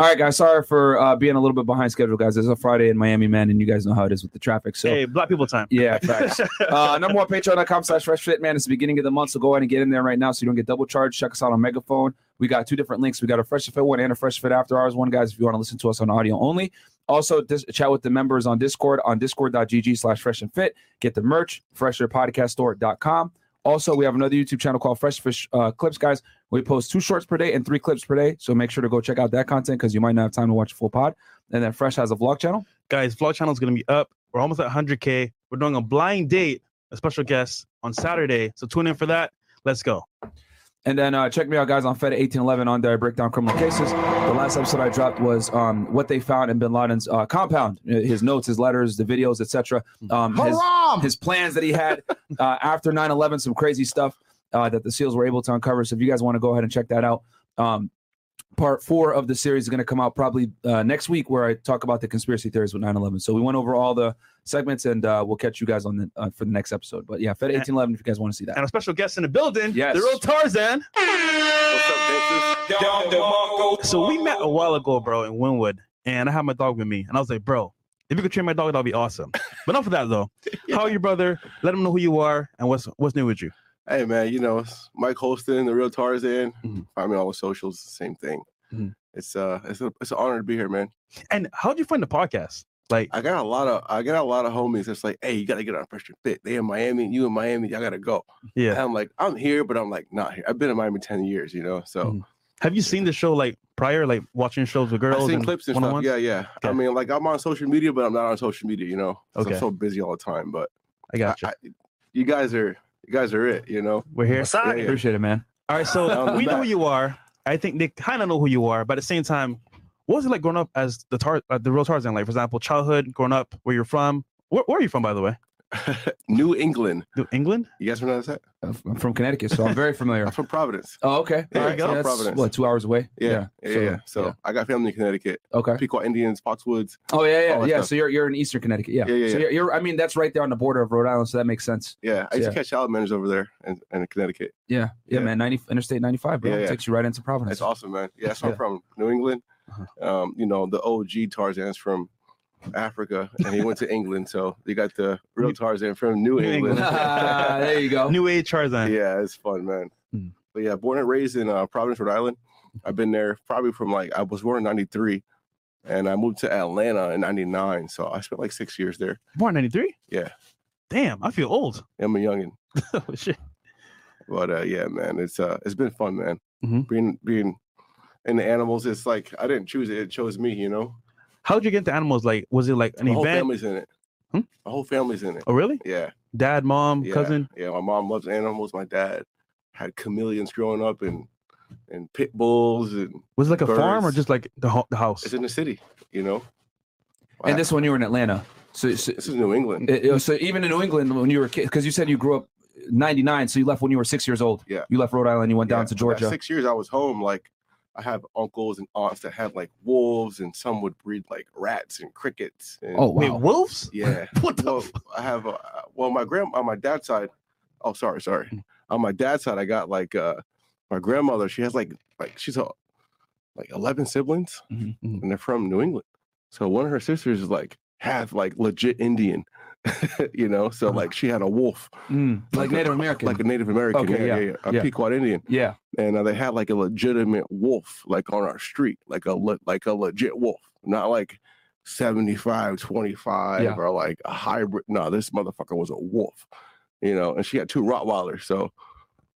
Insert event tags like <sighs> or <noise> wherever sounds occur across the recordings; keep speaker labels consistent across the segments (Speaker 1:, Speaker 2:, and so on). Speaker 1: All right, guys. Sorry for uh, being a little bit behind schedule, guys. It's a Friday in Miami, man, and you guys know how it is with the traffic. So
Speaker 2: Hey, black people time.
Speaker 1: yeah, facts. uh, number one, patreon.com slash fresh fit, man. It's the beginning of the month, so go ahead and get in there right now so you don't get double charged. Check us out on Megaphone. We got two different links. We got a Fresh Fit one and a Fresh Fit After Hours one, guys, if you want to listen to us on audio only. Also, dis- chat with the members on Discord on discord.gg slash fresh and fit. Get the merch, fresherpodcaststore.com. Also, we have another YouTube channel called Fresh Fish uh, Clips, guys. We post two shorts per day and three clips per day. So make sure to go check out that content because you might not have time to watch a full pod. And then Fresh has a vlog channel.
Speaker 2: Guys, vlog channel is going to be up. We're almost at 100K. We're doing a blind date, a special guest on Saturday. So tune in for that. Let's go.
Speaker 1: And then uh, check me out, guys, on Fed 1811 on there. I break down criminal cases. The last episode I dropped was um, what they found in Bin Laden's uh, compound, his notes, his letters, the videos, etc. Um, his, his plans that he had uh, after 9/11, some crazy stuff uh, that the SEALs were able to uncover. So if you guys want to go ahead and check that out, um, part four of the series is going to come out probably uh, next week, where I talk about the conspiracy theories with 9/11. So we went over all the segments, and uh, we'll catch you guys on the uh, for the next episode. But yeah, Fed 1811 if you guys want to see that.
Speaker 2: And a special guest in the building,
Speaker 1: Yes.
Speaker 2: the real Tarzan. So we met a while ago, bro, in Winwood. And I had my dog with me. And I was like, bro, if you could train my dog, that would be awesome. But not for that,
Speaker 3: <laughs>
Speaker 2: though. How are you, brother? Let him know who you are and what's what's new with you.
Speaker 3: Hey man, you know it's Mike Holston, the real Tarzan.
Speaker 2: Mhm.
Speaker 3: I mean, all the socials, same thing.
Speaker 2: Mm-hmm.
Speaker 1: Mhm.
Speaker 3: It's uh, it's a, it's an honor to be here, man.
Speaker 2: And how would you find the podcast? Like,
Speaker 3: I got a lot of I got a lot of homies that's like, hey, you gotta get on Pressure Fit. They in Miami, you in Miami, I gotta go. And
Speaker 2: yeah.
Speaker 3: I'm like, I'm here, but I'm like not here. I've been in Miami ten years, you know. So
Speaker 2: Mhm. Have you seen the show like prior, like watching shows with girls?
Speaker 3: I've seen clips and stuff.
Speaker 2: one-on-ones?
Speaker 3: Yeah, yeah. I
Speaker 2: Okay.
Speaker 3: mean, like I'm on social media, but I'm not on social media, you know. 'cause
Speaker 2: Okay.
Speaker 3: I'm so busy all the time, but
Speaker 2: I
Speaker 3: I-
Speaker 2: got you.
Speaker 3: I- you guys are you guys are it, you know.
Speaker 2: We're here.
Speaker 3: Yeah, yeah.
Speaker 1: Appreciate it, man.
Speaker 2: All right,
Speaker 3: Down
Speaker 2: so
Speaker 3: the
Speaker 2: we know who
Speaker 3: back.
Speaker 2: you are. I think they kind of know who you are, but at the same time, what was it like growing up as the tar- uh, the real Tarzan? Like, for example, childhood, growing up, where you're from. Where, where are you from, by the way?
Speaker 3: New England.
Speaker 2: New England.
Speaker 3: You guys familiar with that?
Speaker 1: I'm f- I'm from Connecticut, so I'm very familiar.
Speaker 3: I'm <laughs> from Providence.
Speaker 1: Oh, okay.
Speaker 3: There
Speaker 1: All
Speaker 3: you
Speaker 1: right.
Speaker 3: go.
Speaker 1: that's,
Speaker 3: Providence.
Speaker 1: What, two hours away?
Speaker 3: Yeah, yeah, yeah.
Speaker 1: So,
Speaker 3: yeah. So
Speaker 1: yeah.
Speaker 3: I got family in Connecticut.
Speaker 1: Okay.
Speaker 3: Pequot Indians, Foxwoods.
Speaker 1: Oh yeah, yeah,
Speaker 3: all that
Speaker 1: yeah.
Speaker 3: stuff.
Speaker 1: So you're you're in Eastern Connecticut. Yeah.
Speaker 3: Yeah, yeah,
Speaker 1: so
Speaker 3: yeah.
Speaker 1: You're, you're. I mean, that's right there on the border of Rhode Island, so that makes sense.
Speaker 3: Yeah, I used
Speaker 1: Yeah.
Speaker 3: to catch child managers over there and in, in Connecticut.
Speaker 1: Yeah. Yeah,
Speaker 3: Yeah.
Speaker 1: man. Ninety Interstate ninety five, bro.
Speaker 3: Yeah,
Speaker 1: It
Speaker 3: yeah.
Speaker 1: Takes you right into Providence. <laughs>
Speaker 3: That's <laughs> awesome, man. Yeah, that's where
Speaker 1: Yeah.
Speaker 3: I'm from, New England.
Speaker 1: Uh-huh.
Speaker 3: Um, you know, the OG Tarzan's from Africa, and he went to England, so you got the real
Speaker 2: New-
Speaker 3: Tarzan from
Speaker 2: New
Speaker 3: New England.
Speaker 1: <laughs> Ah, there you go.
Speaker 2: New Age Tarzan.
Speaker 3: Oh. yeah, it's fun, man.
Speaker 1: Mm.
Speaker 3: But yeah, born and raised in uh, Providence, Rhode Island. I've been there probably from like I was born in '93, and I moved to Atlanta in '99. So I spent like six years there.
Speaker 2: Born '93.
Speaker 3: Yeah.
Speaker 2: Damn, I feel old. <laughs>
Speaker 3: I'm a youngin.
Speaker 2: oh shit.
Speaker 3: But uh, yeah, man, it's uh, it's been fun, man.
Speaker 2: Mhm.
Speaker 3: Being being in the animals, it's like I didn't choose it; it chose me. You know,
Speaker 2: How'd you get into animals? Like, was it like an
Speaker 3: my whole
Speaker 2: event?
Speaker 3: family's in it. My whole family's in it.
Speaker 2: Oh, really?
Speaker 3: Yeah,
Speaker 2: Dad, mom,
Speaker 3: yeah,
Speaker 2: cousin.
Speaker 3: Yeah, my mom loves animals. My dad had chameleons growing up and and pit bulls, and
Speaker 2: Was it like a farm or
Speaker 3: Birds.
Speaker 2: just like the, ho- the house?
Speaker 3: it's in the city. You know,
Speaker 1: And this when you were in Atlanta. So,
Speaker 3: <laughs>
Speaker 1: so,
Speaker 3: this is New England.
Speaker 1: it- it- so even in New England when you were a kid, because you said you grew up '99, so you left when you were six years old.
Speaker 3: Yeah.
Speaker 1: You left Rhode Island. You went
Speaker 3: Yeah,
Speaker 1: down to
Speaker 3: for that
Speaker 1: Georgia.
Speaker 3: Six years I was home. Like I have uncles and aunts that had like wolves, and some would breed like rats and crickets. And,
Speaker 1: Oh
Speaker 2: Wait,
Speaker 1: wow.
Speaker 2: wolves?
Speaker 3: yeah.
Speaker 2: <laughs> What
Speaker 1: <laughs>
Speaker 2: the?
Speaker 3: Well,
Speaker 2: f-
Speaker 3: I have uh, well, my grand on my dad's side. Oh, sorry, sorry.
Speaker 1: Hmm.
Speaker 3: On my dad's side, I got like uh my grandmother. She has like like she's a, like eleven siblings,
Speaker 1: Mhm,
Speaker 2: mhm.
Speaker 3: and they're from New England. So one of her sisters is like half like legit Indian, <laughs> you know. So
Speaker 1: Uh-huh.
Speaker 3: like she had a wolf,
Speaker 1: Mm, like Native American.
Speaker 3: <laughs> like a Native American,
Speaker 1: Okay, yeah,
Speaker 3: yeah, yeah, yeah, a
Speaker 1: yeah.
Speaker 3: Pequot Indian
Speaker 1: yeah.
Speaker 3: and uh, they had like a legitimate wolf like on our street like a le- like a legit wolf not like 75 25
Speaker 1: Yeah.
Speaker 3: or like a hybrid no this motherfucker was a wolf you know and she had two rottweilers so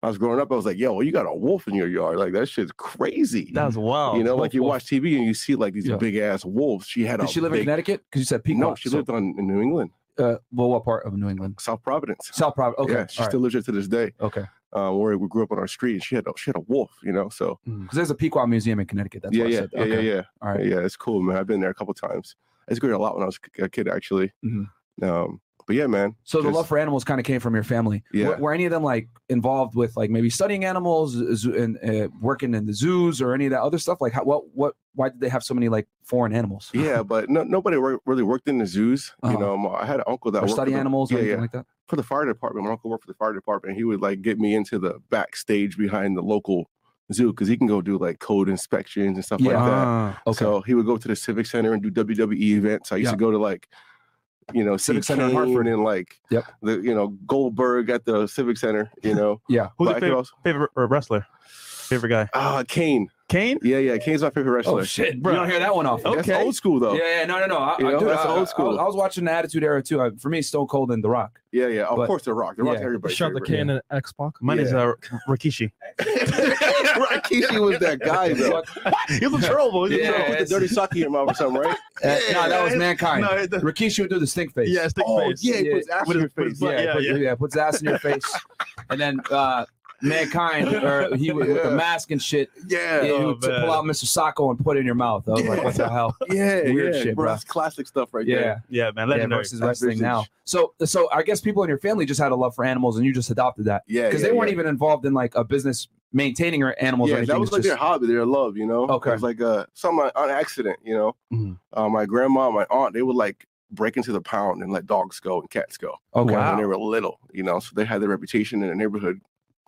Speaker 3: i was growing up i was like yo you got a wolf in your yard like that shit's crazy
Speaker 2: That's wild.
Speaker 3: you know
Speaker 2: Wolf,
Speaker 3: like you
Speaker 2: wolf.
Speaker 3: watch tv and you see like these
Speaker 1: Yeah.
Speaker 3: big ass wolves she had
Speaker 1: Did
Speaker 3: a
Speaker 1: she live in
Speaker 3: big-
Speaker 1: Connecticut? Because you said Pequot.
Speaker 3: no she
Speaker 1: so,
Speaker 3: lived on in new england
Speaker 1: Uh, well, what part of New England?
Speaker 3: south providence
Speaker 1: South Providence. Okay.
Speaker 3: yeah she
Speaker 1: all right,
Speaker 3: still lives there to this day
Speaker 1: Okay.
Speaker 3: uh, where we grew up on our street and she had a, she had a wolf you know so
Speaker 1: Because Mm, there's a Pequot Museum in Connecticut. That's
Speaker 3: yeah
Speaker 1: why I
Speaker 3: yeah,
Speaker 1: said that.
Speaker 3: yeah yeah
Speaker 1: Okay.
Speaker 3: yeah
Speaker 1: All right.
Speaker 3: Yeah, it's cool, man. I've been there a couple times. I used to go there a lot when I was a kid, actually.
Speaker 1: Mhm.
Speaker 3: Um, but yeah, man.
Speaker 1: So the
Speaker 3: just-
Speaker 1: love for animals kind of came from your family.
Speaker 3: Yeah.
Speaker 1: Were, were any of them like involved with like maybe studying animals zoo, and uh, working in the zoos or any of that other stuff? Like, how, what, what, why did they have so many like foreign animals? <laughs>
Speaker 3: Yeah, but no, nobody wor- really worked in the zoos.
Speaker 1: Uh-huh.
Speaker 3: You know, my- I had an uncle that
Speaker 1: or
Speaker 3: worked for
Speaker 1: study
Speaker 3: the-
Speaker 1: animals or
Speaker 3: Yeah,
Speaker 1: anything
Speaker 3: yeah.
Speaker 1: like that?
Speaker 3: For the fire department, my uncle worked for the fire department. He would like get me into the backstage behind the local zoo because he can go do like code inspections and stuff
Speaker 1: Yeah.
Speaker 3: like that.
Speaker 2: Ah.
Speaker 1: Uh, Okay.
Speaker 3: Uh, So he would go to the civic center and do WWE events. I used
Speaker 1: Yeah.
Speaker 3: to go to like, you know,
Speaker 1: Civic
Speaker 3: civic
Speaker 1: Center
Speaker 3: center
Speaker 1: in Hartford.
Speaker 3: and like
Speaker 1: Yep.
Speaker 3: the you know Goldberg at the civic center. You
Speaker 1: <laughs>
Speaker 3: know,
Speaker 1: yeah.
Speaker 3: But
Speaker 2: Who's
Speaker 3: I
Speaker 2: your
Speaker 3: could
Speaker 2: favorite,
Speaker 3: also-
Speaker 2: favorite r- wrestler? Favorite guy?
Speaker 3: Ah, Kane.
Speaker 2: Kane?
Speaker 3: Yeah, yeah. Kane's my favorite wrestler.
Speaker 1: Oh shit,
Speaker 2: Bro.
Speaker 1: You don't hear that
Speaker 3: <laughs>
Speaker 1: one often.
Speaker 2: Oh,
Speaker 3: That's
Speaker 2: okay.
Speaker 3: old school though.
Speaker 1: Yeah,
Speaker 3: Yeah,
Speaker 1: yeah, no, no, no. I,
Speaker 3: You
Speaker 1: I,
Speaker 3: know,
Speaker 1: dude,
Speaker 3: that's
Speaker 1: I-
Speaker 3: old
Speaker 1: I-
Speaker 3: school.
Speaker 1: I, was watching the Attitude Era too. I, for me, Stone Cold and The Rock.
Speaker 3: yeah. Of
Speaker 1: But-
Speaker 3: course, The Rock. The Rock's
Speaker 1: yeah.
Speaker 3: everybody.
Speaker 4: Shot the can and X Pac.
Speaker 2: Mine is
Speaker 3: Yeah.
Speaker 2: uh, Rikishi.
Speaker 3: <laughs> right, Kishi was that guy though.
Speaker 1: Fuck.
Speaker 2: He's <laughs> a troll, boy. He's a
Speaker 1: Yeah,
Speaker 2: troll.
Speaker 3: With
Speaker 1: that's-
Speaker 3: the dirty sock in your mouth or
Speaker 1: <laughs>
Speaker 3: something, right?
Speaker 1: Uh, no, that was
Speaker 2: Yeah.
Speaker 1: mankind.
Speaker 2: No, it-
Speaker 1: Rikishi would do the stink face.
Speaker 2: yeah, stick
Speaker 3: Oh
Speaker 2: face.
Speaker 3: yeah, he
Speaker 1: Yeah.
Speaker 3: puts ass
Speaker 2: With
Speaker 3: in your
Speaker 2: his- with
Speaker 3: face.
Speaker 2: his butt,
Speaker 1: yeah,
Speaker 2: yeah,
Speaker 1: puts,
Speaker 2: yeah.
Speaker 1: yeah, puts ass in your
Speaker 2: <laughs>
Speaker 1: face, and then uh, mankind or he would with the
Speaker 3: Yeah.
Speaker 1: mask and shit.
Speaker 3: Yeah,
Speaker 1: Yeah,
Speaker 3: yeah,
Speaker 1: he
Speaker 2: oh,
Speaker 1: would t-
Speaker 2: man.
Speaker 1: pull out Mr. Sacco and put it in your mouth. I was like, what the hell?
Speaker 2: <laughs>
Speaker 3: yeah,
Speaker 1: Weird shit,
Speaker 3: bro.
Speaker 1: bro.
Speaker 3: That's classic stuff right
Speaker 1: Yeah.
Speaker 3: there.
Speaker 2: Yeah, man.
Speaker 1: yeah,
Speaker 2: Legendary.
Speaker 1: versus
Speaker 3: That's
Speaker 1: wrestling
Speaker 3: vintage.
Speaker 1: now. So, so I guess people in your family just had a love for animals, and you just adopted that
Speaker 3: Yeah,
Speaker 1: because
Speaker 3: yeah,
Speaker 1: they weren't
Speaker 3: yeah.
Speaker 1: even involved in like a business maintaining or animals or
Speaker 3: Yeah,
Speaker 1: anything.
Speaker 3: that was
Speaker 1: It's
Speaker 3: like
Speaker 1: just-
Speaker 3: their hobby, their love, you know.
Speaker 1: Okay. Mm-hmm.
Speaker 3: it was like a some on on accident, you know.
Speaker 2: Mhm.
Speaker 3: Uh, my grandma, and my aunt, they would like break into the pound and let dogs go and cats go.
Speaker 1: okay.
Speaker 3: when they were little, you know. So they had their reputation in the neighborhood.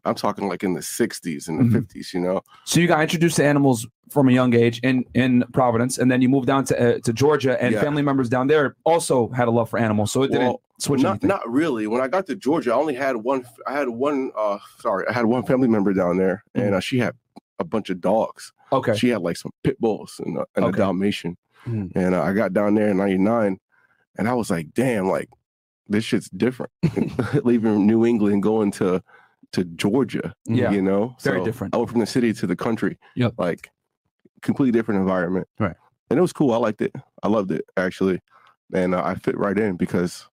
Speaker 3: I'm talking like in the '60s and the
Speaker 1: Mhm.
Speaker 3: '50s, you know.
Speaker 1: So you got introduced to animals from a young age in in Providence, and then you moved down to uh, to Georgia, and
Speaker 3: Yeah.
Speaker 1: family members down there also had a love for animals. So it didn't
Speaker 3: Well,
Speaker 1: switch
Speaker 3: not
Speaker 1: anything.
Speaker 3: not really. When I got to Georgia, I only had one. I had one. uh Sorry, I had one family member down there, and uh, she had a bunch of dogs.
Speaker 1: Mm. okay.
Speaker 3: She had like some pit bulls and, a- and
Speaker 1: Okay.
Speaker 3: a Dalmatian.
Speaker 2: Mm.
Speaker 3: And uh, I got down there in '99, and I was like, "Damn, like this shit's
Speaker 1: <laughs>
Speaker 3: different." <laughs> Leaving New England, going to to Georgia.
Speaker 1: Yeah.
Speaker 3: you know,
Speaker 1: Very different.
Speaker 3: I went from the city to the country.
Speaker 1: Yep.
Speaker 3: like completely different environment.
Speaker 2: Right.
Speaker 3: and it was cool. I liked it. I loved it actually, and uh, I fit right in because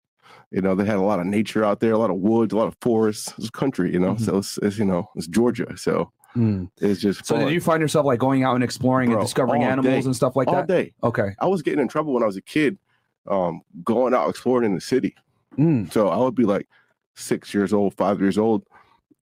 Speaker 3: you know they had a lot of nature out there, a lot of woods, a lot of forests. It's country, you know.
Speaker 1: Mm-hmm.
Speaker 3: So it's, it's you know it's Georgia, so it's just
Speaker 1: Mm. So
Speaker 3: fun.
Speaker 1: did you find yourself like going out and exploring
Speaker 3: Bro,
Speaker 1: and discovering
Speaker 3: all
Speaker 1: animals
Speaker 3: day.
Speaker 1: and stuff like
Speaker 3: all
Speaker 1: that?
Speaker 3: day. <laughs>
Speaker 1: Okay.
Speaker 3: I was getting in trouble when I was a kid, um, going out exploring in the city.
Speaker 1: Mm.
Speaker 3: So I would be like six years old, five years old.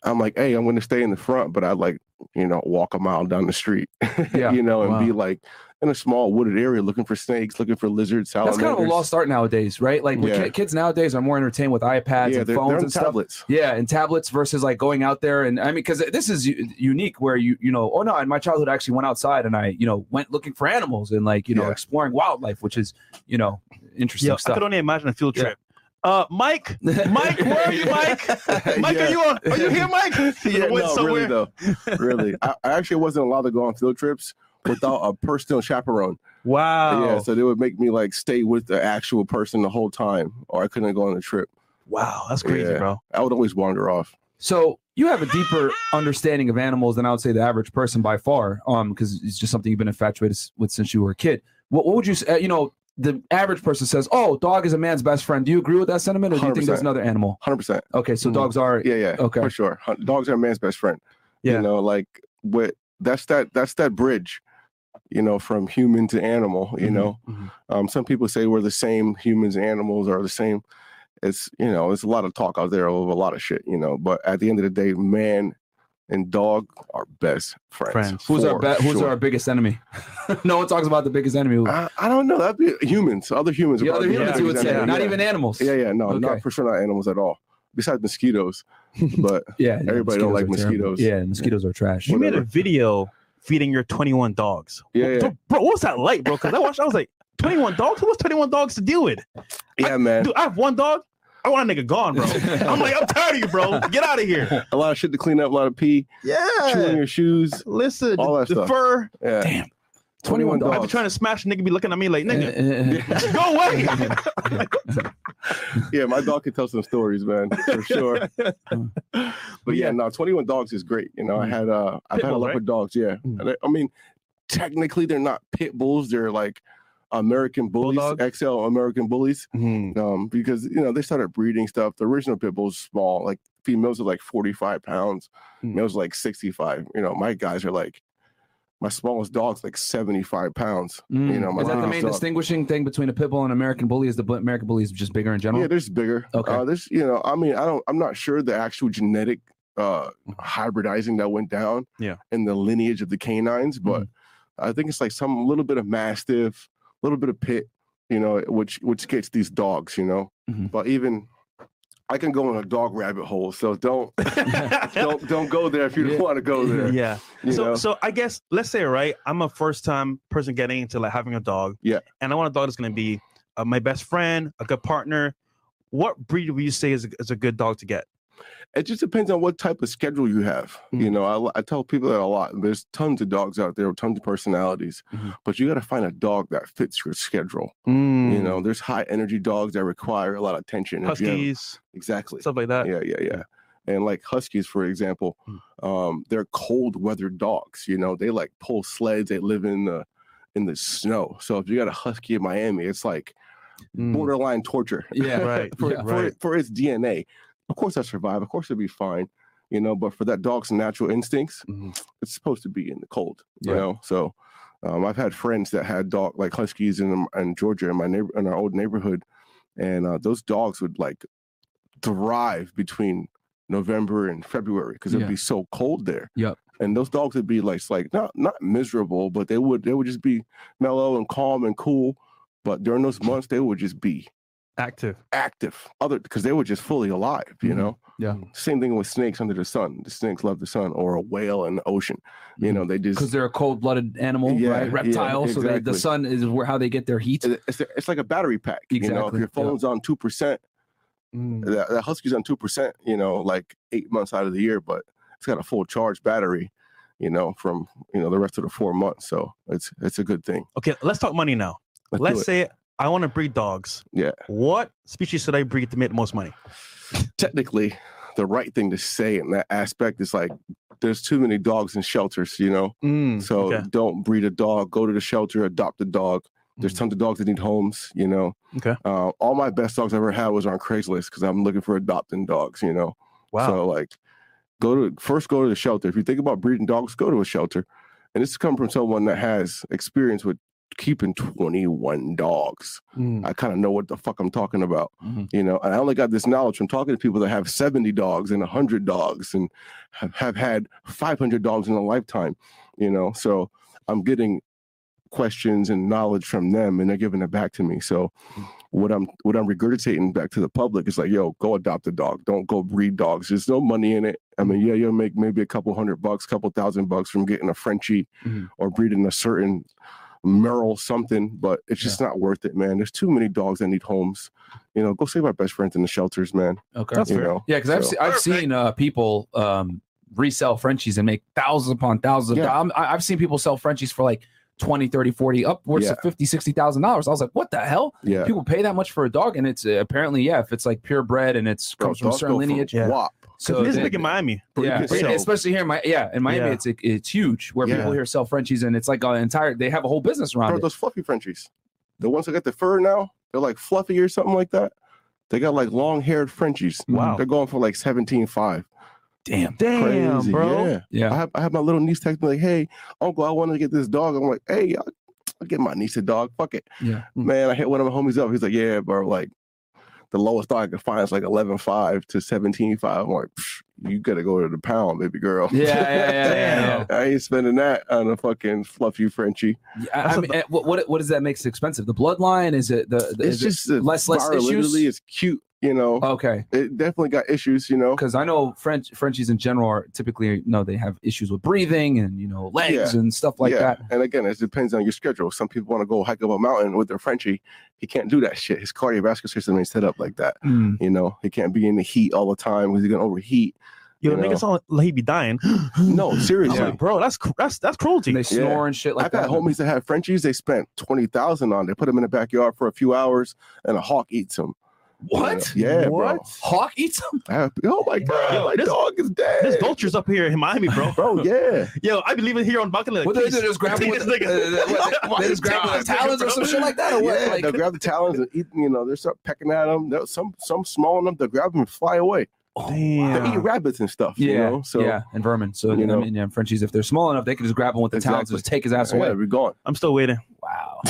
Speaker 3: I'm like, hey, I'm going to stay in the front, but I'd like, you know, walk a mile down the street,
Speaker 1: Yeah.
Speaker 3: you know, and be
Speaker 1: Wow.
Speaker 3: like in a small wooded area looking for snakes, looking for lizards.
Speaker 1: That's kind of a
Speaker 3: salamanders.
Speaker 1: lost art nowadays, right? Like with
Speaker 3: Yeah.
Speaker 1: ki- kids nowadays are more entertained with iPads
Speaker 3: Yeah,
Speaker 1: and
Speaker 3: they're,
Speaker 1: phones
Speaker 3: they're on
Speaker 1: and stuff. <laughs>
Speaker 3: tablets.
Speaker 1: Yeah, and tablets versus like going out there and I mean because this is u- unique where you you know oh no in my childhood I actually went outside and I you know went looking for animals and like you know
Speaker 3: Yeah.
Speaker 1: exploring wildlife which is you know interesting
Speaker 2: Yo, I
Speaker 1: stuff. <laughs>
Speaker 2: could only imagine a field
Speaker 1: Yeah.
Speaker 2: trip. Uh, Mike, Mike, where are you, Mike?
Speaker 1: <laughs>
Speaker 2: Mike,
Speaker 3: Yeah.
Speaker 2: are you on? Are you here, Mike?
Speaker 3: <laughs> Yeah,
Speaker 2: Went
Speaker 3: no,
Speaker 2: somewhere.
Speaker 3: really though,
Speaker 1: <laughs>
Speaker 3: really. I, I actually wasn't allowed to go on field trips without a personal chaperone.
Speaker 2: Wow.
Speaker 1: Oh.
Speaker 3: Yeah, so they would make me like stay with the actual person the whole time, or I couldn't go on the trip.
Speaker 2: wow, that's crazy,
Speaker 3: Yeah.
Speaker 2: bro.
Speaker 3: I would always wander off.
Speaker 1: So you have a deeper understanding of animals than I would say the average person by far, um, because it's just something you've been infatuated s- with since you were a kid. What, what would you say? You know, the average person says, "Oh, dog is a man's best friend." Do you agree with that sentiment, or do you think there's
Speaker 3: 100%.
Speaker 1: another animal?
Speaker 3: Hundred percent. Hmm.
Speaker 1: Okay, so
Speaker 2: Mhm.
Speaker 1: dogs are
Speaker 3: Yeah, yeah.
Speaker 1: Okay.
Speaker 3: For sure. Hun- Dogs are man's best friend.
Speaker 2: Yeah.
Speaker 3: You know, like what that's that that's that bridge, you know, from human to animal, you
Speaker 1: Mm-hmm,
Speaker 2: Mhm,
Speaker 3: know.
Speaker 2: mhm.
Speaker 3: Um, some people say we're the same, humans and animals are the same. It's you know, it's a lot of talk out there of a lot of shit, you know. But at the end of the day, man and dog are best friends.
Speaker 2: Friends.
Speaker 1: who's our
Speaker 3: for
Speaker 1: be- who's
Speaker 3: sure.
Speaker 1: our biggest enemy? <laughs> no one talks about the biggest enemy.
Speaker 3: I, I don't know. That'd be humans. Other humans.
Speaker 1: the
Speaker 3: are
Speaker 1: other
Speaker 3: probably
Speaker 1: humans,
Speaker 2: yeah,
Speaker 1: you would
Speaker 3: biggest
Speaker 1: say,
Speaker 3: enemy.
Speaker 1: not
Speaker 3: Yeah.
Speaker 1: even animals.
Speaker 3: Yeah, yeah, no,
Speaker 1: Okay.
Speaker 3: not for sure, not animals at all.
Speaker 1: <laughs>
Speaker 3: Besides mosquitoes, but
Speaker 1: yeah. no,
Speaker 3: Everybody don't like
Speaker 1: are terrible.
Speaker 3: mosquitoes.
Speaker 1: Yeah, mosquitoes are trash.
Speaker 2: You made a
Speaker 3: Whatever.
Speaker 2: video feeding your 21 dogs.
Speaker 3: Yeah, yeah.
Speaker 2: Dude, Bro, what's that like, bro? Because I watched, I was like, 21 dogs? Who was 21 dogs to deal with?
Speaker 3: yeah, man,
Speaker 2: Dude, I have one dog. I want a nigga gone,
Speaker 1: <laughs>
Speaker 2: bro. I'm like, I'm tired of you, bro. Get out of <laughs> here.
Speaker 3: a lot of shit to clean up, a lot of pee, chewing your shoes.
Speaker 2: Listen,
Speaker 3: All
Speaker 2: the,
Speaker 3: that
Speaker 2: the
Speaker 3: stuff.
Speaker 2: fur.
Speaker 3: Yeah,
Speaker 2: Damn.
Speaker 1: 21
Speaker 2: I'd be
Speaker 1: dogs.
Speaker 2: trying to smash nigga be looking at me like, nigga,
Speaker 1: <laughs> Uh,
Speaker 2: <laughs> go away. <laughs>
Speaker 3: yeah, my dog can tell some stories, man, for
Speaker 2: <laughs>
Speaker 3: sure. but yeah, no, twenty one dogs is great. You know, I
Speaker 2: Mm.
Speaker 3: had uh, I've
Speaker 2: Pit
Speaker 3: had a
Speaker 2: bulls,
Speaker 3: lot
Speaker 2: right?
Speaker 3: of dogs. Yeah,
Speaker 2: Mm.
Speaker 3: And I- I mean, technically they're not pit bulls; they're like American bullies,
Speaker 2: Bulldogs?
Speaker 3: XL American bullies.
Speaker 2: <laughs>
Speaker 3: Um, because you know they started breeding stuff. The original pit bulls small, like females are like forty five pounds,
Speaker 2: Mm.
Speaker 3: males are like sixty five. You know, my guys are like. My smallest dog's like seventy five pounds. You
Speaker 1: mm.
Speaker 3: know, my
Speaker 1: is that the
Speaker 3: biggest
Speaker 1: main
Speaker 3: dog.
Speaker 1: distinguishing thing between a pit bull and an American bully? Is the bu- American bully is just bigger in general?
Speaker 3: Yeah, there's bigger.
Speaker 1: Okay.
Speaker 3: Uh, there's you know, I mean, I don't, I'm not sure the actual genetic uh hybridizing that went down.
Speaker 2: Yeah. Mm-hmm.
Speaker 3: In the lineage of the canines, but I think it's like some little bit of mastiff, a little bit of pit, you know, which which gets these dogs, you know.
Speaker 2: Mm-hmm.
Speaker 1: Mhm.
Speaker 3: But even I can go in a dog rabbit hole, so don't
Speaker 2: <laughs>
Speaker 3: don't don't go there if you
Speaker 1: Yeah.
Speaker 3: don't want to go there.
Speaker 2: yeah.
Speaker 3: You
Speaker 2: so
Speaker 3: know?
Speaker 2: so I guess let's say right, I'm a first time person getting into like having a dog.
Speaker 3: Yeah.
Speaker 2: And I want a dog that's gonna be uh, my best friend, a good partner. What breed would you say is a, is a good dog to get?
Speaker 3: it just depends on what type of schedule you have. You
Speaker 2: Mm-hmm.
Speaker 3: know, I, li- I tell people that a lot. There's tons of dogs out there, with tons of personalities,
Speaker 2: Mhm.
Speaker 3: but you got to find a dog that fits your schedule. Hmm. You
Speaker 2: Mm.
Speaker 3: know, there's high energy dogs that require a lot of attention. If you have-
Speaker 2: huskies,
Speaker 3: exactly.
Speaker 2: stuff like that.
Speaker 3: yeah, yeah, yeah. And like huskies, for example,
Speaker 2: Mm.
Speaker 3: um, they're cold weather dogs. You know, they like pull sleds. They live in the in the snow. So if you got a husky in Miami, it's like
Speaker 2: Mm. <laughs>
Speaker 3: borderline torture
Speaker 1: Yeah.
Speaker 3: <laughs>
Speaker 2: Right.
Speaker 3: for,
Speaker 1: Yeah.
Speaker 3: for,
Speaker 2: Right.
Speaker 3: for its DNA. Of course, I survive. Of course, it'd be fine, you know. But for that dog's natural instincts,
Speaker 2: Mhm.
Speaker 3: it's supposed to be in the cold, you
Speaker 1: Right.
Speaker 3: know. So, um, I've had friends that had dog like huskies in in Georgia in my neighbor in our old neighborhood, and uh, those dogs would like thrive between November and February because it'd
Speaker 1: Yeah.
Speaker 3: be so cold there.
Speaker 1: Yep.
Speaker 3: And those dogs would be like, s- like not not miserable, but they would they would just be mellow and calm and cool. But during those months, they would just be
Speaker 2: Active.
Speaker 3: active other because they were just fully alive you
Speaker 1: Mhm.
Speaker 3: know
Speaker 1: Yeah.
Speaker 3: same thing with snakes under the sun the snakes love the sun or a whale in the ocean you
Speaker 1: Mhm.
Speaker 3: know they
Speaker 1: Because
Speaker 3: just
Speaker 1: they're a cold-blooded animal,
Speaker 3: Yeah,
Speaker 1: right?
Speaker 3: yeah,
Speaker 1: Reptile. So they, the
Speaker 3: exactly.
Speaker 1: sun is where how they get their heat.
Speaker 3: it- it's, it's like a battery pack you know if
Speaker 1: Exactly,
Speaker 3: your
Speaker 1: yeah.
Speaker 3: phone's on 2%
Speaker 2: Mm.
Speaker 3: the, the husky's on 2% you know like eight months out of the year but it's got a full charge battery you know from you know the rest of the four months so it's it's a good thing
Speaker 2: Okay, let's talk money now.
Speaker 3: Let's do
Speaker 2: Let's,
Speaker 3: it.
Speaker 2: say I want to breed dogs.
Speaker 3: Yeah.
Speaker 2: What species should I breed to make the most money?
Speaker 3: technically the right thing to say in that aspect is like there's too many dogs in shelters you know Hmm. So
Speaker 2: Mm, okay.
Speaker 3: don't breed a dog. Go to the shelter. Adopt a dog. There's
Speaker 2: Mhm.
Speaker 3: tons of dogs that need homes. You know.
Speaker 2: Mm. Okay.
Speaker 3: Uh, all my best dogs I ever had was on Craigslist because I'm looking for adopting dogs. You know.
Speaker 2: wow.
Speaker 3: So like, go to first go to the shelter. If you think about breeding dogs, go to a shelter. And this is coming from someone that has experience with keeping 21 dogs.
Speaker 2: Mm.
Speaker 3: I kind of know what the fuck I'm talking about.
Speaker 1: Mhm.
Speaker 3: You know, and I only got this knowledge from talking to people that have 70 dogs and 100 dogs and have, have had 500 dogs in a lifetime, you know. So I'm getting questions and knowledge from them and they're giving it back to me. So what I'm what I'm regurgitating back to the public is like, yo, go adopt a dog. Don't go breed dogs. There's no money in it. I mean, yeah, you'll make maybe a couple hundred bucks, couple thousand bucks from getting a Frenchie
Speaker 2: Mhm.
Speaker 3: or breeding a certain Merle something, but it's just not worth it, man. There's too many dogs that need homes. You know, go save our best friends in the shelters, man.
Speaker 1: Okay.
Speaker 2: That's
Speaker 3: you
Speaker 2: fair.
Speaker 3: know.
Speaker 1: Yeah, because I've
Speaker 3: So-
Speaker 1: se- I've seen uh, people um, resell Frenchies and make thousands upon thousands. Of
Speaker 3: Yeah.
Speaker 1: dollars. I- I've seen people sell Frenchies for like 20, 30, 40, upwards
Speaker 3: Yeah.
Speaker 1: of 50, 60,000 dollars. I was like, what the hell?
Speaker 3: Yeah.
Speaker 1: People pay that much for a dog, and it's uh, apparently yeah, if it's like purebred and it's
Speaker 3: Bro,
Speaker 1: comes from a
Speaker 3: dogs
Speaker 1: certain
Speaker 3: go from
Speaker 1: lineage.
Speaker 2: Yeah.
Speaker 3: wop.
Speaker 1: So
Speaker 2: This is
Speaker 1: then-
Speaker 2: big in Miami.
Speaker 3: Bro, you
Speaker 1: yeah,
Speaker 3: can
Speaker 1: it-
Speaker 3: sell-
Speaker 1: especially here in my yeah in Miami,
Speaker 2: Yeah.
Speaker 1: it's it's huge where
Speaker 3: Yeah.
Speaker 1: people here sell Frenchies and it's like an entire they have a whole business around
Speaker 3: bro,
Speaker 1: it.
Speaker 3: those fluffy Frenchies. the ones that got the fur now, they're like fluffy or something like that. They got like long haired Frenchies.
Speaker 2: Wow.
Speaker 3: They're going for like 17 5.
Speaker 1: Damn.
Speaker 2: Damn,
Speaker 3: Crazy.
Speaker 2: bro.
Speaker 3: Yeah. I
Speaker 1: Yeah.
Speaker 3: have, I have my little niece text me like, hey, uncle, I want to get this dog. I'm like, hey, I'll, I'll get my niece a dog. Fuck it.
Speaker 1: Yeah.
Speaker 3: Man, I hit one of my homies up. He's like, yeah, bro, like the lowest dog I could find is like 11.5 to 17.5. I'm like, "Psh, you got to go to the pound, baby girl.
Speaker 1: Yeah, yeah, yeah, yeah,
Speaker 3: I ain't spending that on a fucking fluffy Frenchie.
Speaker 1: yeah. I- I
Speaker 2: That's a-
Speaker 1: mean, eh, what, what what does that make it expensive? The bloodline is it the, the
Speaker 3: It's
Speaker 1: is it- Uh,
Speaker 3: just the
Speaker 1: less- less
Speaker 3: virality
Speaker 1: issues?
Speaker 3: is cute, you know.
Speaker 1: okay?
Speaker 3: it definitely got issues, you know.
Speaker 1: Because I know French Frenchies in general are typically you know they have issues with breathing and you know legs
Speaker 3: Yeah.
Speaker 1: and stuff like that.
Speaker 3: And again, it depends on your schedule. Some people want to go hike up a mountain with their Frenchie. He can't do that shit. His cardiovascular system ain't set up like that.
Speaker 1: Mm.
Speaker 3: You know, he can't be in the heat all the time because he's gonna overheat.
Speaker 2: Yo,
Speaker 3: You
Speaker 2: make
Speaker 3: know.
Speaker 2: it sound like he be dying.
Speaker 3: No, seriously.
Speaker 2: I'm like, bro, that's cr- that's that's cruelty.
Speaker 1: And they snore and shit like
Speaker 3: I've
Speaker 1: that.
Speaker 3: had homies that had Frenchies. They spent twenty thousand on. They put them in the backyard for a few hours, and a hawk eats them.
Speaker 1: What?
Speaker 3: Yeah,
Speaker 1: what?
Speaker 3: bro.
Speaker 1: Hawk eats them?
Speaker 3: I have, oh my god,
Speaker 2: Yo,
Speaker 3: my
Speaker 2: this-
Speaker 3: dog is dead.
Speaker 2: There's vultures up here in Miami, bro. <laughs>
Speaker 3: Bro, yeah,
Speaker 2: Yo, I believe it here on Bucket. Like,
Speaker 1: What <laughs> they
Speaker 2: please,
Speaker 1: do? Just grab them
Speaker 2: <laughs> take
Speaker 1: with
Speaker 2: this
Speaker 1: the-
Speaker 2: nigga.
Speaker 1: uh, what, <laughs>
Speaker 2: <laughs>
Speaker 1: they-
Speaker 2: Oh my
Speaker 1: they just grab them with
Speaker 2: God,
Speaker 1: talons or
Speaker 2: bro.
Speaker 1: some shit like that, or what?
Speaker 3: <laughs> yeah.
Speaker 1: Like-
Speaker 3: they'll grab
Speaker 2: <laughs>
Speaker 3: the talons and eat. You know, they start pecking at them. They'll, some some small enough, they'll grab them and fly away.
Speaker 1: oh,
Speaker 3: They eat
Speaker 2: Damn.
Speaker 3: rabbits and stuff.
Speaker 1: Yeah,
Speaker 3: you know? so
Speaker 1: yeah, and vermin. So
Speaker 3: you
Speaker 1: you know,
Speaker 3: know.
Speaker 1: I mean, yeah, Frenchies, if they're small enough, they can just grab him with the talons and
Speaker 3: Exactly.
Speaker 1: just take his ass
Speaker 3: yeah,
Speaker 1: away.
Speaker 3: we're gone.
Speaker 2: <laughs> I'm still waiting.
Speaker 3: <laughs>
Speaker 1: Wow.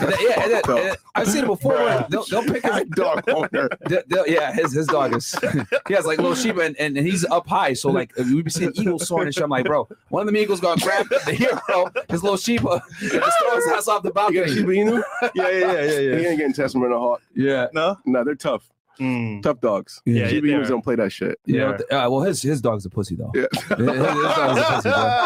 Speaker 1: And that- yeah, and that-
Speaker 3: Bro.
Speaker 1: and that- I've seen it before. Where
Speaker 3: Bruh.
Speaker 1: they'll, they'll pick his.
Speaker 3: Hot dog
Speaker 2: <laughs>
Speaker 3: owner.
Speaker 1: they'll- they'll- yeah, his his dog is. <laughs> he has like little sheep, and, and, and he's up high, so like we'd be seeing eagles soaring and shit. I'm like, bro, one of them eagles gonna grab the hero, his little sheep, uh, and just throw his ass off the
Speaker 3: You got a
Speaker 1: balcony.
Speaker 3: Shiba Inu?
Speaker 2: <laughs> Yeah, yeah, yeah, yeah,
Speaker 3: He ain't getting tested in a hawk.
Speaker 1: Yeah,
Speaker 2: No.
Speaker 3: No, they're tough.
Speaker 2: Mm.
Speaker 3: Tough dogs.
Speaker 2: Yeah,
Speaker 3: Shiba
Speaker 2: they
Speaker 3: Inus
Speaker 2: are.
Speaker 3: don't play
Speaker 2: <laughs>
Speaker 3: that shit.
Speaker 1: you know,
Speaker 2: Yeah.
Speaker 1: th- uh, well, his his dog's a pussy though.
Speaker 3: Yeah.
Speaker 1: His, his dog's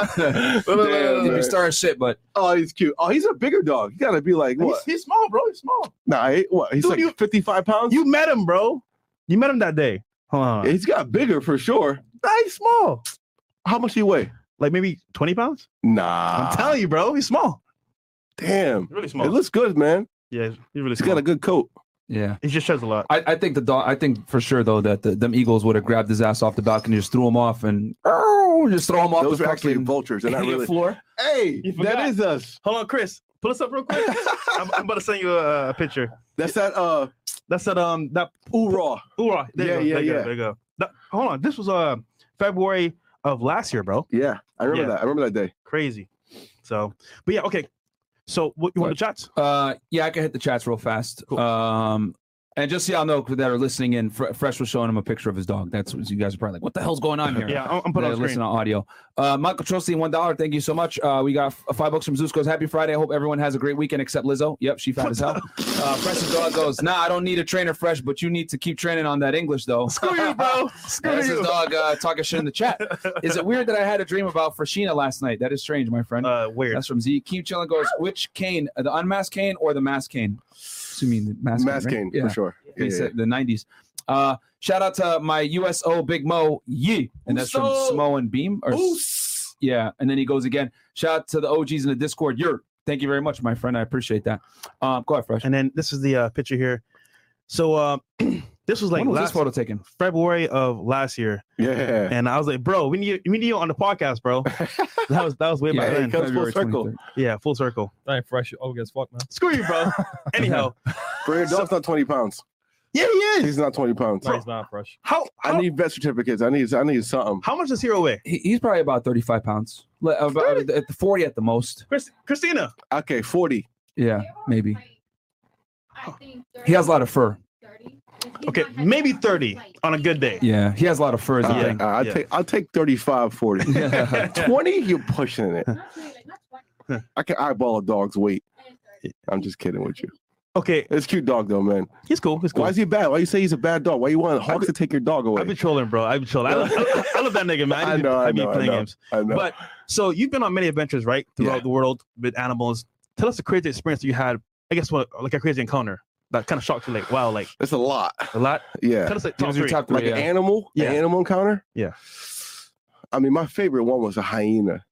Speaker 1: a pussy, bro.
Speaker 3: <laughs> Damn,
Speaker 1: He'd be
Speaker 3: man.
Speaker 1: starting shit, but
Speaker 3: Oh, he's cute. Oh, he's a bigger dog. You gotta be like
Speaker 2: He's,
Speaker 3: what?
Speaker 2: he's small, bro. He's small.
Speaker 3: Nah, he, what? He's
Speaker 2: Dude,
Speaker 3: like
Speaker 2: you-
Speaker 3: 55 pounds.
Speaker 2: You met him, bro. You met him that day. Hold on.
Speaker 3: he's got bigger for sure.
Speaker 2: Nah, he's small.
Speaker 3: How much he weigh?
Speaker 2: Like maybe 20 pounds.
Speaker 3: Nah.
Speaker 1: Ah.
Speaker 2: I'm telling you, bro. He's small.
Speaker 3: Damn.
Speaker 2: Really
Speaker 3: It looks good, man.
Speaker 2: yeah, he's really
Speaker 3: He's got
Speaker 2: small.
Speaker 3: a good coat.
Speaker 1: yeah.
Speaker 2: He just sheds a lot.
Speaker 1: I, I think the dog. I think for sure though that the, them eagles would have grabbed his ass off the balcony, just threw him off, and oh, just throw him off
Speaker 3: Those
Speaker 1: the
Speaker 3: are actually
Speaker 1: fucking <laughs>
Speaker 3: vultures. They're not really.
Speaker 1: floor.
Speaker 3: Hey,
Speaker 2: You forgot.
Speaker 3: that is us.
Speaker 2: Hold on, Chris. Pull us up real
Speaker 3: <laughs>
Speaker 2: quick. I'm, I'm about to send you a, a picture.
Speaker 3: That's that uh
Speaker 2: That's that um that
Speaker 3: oorah.
Speaker 2: Hoorah. There you
Speaker 3: Yeah,
Speaker 2: go. there
Speaker 3: yeah,
Speaker 2: you go,
Speaker 3: yeah.
Speaker 2: there you go. That- hold on. This was uh February of last year, bro.
Speaker 3: Yeah, I remember
Speaker 2: Yeah.
Speaker 3: that. I remember that day.
Speaker 2: Crazy. So, but yeah, okay. So, what you want
Speaker 3: What?
Speaker 2: the chats?
Speaker 1: Uh, yeah, I can hit the chats real fast.
Speaker 2: Cool.
Speaker 1: Um, and just so y'all know that are listening in, Fre- Fresh was showing him a picture of his dog. That's what you guys are probably like. What the hell's going on
Speaker 3: <laughs>
Speaker 1: here?
Speaker 2: Yeah, I'm, I'm
Speaker 1: But
Speaker 2: putting on the
Speaker 1: listen
Speaker 2: screen.
Speaker 1: on audio. Uh, Michael Trosty, one dollar. Thank you so much. Uh, we got f- five bucks from Zusco's. Happy Friday. I hope everyone has a great weekend except Lizzo. Yep, she fat as
Speaker 2: <laughs>
Speaker 1: hell. Uh, Fresh's dog goes. Nah, I don't need a trainer, Fresh, but you need to keep training on that English though.
Speaker 2: Screw
Speaker 1: <laughs>
Speaker 2: you, bro. Screw
Speaker 1: That's his
Speaker 2: you.
Speaker 1: dog uh, talking shit in the
Speaker 2: <laughs>
Speaker 1: chat. Is it weird that I had a dream about Freshina last night? That is strange, my friend.
Speaker 2: Uh, weird.
Speaker 1: That's from Z. Keep chilling goes. Which cane, the unmasked cane or the masked cane? Assuming the masked,
Speaker 3: Mass
Speaker 1: right?
Speaker 3: cane
Speaker 1: Yeah.
Speaker 3: for sure.
Speaker 1: He
Speaker 3: Yeah, yeah.
Speaker 1: said The 90s. Uh, shout out to my USO Big Mo Yee, and that's from
Speaker 2: Uso.
Speaker 1: Smo and Beam. Or yeah, and then he goes again. Shout out to the OGs in the Discord. You're thank you very much, my friend. I appreciate that. Um, go ahead, Fresh.
Speaker 2: And then this is the uh, picture here. So, uh, <clears throat> this was like
Speaker 1: when was this
Speaker 2: last
Speaker 1: photo taken?
Speaker 2: February of last year,
Speaker 3: Yeah.
Speaker 2: and I was like, bro, we need we need you on the
Speaker 1: <laughs>
Speaker 2: podcast, bro. That was that was way back then.
Speaker 3: it comes full circle.
Speaker 1: 23rd.
Speaker 2: Yeah, full circle.
Speaker 4: I ain't fresh. Oh, guess fuck, man.
Speaker 2: Screw you, <laughs> bro. Anyhow,
Speaker 3: Bro, your dog's not 20 pounds.
Speaker 2: yeah, he is.
Speaker 3: He's not 20 pounds.
Speaker 4: No, he's not fresh.
Speaker 2: How
Speaker 3: I
Speaker 2: how,
Speaker 3: need vet certificates. I need I need something.
Speaker 2: how much does Hero weigh?
Speaker 1: He, he's probably about 35 pounds, Le- about at the 40 at the most.
Speaker 2: Chris, Christina.
Speaker 3: Okay, 40.
Speaker 1: Yeah, maybe. He has a lot of fur.
Speaker 2: Okay, maybe 30 on a good day.
Speaker 1: Yeah, he has a lot of fur. Is the
Speaker 2: Yeah.
Speaker 3: Yeah,
Speaker 1: thing.
Speaker 3: I'll
Speaker 2: yeah.
Speaker 3: take I'll take 35,
Speaker 1: <laughs>
Speaker 3: 40. <laughs>
Speaker 1: Yeah.
Speaker 3: 20, you're pushing it. I can eyeball a dog's weight. I'm just kidding with you.
Speaker 2: Okay,
Speaker 3: It's a cute dog though, man.
Speaker 2: he's cool. He's cool.
Speaker 3: Why is he bad? Why you say he's a bad dog? Why you want Hawks to take your dog away?
Speaker 2: I've been trolling, bro. I've been trolling. I love, I love that nigga,
Speaker 3: <laughs>
Speaker 2: man. I,
Speaker 3: I
Speaker 2: be-
Speaker 3: know, I
Speaker 2: be
Speaker 3: know, I
Speaker 2: playing
Speaker 3: know.
Speaker 2: games.
Speaker 3: I know.
Speaker 2: But so you've been on many adventures, right, throughout
Speaker 3: Yeah.
Speaker 2: the world with animals. Tell us a crazy experience you had. I guess what like a crazy encounter that kind of shocked you, like wow, like
Speaker 3: it's a lot.
Speaker 2: a lot.
Speaker 3: Yeah.
Speaker 2: Tell us like
Speaker 1: Give
Speaker 2: top
Speaker 1: us your
Speaker 2: three.
Speaker 1: top three.
Speaker 3: Like
Speaker 1: yeah.
Speaker 3: an animal?
Speaker 2: Yeah.
Speaker 3: An animal encounter?
Speaker 2: Yeah.
Speaker 3: I mean, my favorite one was a hyena.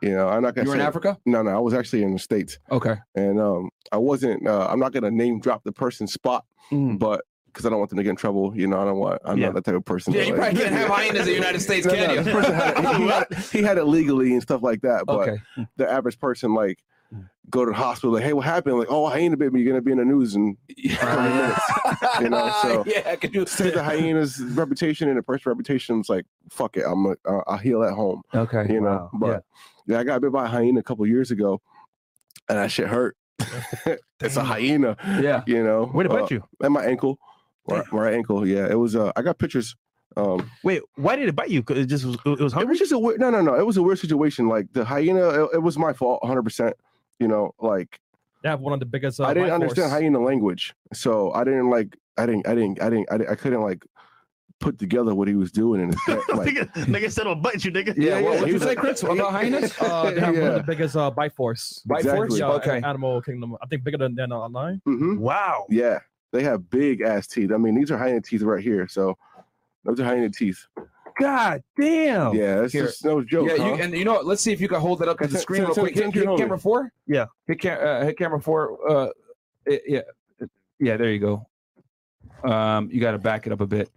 Speaker 3: You know, I'm not gonna
Speaker 1: you were
Speaker 3: say
Speaker 1: in Africa?
Speaker 3: no, no, I was actually in the States.
Speaker 1: Okay.
Speaker 3: and um, I wasn't. Uh, I'm not gonna name drop the person's spot,
Speaker 2: Mm.
Speaker 3: but because I don't want them to get in trouble. You know, I don't want. I'm
Speaker 2: Yeah.
Speaker 3: not that type of person.
Speaker 1: Yeah,
Speaker 3: to,
Speaker 1: you
Speaker 3: like-
Speaker 1: probably can't have hyenas in the United States,
Speaker 3: No,
Speaker 1: can
Speaker 3: no,
Speaker 1: you? <laughs>
Speaker 3: this person had it- he, had, he had it legally and stuff like that, but
Speaker 1: Okay. Mm.
Speaker 3: the average person, like, go to the hospital. Like, hey, what happened? Like, oh, hyena bit me. You're gonna be <laughs> in the news and
Speaker 1: yeah.
Speaker 3: You know, so-
Speaker 1: <laughs> yeah, I could do
Speaker 3: save the
Speaker 1: that.
Speaker 3: hyena's reputation and the person reputation's like, fuck it, I'm a, uh, I'll heal at home.
Speaker 1: Okay.
Speaker 3: you know.
Speaker 1: Wow.
Speaker 3: But yeah. I got bit by a hyena a couple years ago, and that shit hurt. <laughs> it's a hyena,
Speaker 1: yeah. yeah.
Speaker 3: you know.
Speaker 2: Where did it
Speaker 3: uh,
Speaker 2: bite you?
Speaker 3: At my ankle, right, right ankle. Yeah, it was. Uh, I got pictures. Um,
Speaker 2: Wait, why did it bite you? 'Cause It just was. It was
Speaker 3: it
Speaker 2: hungry.
Speaker 3: was just a weird. No, no, no. It was a weird situation. Like the hyena, it, it was my fault, 100. percent You know, like
Speaker 4: They have one of the biggest. Uh,
Speaker 3: I didn't
Speaker 4: life
Speaker 3: understand
Speaker 4: force.
Speaker 3: hyena language, so I didn't like. I didn't. I didn't. I didn't. I, didn't, I couldn't like put together what he was doing in his head.
Speaker 2: <laughs>
Speaker 3: Like,
Speaker 2: nigga, nigga said it'll bite you, nigga.
Speaker 3: Yeah,
Speaker 1: What would
Speaker 3: yeah, he
Speaker 1: you
Speaker 3: was
Speaker 1: say,
Speaker 3: like-
Speaker 1: Chris,
Speaker 3: <laughs>
Speaker 1: about <laughs> hyenas? Oh,
Speaker 4: Uh, they have one of
Speaker 3: Yeah.
Speaker 4: the biggest uh, bite force.
Speaker 1: Bite force?
Speaker 3: Exactly.
Speaker 4: Yeah, in
Speaker 1: Okay.
Speaker 4: Animal Kingdom. I think bigger than than uh, lion.
Speaker 3: mhm.
Speaker 2: Wow.
Speaker 3: Yeah, they have big ass teeth. I mean, these are hyena teeth right here. So those are hyena teeth.
Speaker 2: God damn.
Speaker 3: yeah, it's
Speaker 1: Oh, Here.
Speaker 3: just no joke.
Speaker 1: yeah, you,
Speaker 3: huh?
Speaker 1: and you know what? Let's see if you can hold that up to the
Speaker 3: Send-
Speaker 1: screen
Speaker 3: send-
Speaker 1: real
Speaker 3: send-
Speaker 1: quick. Hit,
Speaker 3: send it
Speaker 1: hit
Speaker 3: over.
Speaker 1: camera four.
Speaker 2: Yeah.
Speaker 1: Hit, cam- uh, hit camera four. Uh, it- yeah. Yeah. There you go. Um, you got to back it up a bit.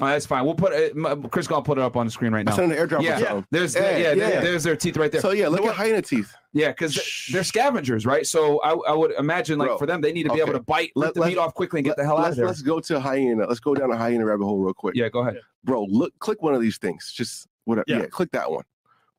Speaker 1: Uh, that's fine. We'll put it, m- Chris. Gonna put it up on the screen right
Speaker 3: I
Speaker 1: now.
Speaker 3: sent an airdrop
Speaker 1: Yeah.
Speaker 3: or something.
Speaker 1: There's
Speaker 3: Yeah,
Speaker 1: yeah, there-
Speaker 3: yeah.
Speaker 1: There's their teeth right there.
Speaker 3: So yeah, look at hyena teeth.
Speaker 1: yeah, because they're scavengers, right? So I, I would imagine like
Speaker 3: Bro,
Speaker 1: for them, they need to be
Speaker 3: okay.
Speaker 1: able to bite, let,
Speaker 3: Let-
Speaker 1: the
Speaker 3: let's-
Speaker 1: meat off quickly, and get the hell out of
Speaker 3: let's,
Speaker 1: there.
Speaker 3: let's go to hyena. Let's go down a hyena rabbit hole real quick.
Speaker 1: yeah. Go ahead.
Speaker 3: Bro, look, click one of these things. Just whatever.
Speaker 2: Yeah.
Speaker 3: Yeah, click that one.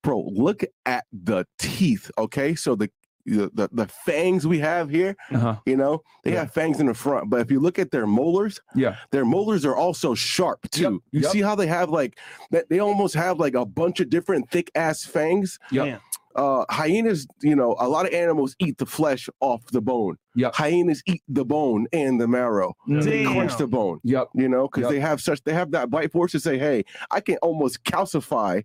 Speaker 3: Bro, look at the teeth. Okay, so the the, the, the fangs we have here,
Speaker 1: Uh-huh.
Speaker 3: you know, they
Speaker 1: Yeah.
Speaker 3: have fangs in the front, but if you look at their molars,
Speaker 1: Yeah.
Speaker 3: their molars are also sharp too. You
Speaker 1: yep.
Speaker 3: see how they have like that? They almost have like a bunch of different thick ass fangs.
Speaker 1: Yep.
Speaker 2: Man.
Speaker 3: Uh, hyenas, you know, a lot of animals eat the flesh off the bone.
Speaker 1: Yep.
Speaker 3: Hyenas eat the bone and the marrow. They
Speaker 2: Damn.
Speaker 3: crunch the bone.
Speaker 1: Yep.
Speaker 3: You know, because
Speaker 1: Yep.
Speaker 3: they have such they have that bite force to say, hey, I can almost calcify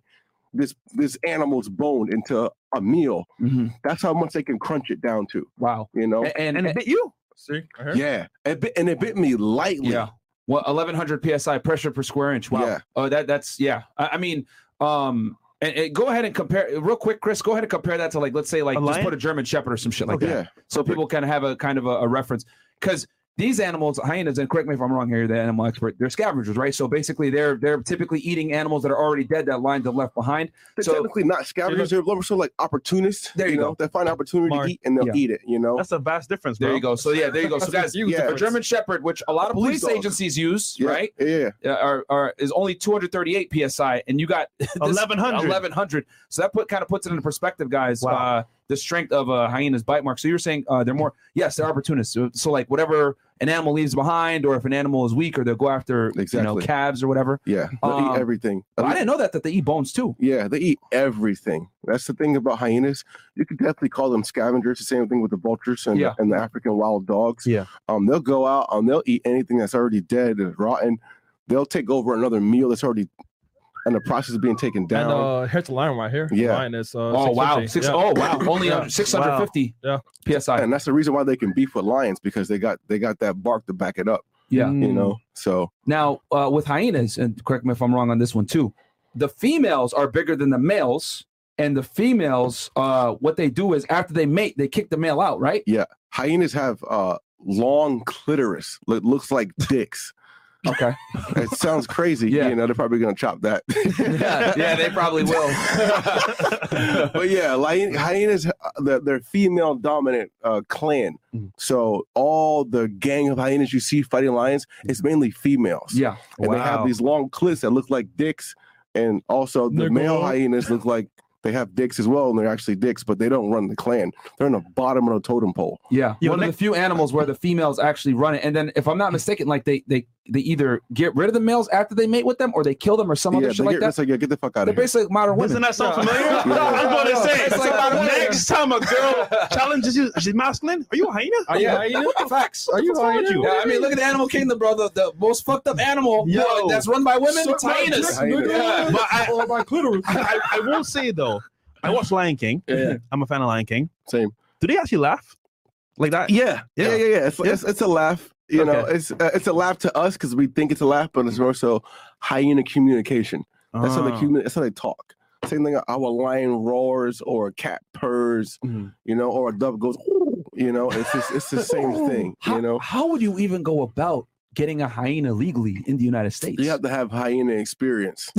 Speaker 3: this this animal's bone into a meal.
Speaker 1: Mhm.
Speaker 3: That's how much they can crunch it down to.
Speaker 1: Wow.
Speaker 3: You know.
Speaker 1: A-
Speaker 2: And
Speaker 1: and,
Speaker 2: it bit you.
Speaker 4: See, I heard.
Speaker 3: yeah, it bit, and it bit me lightly.
Speaker 1: Yeah. Well, 1100 psi pressure per square inch. Wow.
Speaker 3: Yeah.
Speaker 1: Oh, that that's yeah. I, I mean, um, and, and go ahead and compare real quick, Chris. Go ahead and compare that to like, let's say, like,
Speaker 2: A
Speaker 1: just
Speaker 2: lion?
Speaker 1: put a German Shepherd or some shit like that,
Speaker 3: yeah.
Speaker 1: so people can have a kind of a, a reference because. These animals, hyenas, and correct me if I'm wrong here, you're the animal expert, they're scavengers, right? So basically, they're they're typically eating animals that are already dead that lions have left behind.
Speaker 3: They're
Speaker 1: So-
Speaker 3: technically not scavengers. They're more so like opportunists.
Speaker 1: There you
Speaker 3: know,
Speaker 1: go.
Speaker 3: they find opportunity
Speaker 4: Smart.
Speaker 3: to eat and they'll
Speaker 1: Yeah.
Speaker 3: eat it. You know,
Speaker 2: That's a vast difference, bro.
Speaker 1: There you go. So yeah, there you go. So
Speaker 4: That's
Speaker 1: guys,
Speaker 4: a huge
Speaker 3: yeah,
Speaker 1: a
Speaker 4: difference.
Speaker 1: German Shepherd, which a lot of police
Speaker 3: Police dog.
Speaker 1: agencies use,
Speaker 3: Yeah,
Speaker 1: right,
Speaker 3: Yeah,
Speaker 1: uh, are, are is only 238 psi, and you got <laughs> this-
Speaker 2: 1100.
Speaker 1: 1100 so that put kind of puts it into perspective guys
Speaker 2: Wow.
Speaker 1: uh the strength of a hyena's bite mark so you're saying uh they're more yes they're opportunists so, so like whatever an animal leaves behind or if an animal is weak or they'll go after you know
Speaker 3: Exactly.
Speaker 1: calves or whatever
Speaker 3: yeah. They
Speaker 1: Um,
Speaker 3: eat everything.
Speaker 1: But i didn't know that that they eat bones too
Speaker 3: yeah, they eat everything. That's the thing about hyenas. You could definitely call them scavengers. The same thing with the vultures and,
Speaker 1: Yeah.
Speaker 3: and the African wild dogs.
Speaker 2: Yeah.
Speaker 3: um, they'll go out and they'll eat anything that's already dead and rotten. They'll take over another meal that's already in the process of being taken down.
Speaker 4: And uh, here's the lion right here.
Speaker 3: Yeah.
Speaker 4: Lion is. Uh,
Speaker 1: oh wow
Speaker 4: 650.
Speaker 1: six
Speaker 4: Yeah.
Speaker 1: oh wow only
Speaker 4: Yeah.
Speaker 1: under 650
Speaker 4: Wow.
Speaker 1: psi
Speaker 3: and that's the reason why they can beef with lions because they got they got that bark to back it up.
Speaker 1: yeah
Speaker 3: You know, so
Speaker 1: now uh with hyenas and correct me if i'm wrong on this one too the females are bigger than the males and the females uh what they do is after they mate they kick the male out right <laughs>
Speaker 3: hyenas have uh long clitoris that
Speaker 1: <laughs>
Speaker 3: looks like dicks.
Speaker 1: okay
Speaker 3: It sounds crazy.
Speaker 1: Yeah.
Speaker 3: You know, they're probably gonna chop that.
Speaker 1: <laughs> yeah, yeah, they probably will.
Speaker 3: <laughs> but yeah, lion, hyenas, uh, they're, they're female dominant uh, clan.
Speaker 1: Hmm.
Speaker 2: Mhm.
Speaker 3: So all the gang of hyenas you see fighting lions is mainly
Speaker 1: <laughs>
Speaker 3: females.
Speaker 1: yeah,
Speaker 3: and they have these long clits that look like dicks, and also the
Speaker 4: They're
Speaker 3: male
Speaker 4: cool.
Speaker 3: hyenas look like they have dicks as well, and they're actually dicks, but they don't run the clan. They're in the bottom of the totem pole.
Speaker 1: yeah.
Speaker 2: Yo,
Speaker 1: One of the
Speaker 2: next-
Speaker 1: few animals where the females actually run it, and then if I'm
Speaker 3: Hmm.
Speaker 1: not mistaken, like they they they either get rid of the males after they mate with them, or they kill them, or some
Speaker 3: yeah,
Speaker 1: other
Speaker 3: they
Speaker 1: shit
Speaker 3: get,
Speaker 1: like that.
Speaker 3: it's like, yeah, get the fuck out
Speaker 1: They're
Speaker 3: of here.
Speaker 1: basically like modern women.
Speaker 2: Doesn't that sound
Speaker 1: Yeah.
Speaker 2: familiar? <laughs>
Speaker 1: Yeah.
Speaker 2: I was going to say.
Speaker 1: It's like modern women.
Speaker 2: next time a girl challenges you, she's masculine. Are you a hyena?
Speaker 1: Are you
Speaker 4: <laughs>
Speaker 1: hyena? Facts. Are you
Speaker 2: What's wrong with
Speaker 1: hyena?
Speaker 2: you?
Speaker 1: Yeah, I mean, look at the animal kingdom, bro. The, the most fucked up animal
Speaker 2: Yo.
Speaker 1: bro, that's run by women.
Speaker 2: So-
Speaker 1: it's hyenas.
Speaker 3: Hyenas.
Speaker 1: Yeah.
Speaker 2: But I, <laughs> I, I will say though, I watched Lion King.
Speaker 3: Yeah.
Speaker 2: <laughs> I'm a fan of Lion King.
Speaker 3: Same.
Speaker 2: Do they actually laugh? Like that?
Speaker 3: Yeah,
Speaker 2: Yeah.
Speaker 3: yeah, yeah, yeah. It's, It's, it's a laugh. You know,
Speaker 2: Okay.
Speaker 3: it's uh, it's a laugh to us because we think it's a laugh, but it's more so hyena communication. That's how they
Speaker 2: Ah.
Speaker 3: commu- That's how they talk. Same thing. How a lion roars, or a cat purrs,
Speaker 2: Mhm.
Speaker 3: you
Speaker 1: <laughs>
Speaker 3: know, or a dove goes. "Ooh," You know, it's just, it's the same thing.
Speaker 1: How,
Speaker 3: You know,
Speaker 1: how would you even go about getting a hyena legally in the United States. <laughs>
Speaker 3: You have to have hyena experience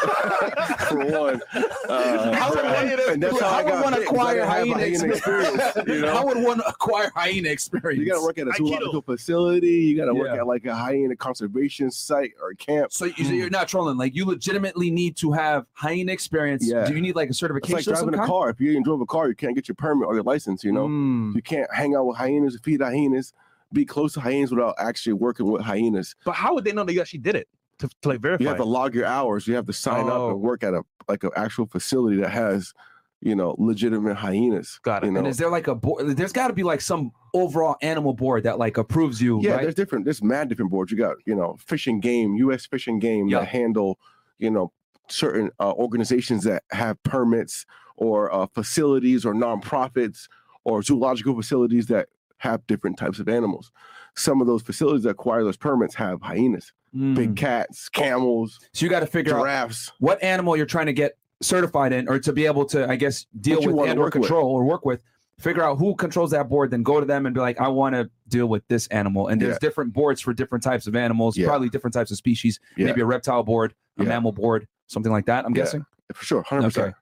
Speaker 3: for one. <laughs> Uh,
Speaker 1: How would
Speaker 3: right?
Speaker 1: one-
Speaker 3: and that's how, I
Speaker 1: How would
Speaker 3: got
Speaker 1: one
Speaker 3: big, 'cause I
Speaker 1: acquire
Speaker 3: didn't have a
Speaker 1: hyena experience? <laughs>
Speaker 3: you know?
Speaker 1: How would one acquire hyena experience?
Speaker 3: You got to work at a
Speaker 2: Aikido.
Speaker 3: zoological facility. You got to work
Speaker 1: Yeah.
Speaker 3: at like a hyena conservation site or camp.
Speaker 1: So you, so you're not trolling. Like you legitimately need to have hyena experience.
Speaker 3: Yeah.
Speaker 1: Do you need like a
Speaker 3: It's
Speaker 1: certification?
Speaker 3: like driving
Speaker 1: of
Speaker 3: a
Speaker 1: some kind?
Speaker 3: car. If you ain't drove a car, you can't get your permit or your license. You know,
Speaker 1: Mm.
Speaker 3: you can't hang out with hyenas, feed hyenas, be close to hyenas without actually working with hyenas.
Speaker 2: But how would they know that you actually did it to, to like verify?
Speaker 3: You have to log your hours. You have to sign
Speaker 1: Oh.
Speaker 3: up and work at a like an actual facility that has, you know, legitimate hyenas.
Speaker 2: Got it.
Speaker 3: You know?
Speaker 1: And is there like a board? There's got to be like some overall animal board that like approves you,
Speaker 3: Yeah,
Speaker 1: right?
Speaker 3: there's different. There's mad different boards. You got you know fish and game, U.S. fish and game
Speaker 1: Yeah.
Speaker 3: that handle you know certain uh, organizations that have permits or uh, facilities or nonprofits or zoological facilities that have different types of animals. Some of those facilities that acquire those permits have hyenas,
Speaker 1: Mm.
Speaker 3: big cats, camels,
Speaker 1: So you got to figure out
Speaker 3: giraffes.
Speaker 1: what animal you're trying to get certified in, or to be able to, I guess, deal
Speaker 3: What you
Speaker 1: with
Speaker 3: wanna
Speaker 1: and or
Speaker 3: work with.
Speaker 1: control or work with. Figure out who controls that board, then go to them and be like, I want to deal with this animal. And there's
Speaker 3: Yeah.
Speaker 1: different boards for different types of animals,
Speaker 3: Yeah.
Speaker 1: probably different types of species.
Speaker 3: Yeah.
Speaker 1: Maybe a reptile board, a
Speaker 3: Yeah.
Speaker 1: mammal board, something like that. I'm
Speaker 3: Yeah.
Speaker 1: guessing.
Speaker 3: For sure, hundred percent.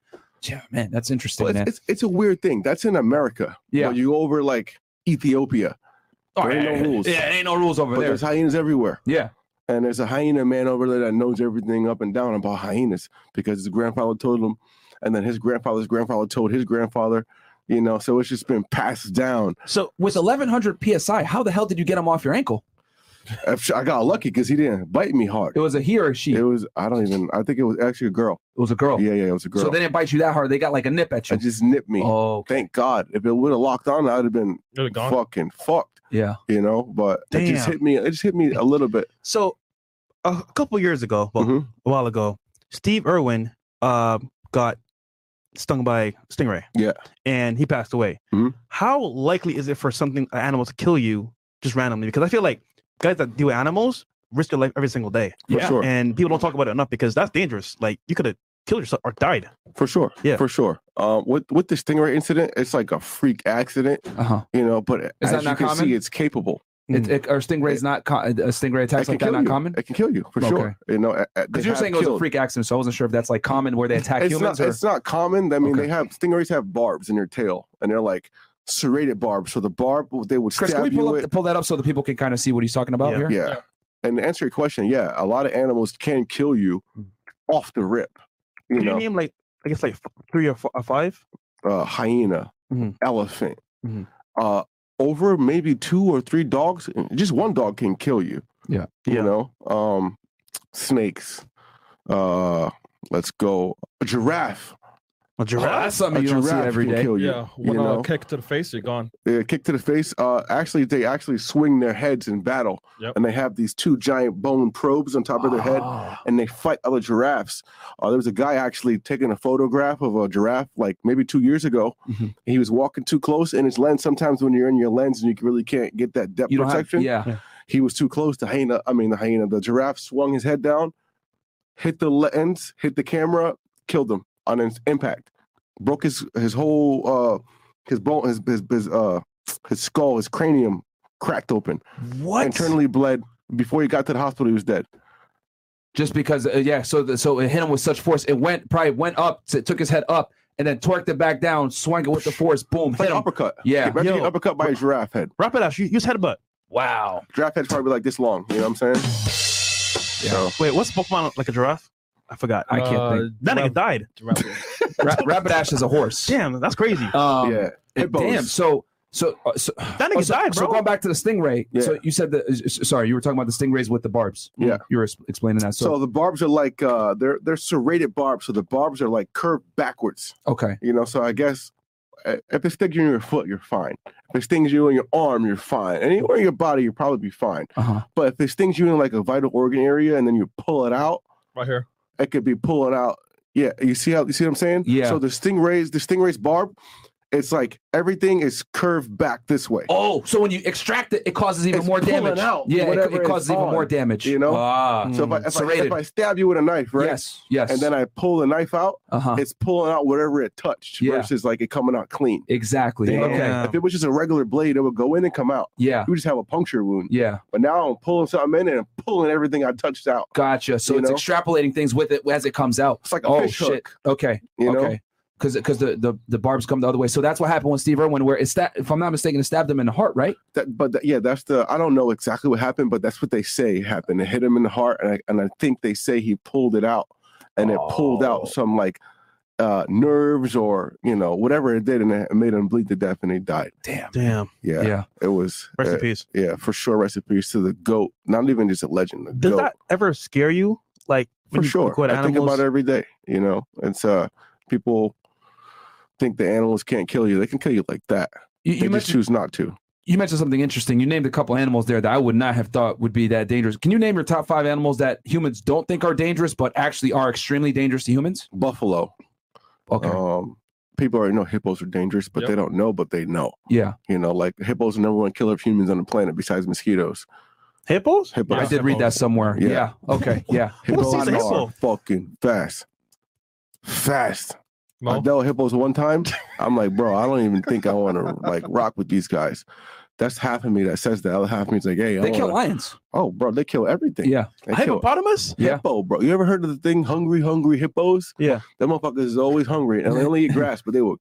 Speaker 1: Yeah, man, that's interesting,
Speaker 3: So it's,
Speaker 1: man.
Speaker 3: it's it's a weird thing. That's in America.
Speaker 1: Yeah.
Speaker 3: But you go over like Ethiopia,
Speaker 1: Oh,
Speaker 3: there ain't no
Speaker 1: yeah, yeah,
Speaker 3: rules.
Speaker 1: Yeah, there ain't no rules over
Speaker 3: but
Speaker 1: there.
Speaker 3: there's hyenas everywhere.
Speaker 1: Yeah.
Speaker 3: And there's a hyena man over there that knows everything up and down about hyenas because his grandfather told him, and then his grandfather's grandfather told his grandfather, you know, so it's just been passed down.
Speaker 1: So with 1100 psi, how the hell did you get him off your ankle?
Speaker 3: I'm sure- I got lucky because he didn't bite me hard.
Speaker 1: It was a he or a she.
Speaker 3: It
Speaker 1: It
Speaker 3: was, I don't even, I think it was actually a girl.
Speaker 1: was a girl.
Speaker 3: Yeah, yeah, it was a girl.
Speaker 1: So they didn't bite you that hard. They got like a nip at you.
Speaker 3: it just nipped me.
Speaker 1: oh,
Speaker 3: Thank God. If it would have locked on, I would have been
Speaker 4: You're gone.
Speaker 3: fucking fucked,
Speaker 1: yeah.
Speaker 3: you know, but it just
Speaker 2: Damn.
Speaker 3: hit me, it just hit me a little bit.
Speaker 2: So a couple years ago, well,
Speaker 3: Mhm.
Speaker 2: a while ago, Steve Irwin uh, got stung by stingray.
Speaker 3: Yeah.
Speaker 2: and he passed away.
Speaker 3: Mhm.
Speaker 2: How likely is it for something an animal to kill you just randomly? Because I feel like guys that deal with animals risk their life every single day,
Speaker 3: For sure.
Speaker 2: and people don't talk about it enough because that's dangerous. Like you could have killed yourself or died.
Speaker 3: For sure.
Speaker 2: Yeah.
Speaker 3: For sure. Um, with, with the stingray incident, it's like a freak accident,
Speaker 1: Uh huh.
Speaker 3: you know, but as
Speaker 1: that
Speaker 3: you
Speaker 1: not
Speaker 3: can
Speaker 1: common?
Speaker 3: see, it's capable.
Speaker 1: It, it, are stingrays not co- uh, stingray attacks
Speaker 3: Mm. It
Speaker 1: like that
Speaker 3: can kill
Speaker 1: not
Speaker 3: you.
Speaker 1: common?
Speaker 3: It can kill you for
Speaker 1: Okay.
Speaker 3: sure. You know,
Speaker 1: Because you're saying it was a freak accident, so I wasn't sure if that's like common where they attack
Speaker 3: It's
Speaker 1: humans.
Speaker 3: not,
Speaker 1: or...
Speaker 3: it's not common. I mean,
Speaker 1: Okay.
Speaker 3: they have stingrays have barbs in their tail, and they're like serrated barbs. So the barb they would
Speaker 1: Chris, can
Speaker 3: stab
Speaker 1: we pull,
Speaker 3: you
Speaker 1: up,
Speaker 3: with.
Speaker 1: pull that up so the people can kind of see what he's talking about
Speaker 2: Yeah.
Speaker 1: here?
Speaker 3: yeah. And to answer your question, yeah, a lot of animals can kill you
Speaker 1: Hmm.
Speaker 3: off the rip. You
Speaker 2: Can you
Speaker 3: know,
Speaker 2: name like I guess like f- three or f- or five?
Speaker 3: uh, hyena,
Speaker 1: Mm-hmm.
Speaker 2: Mhm.
Speaker 3: elephant,
Speaker 2: Mhm.
Speaker 3: uh, over maybe two or three dogs. Just one dog can kill you.
Speaker 1: Yeah.
Speaker 3: You
Speaker 2: Yeah.
Speaker 3: know, um, snakes. Uh, let's go. A giraffe.
Speaker 2: A
Speaker 1: Oh,
Speaker 2: giraffe.
Speaker 1: that's something
Speaker 3: a
Speaker 1: you don't see
Speaker 3: giraffe
Speaker 1: every
Speaker 3: can
Speaker 1: day.
Speaker 3: kill you,
Speaker 4: Yeah,
Speaker 3: you
Speaker 4: one uh,
Speaker 3: know?
Speaker 4: kick to the face, you're gone.
Speaker 3: Yeah, kick to the face. Uh, actually, they actually swing their heads in battle,
Speaker 4: Yep.
Speaker 3: and they have these two giant bone probes on top of their head,
Speaker 1: Ah.
Speaker 3: and they fight other giraffes. Uh, there was a guy actually taking a photograph of a giraffe, like maybe two years ago.
Speaker 1: Mhm.
Speaker 3: He was walking too close in his lens. Sometimes when you're in your lens and you really can't get that depth
Speaker 1: You don't have,
Speaker 3: protection,
Speaker 1: yeah.
Speaker 3: he was too close. The hyena, I mean the hyena, the giraffe swung his head down, hit the lens, hit the camera, killed him on an impact. Broke his his whole uh his bone his his, his uh his skull, his cranium cracked open.
Speaker 1: What?
Speaker 3: Internally bled. Before he got to the hospital, he was dead.
Speaker 1: just because uh, yeah so the, so it hit him with such force it went probably went up to, took his head up and then torqued it back down swung it with the force boom
Speaker 3: It's like
Speaker 1: hit
Speaker 3: an
Speaker 1: him
Speaker 3: uppercut. <laughs>
Speaker 1: yeah
Speaker 3: Imagine getting
Speaker 2: Yo.
Speaker 3: uppercut by a giraffe head.
Speaker 2: Wrap it up. You use headbutt.
Speaker 1: wow
Speaker 3: Giraffe head's probably like this long. You know what I'm saying? So,
Speaker 2: Wait, what's Pokemon like a giraffe? I forgot.
Speaker 1: i can't
Speaker 4: Uh,
Speaker 1: think
Speaker 2: That nigga
Speaker 4: Giraffe-
Speaker 2: died.
Speaker 4: giraffe.
Speaker 1: Ra- rapidash is a horse
Speaker 2: Damn, that's crazy.
Speaker 1: um
Speaker 3: yeah.
Speaker 1: it-
Speaker 3: Hippos.
Speaker 1: damn so so uh, so,
Speaker 2: That nigga
Speaker 1: oh, so,
Speaker 2: died,
Speaker 1: so
Speaker 2: bro.
Speaker 1: going back to the stingray
Speaker 3: Yeah.
Speaker 1: so you said the s- s- sorry you were talking about the stingrays with the barbs
Speaker 3: Yeah.
Speaker 1: you were s- explaining that
Speaker 3: So,
Speaker 1: so,
Speaker 3: the barbs are like uh they're they're serrated barbs, so the barbs are like curved backwards.
Speaker 1: okay
Speaker 3: You know, so I guess uh, if it stings you in your foot, you're fine. If it stings you in your arm, you're fine. Anywhere in your body, you'll probably be fine.
Speaker 1: uh-huh
Speaker 3: But if it stings you in like a vital organ area and then you pull it out,
Speaker 4: right here.
Speaker 3: it could be pulling out. Yeah, you see how you see what I'm saying?
Speaker 1: Yeah.
Speaker 3: So the stingrays, the stingray's barb, it's like everything is curved back this way.
Speaker 1: Oh, so when you extract it, it causes even
Speaker 3: It's
Speaker 1: more
Speaker 3: pulling
Speaker 1: damage.
Speaker 3: out
Speaker 1: yeah, it- it,
Speaker 3: whatever it's
Speaker 1: causes even
Speaker 3: on,
Speaker 1: more damage.
Speaker 3: you know?
Speaker 1: Ah,
Speaker 3: So if I, if, I, if
Speaker 1: serrated.
Speaker 3: I stab you with a knife, right?
Speaker 1: Yes, yes.
Speaker 3: And then I pull the knife out,
Speaker 1: uh-huh.
Speaker 3: it's pulling out whatever it touched
Speaker 1: Yeah.
Speaker 3: versus like it coming out clean.
Speaker 1: exactly.
Speaker 2: Damn.
Speaker 1: Okay.
Speaker 3: If it was just a regular blade, it would go in and come out.
Speaker 1: Yeah.
Speaker 3: You just have a puncture wound.
Speaker 1: Yeah.
Speaker 3: But now I'm pulling something in and I'm pulling everything I touched out.
Speaker 1: Gotcha. So
Speaker 3: You
Speaker 1: it's
Speaker 3: know?
Speaker 1: extrapolating things with it as it comes out.
Speaker 3: It's like a
Speaker 1: Oh
Speaker 3: fish
Speaker 1: shit.
Speaker 3: hook.
Speaker 1: Okay.
Speaker 3: You know?
Speaker 1: okay. Because because the, the the barbs come the other way. So that's what happened with Steve Irwin, where it's that if I'm not mistaken, it stabbed him in the heart, right?
Speaker 3: That, but that- yeah, that's the I don't know exactly what happened, but that's what they say happened. It hit him in the heart, and I and I think they say he pulled it out, and it pulled
Speaker 1: Oh.
Speaker 3: out some like uh nerves or you know whatever it did, and it made him bleed to death, and he died.
Speaker 1: Damn.
Speaker 2: Damn.
Speaker 3: Yeah,
Speaker 1: Yeah.
Speaker 3: it was
Speaker 2: Rest
Speaker 3: uh,
Speaker 2: in peace.
Speaker 3: yeah for sure. Recipes to the goat, not even just a legend. The
Speaker 2: Does
Speaker 3: goat.
Speaker 2: that ever scare you? Like
Speaker 3: for
Speaker 2: when you
Speaker 3: sure.
Speaker 2: record
Speaker 3: I think
Speaker 2: animals?
Speaker 3: about it every day. You know, it's uh people think the animals can't kill you. They can kill you like that.
Speaker 1: You,
Speaker 3: They
Speaker 1: you
Speaker 3: just
Speaker 1: mentioned
Speaker 3: choose not to.
Speaker 1: you mentioned something interesting. You named a couple animals there that I would not have thought would be that dangerous. Can you name your top five animals that humans don't think are dangerous but actually are extremely dangerous to humans?
Speaker 3: Buffalo.
Speaker 1: Okay.
Speaker 3: Um, people already know hippos are dangerous, but they
Speaker 4: Yep.
Speaker 3: don't know, but they know.
Speaker 1: yeah.
Speaker 3: You know, like hippos are number one killer of humans on the planet besides mosquitoes.
Speaker 2: Hippos?
Speaker 3: Hippos,
Speaker 1: I did read that somewhere. Yeah.
Speaker 3: Yeah. <laughs>
Speaker 1: Okay. Yeah.
Speaker 2: Who sees
Speaker 3: hippos
Speaker 2: a
Speaker 3: are
Speaker 2: hippo?
Speaker 3: fucking fast. Fast. I
Speaker 4: Mo,
Speaker 3: dealt with hippos one time. I'm like, bro, I don't even think I want to like rock with these guys. That's half of me that says that. Other half of me is like, hey, I
Speaker 1: They
Speaker 3: wanna-
Speaker 1: kill lions.
Speaker 3: Oh, bro, they kill everything.
Speaker 1: Yeah.
Speaker 3: They kill
Speaker 2: Hippopotamus?
Speaker 1: Yeah.
Speaker 3: hippo, bro. You ever heard of the thing, hungry, hungry hippos?
Speaker 2: Yeah.
Speaker 3: Them motherfuckers is always hungry and they only eat grass, but they will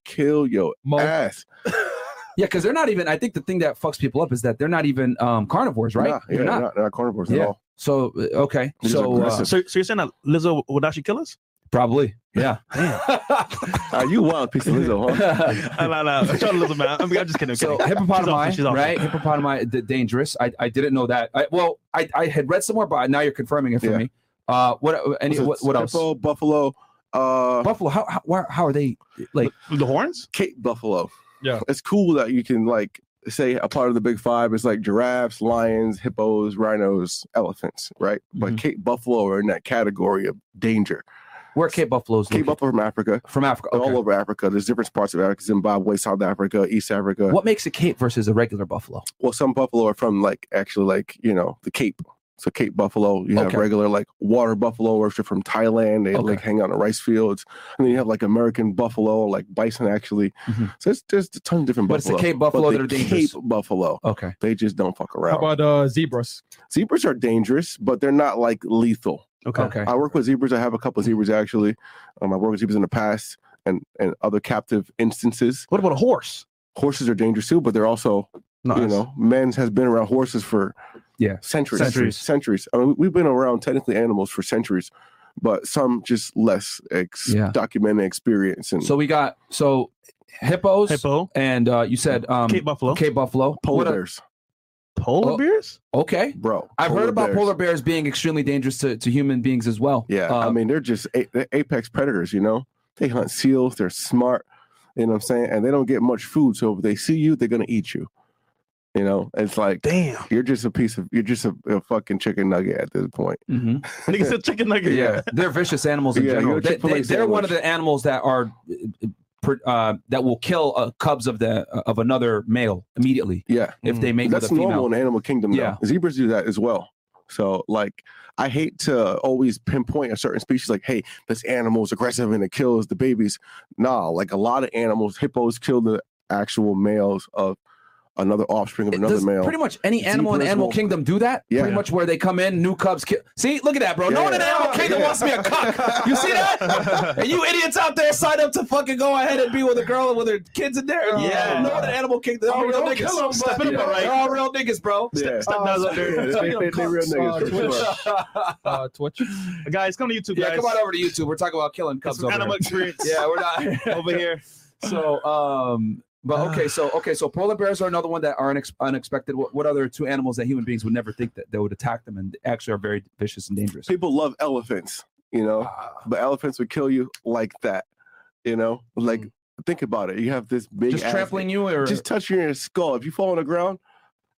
Speaker 1: <laughs>
Speaker 3: kill your
Speaker 4: Mo,
Speaker 3: ass.
Speaker 1: Yeah, because they're not even. I think the thing that fucks people up is that they're not even um, carnivores, right?
Speaker 3: Nah, yeah,
Speaker 1: they're
Speaker 3: they're
Speaker 1: not.
Speaker 3: not, they're not carnivores
Speaker 1: Yeah.
Speaker 3: at all.
Speaker 1: So uh, okay,
Speaker 3: They're just
Speaker 1: so uh,
Speaker 3: aggressive.
Speaker 2: So, so you're saying that Lizzo would actually kill us?
Speaker 1: probably
Speaker 3: <laughs>
Speaker 1: yeah.
Speaker 3: Ah, you wild piece
Speaker 1: <laughs>
Speaker 3: of Lizzo, huh?
Speaker 2: Uh, no, no. I'm trying to Lizzo, man. I'm, I'm just kidding. I'm
Speaker 1: so
Speaker 2: kidding.
Speaker 1: hippopotami,
Speaker 2: She's awesome.
Speaker 1: right? Hippopotami, d- dangerous. I, I didn't know that. I, well, I, I had read somewhere, but now you're confirming it for
Speaker 3: Yeah.
Speaker 1: me. Uh, what any
Speaker 3: So
Speaker 1: what,
Speaker 3: it's
Speaker 1: what else?
Speaker 3: Hippo, buffalo, uh,
Speaker 1: Buffalo. How, how why- how are they like?
Speaker 2: The horns?
Speaker 3: Cape buffalo.
Speaker 4: Yeah.
Speaker 3: it's cool that you can like say a part of the big five is like giraffes, lions, hippos, rhinos, elephants, right? But
Speaker 1: Mhm.
Speaker 3: Cape buffalo are in that category of danger.
Speaker 1: Where are Cape buffaloes? located?
Speaker 3: Cape buffalo from Africa,
Speaker 1: from Africa.
Speaker 3: They're
Speaker 1: Okay.
Speaker 3: all over Africa. There's different parts of Africa: Zimbabwe, South Africa, East Africa.
Speaker 1: What makes a Cape versus a regular buffalo?
Speaker 3: Well, some buffalo are from like actually like you know the Cape. So Cape buffalo, you have
Speaker 1: Okay.
Speaker 3: regular like water buffalo, or if you're from Thailand, they
Speaker 1: Okay.
Speaker 3: like hang out in the rice fields, and then you have like American buffalo, like bison actually.
Speaker 1: Mhm.
Speaker 3: So it's there's a ton of different
Speaker 1: But it's the
Speaker 3: buffalo.
Speaker 1: Cape buffalo
Speaker 3: the
Speaker 1: that are dangerous.
Speaker 3: Cape buffalo,
Speaker 1: Okay.
Speaker 3: they just don't fuck
Speaker 4: how
Speaker 3: around.
Speaker 4: about uh, zebras?
Speaker 3: zebras are dangerous, but they're not like lethal.
Speaker 2: Okay.
Speaker 1: Okay.
Speaker 3: I work with zebras. I have a couple of zebras actually. Um, I worked with zebras in the past and and other captive instances.
Speaker 2: What about a horse?
Speaker 3: Horses are dangerous too, but they're also
Speaker 2: No,
Speaker 3: you
Speaker 2: that's-
Speaker 3: know, men's has been around horses for
Speaker 1: Yeah.
Speaker 3: centuries,
Speaker 2: Centuries.
Speaker 3: centuries, I mean, we've been around technically animals for centuries, but some just less ex-
Speaker 1: Yeah.
Speaker 3: documented experience and
Speaker 1: So we got so hippos,
Speaker 2: Hippo.
Speaker 1: and uh, you said um,
Speaker 2: Cape buffalo.
Speaker 1: Cape buffalo.
Speaker 3: polar
Speaker 1: What a-
Speaker 3: bears,
Speaker 2: Polar
Speaker 1: Oh. <laughs>
Speaker 2: bears?
Speaker 1: Okay.
Speaker 3: bro.
Speaker 1: I've heard about polar bears being extremely dangerous to, to human beings as well.
Speaker 3: Yeah,
Speaker 1: Uh,
Speaker 3: I mean they're just a- they're apex predators. You know, they hunt seals. They're smart. You know what I'm saying? And they don't get much food, so if they see you, they're gonna eat you. You know, it's like
Speaker 2: Damn.
Speaker 3: you're just a piece of you're just a, a fucking chicken nugget at this point.
Speaker 1: mhm.
Speaker 2: Nigga said chicken nugget. <laughs>
Speaker 3: <laughs>
Speaker 1: yeah, they're vicious animals in
Speaker 3: Yeah,
Speaker 1: general.
Speaker 3: you're a
Speaker 1: They,
Speaker 3: Chick-fil-A
Speaker 1: are one of
Speaker 3: sandwich.
Speaker 1: the animals that are uh, per- uh, that will kill uh, cubs of the of another male immediately
Speaker 3: Yeah,
Speaker 1: if they mate with a
Speaker 3: Mm. That's
Speaker 1: female.
Speaker 3: normal in animal kingdom. Though.
Speaker 1: Yeah.
Speaker 3: Zebras do that as well. So like I hate to always pinpoint a certain species like, hey, this animal's aggressive and it kills the babies. Nah, like a lot of animals, hippos kill the actual males of another offspring of
Speaker 1: It-
Speaker 3: another
Speaker 1: does
Speaker 3: male.
Speaker 1: Pretty much any animal in the
Speaker 3: Zebras
Speaker 1: animal
Speaker 3: will-
Speaker 1: kingdom do that.
Speaker 3: Yeah.
Speaker 1: Pretty much where they come in, new cubs. Ki- see, look at that, bro. no
Speaker 3: Yeah.
Speaker 1: one in the animal kingdom
Speaker 3: Yeah.
Speaker 1: wants to be a cock. You see
Speaker 3: <laughs>
Speaker 1: that? and you idiots out there sign up to fucking go ahead and be with a girl with her kids in there.
Speaker 2: Yeah.
Speaker 1: No one in the animal kingdom. They're all
Speaker 3: Oh,
Speaker 1: real
Speaker 3: don't
Speaker 1: niggas.
Speaker 3: kill 'em,
Speaker 1: Step
Speaker 3: but-
Speaker 1: in 'em,
Speaker 3: Yeah.
Speaker 1: right? They're all real niggas, bro.
Speaker 3: yeah.
Speaker 2: Step down
Speaker 3: Yeah,
Speaker 2: under.
Speaker 3: they- they- they real niggas,
Speaker 1: Oh,
Speaker 3: for sure.
Speaker 1: <laughs>
Speaker 4: Uh, Twitch.
Speaker 2: Guys, come to YouTube, guys.
Speaker 1: yeah, come on over to YouTube. We're talking about killing
Speaker 2: It's
Speaker 1: cubs
Speaker 2: an
Speaker 1: over <laughs>
Speaker 2: animal
Speaker 1: here.
Speaker 2: experience.
Speaker 1: Yeah, we're not. <laughs>
Speaker 2: Over here.
Speaker 1: So, um, but okay, so okay, so polar bears are another one that are unex- unexpected. What, what other two animals that human beings would never think that they would attack them and actually are very vicious and dangerous?
Speaker 3: People love elephants, you know,
Speaker 1: Ah.
Speaker 3: but elephants would kill you like that. You know, like
Speaker 1: Hmm.
Speaker 3: think about it. You have this big
Speaker 1: Just
Speaker 3: ass-
Speaker 1: trampling you, or
Speaker 3: just touch your skull. If you fall on the ground,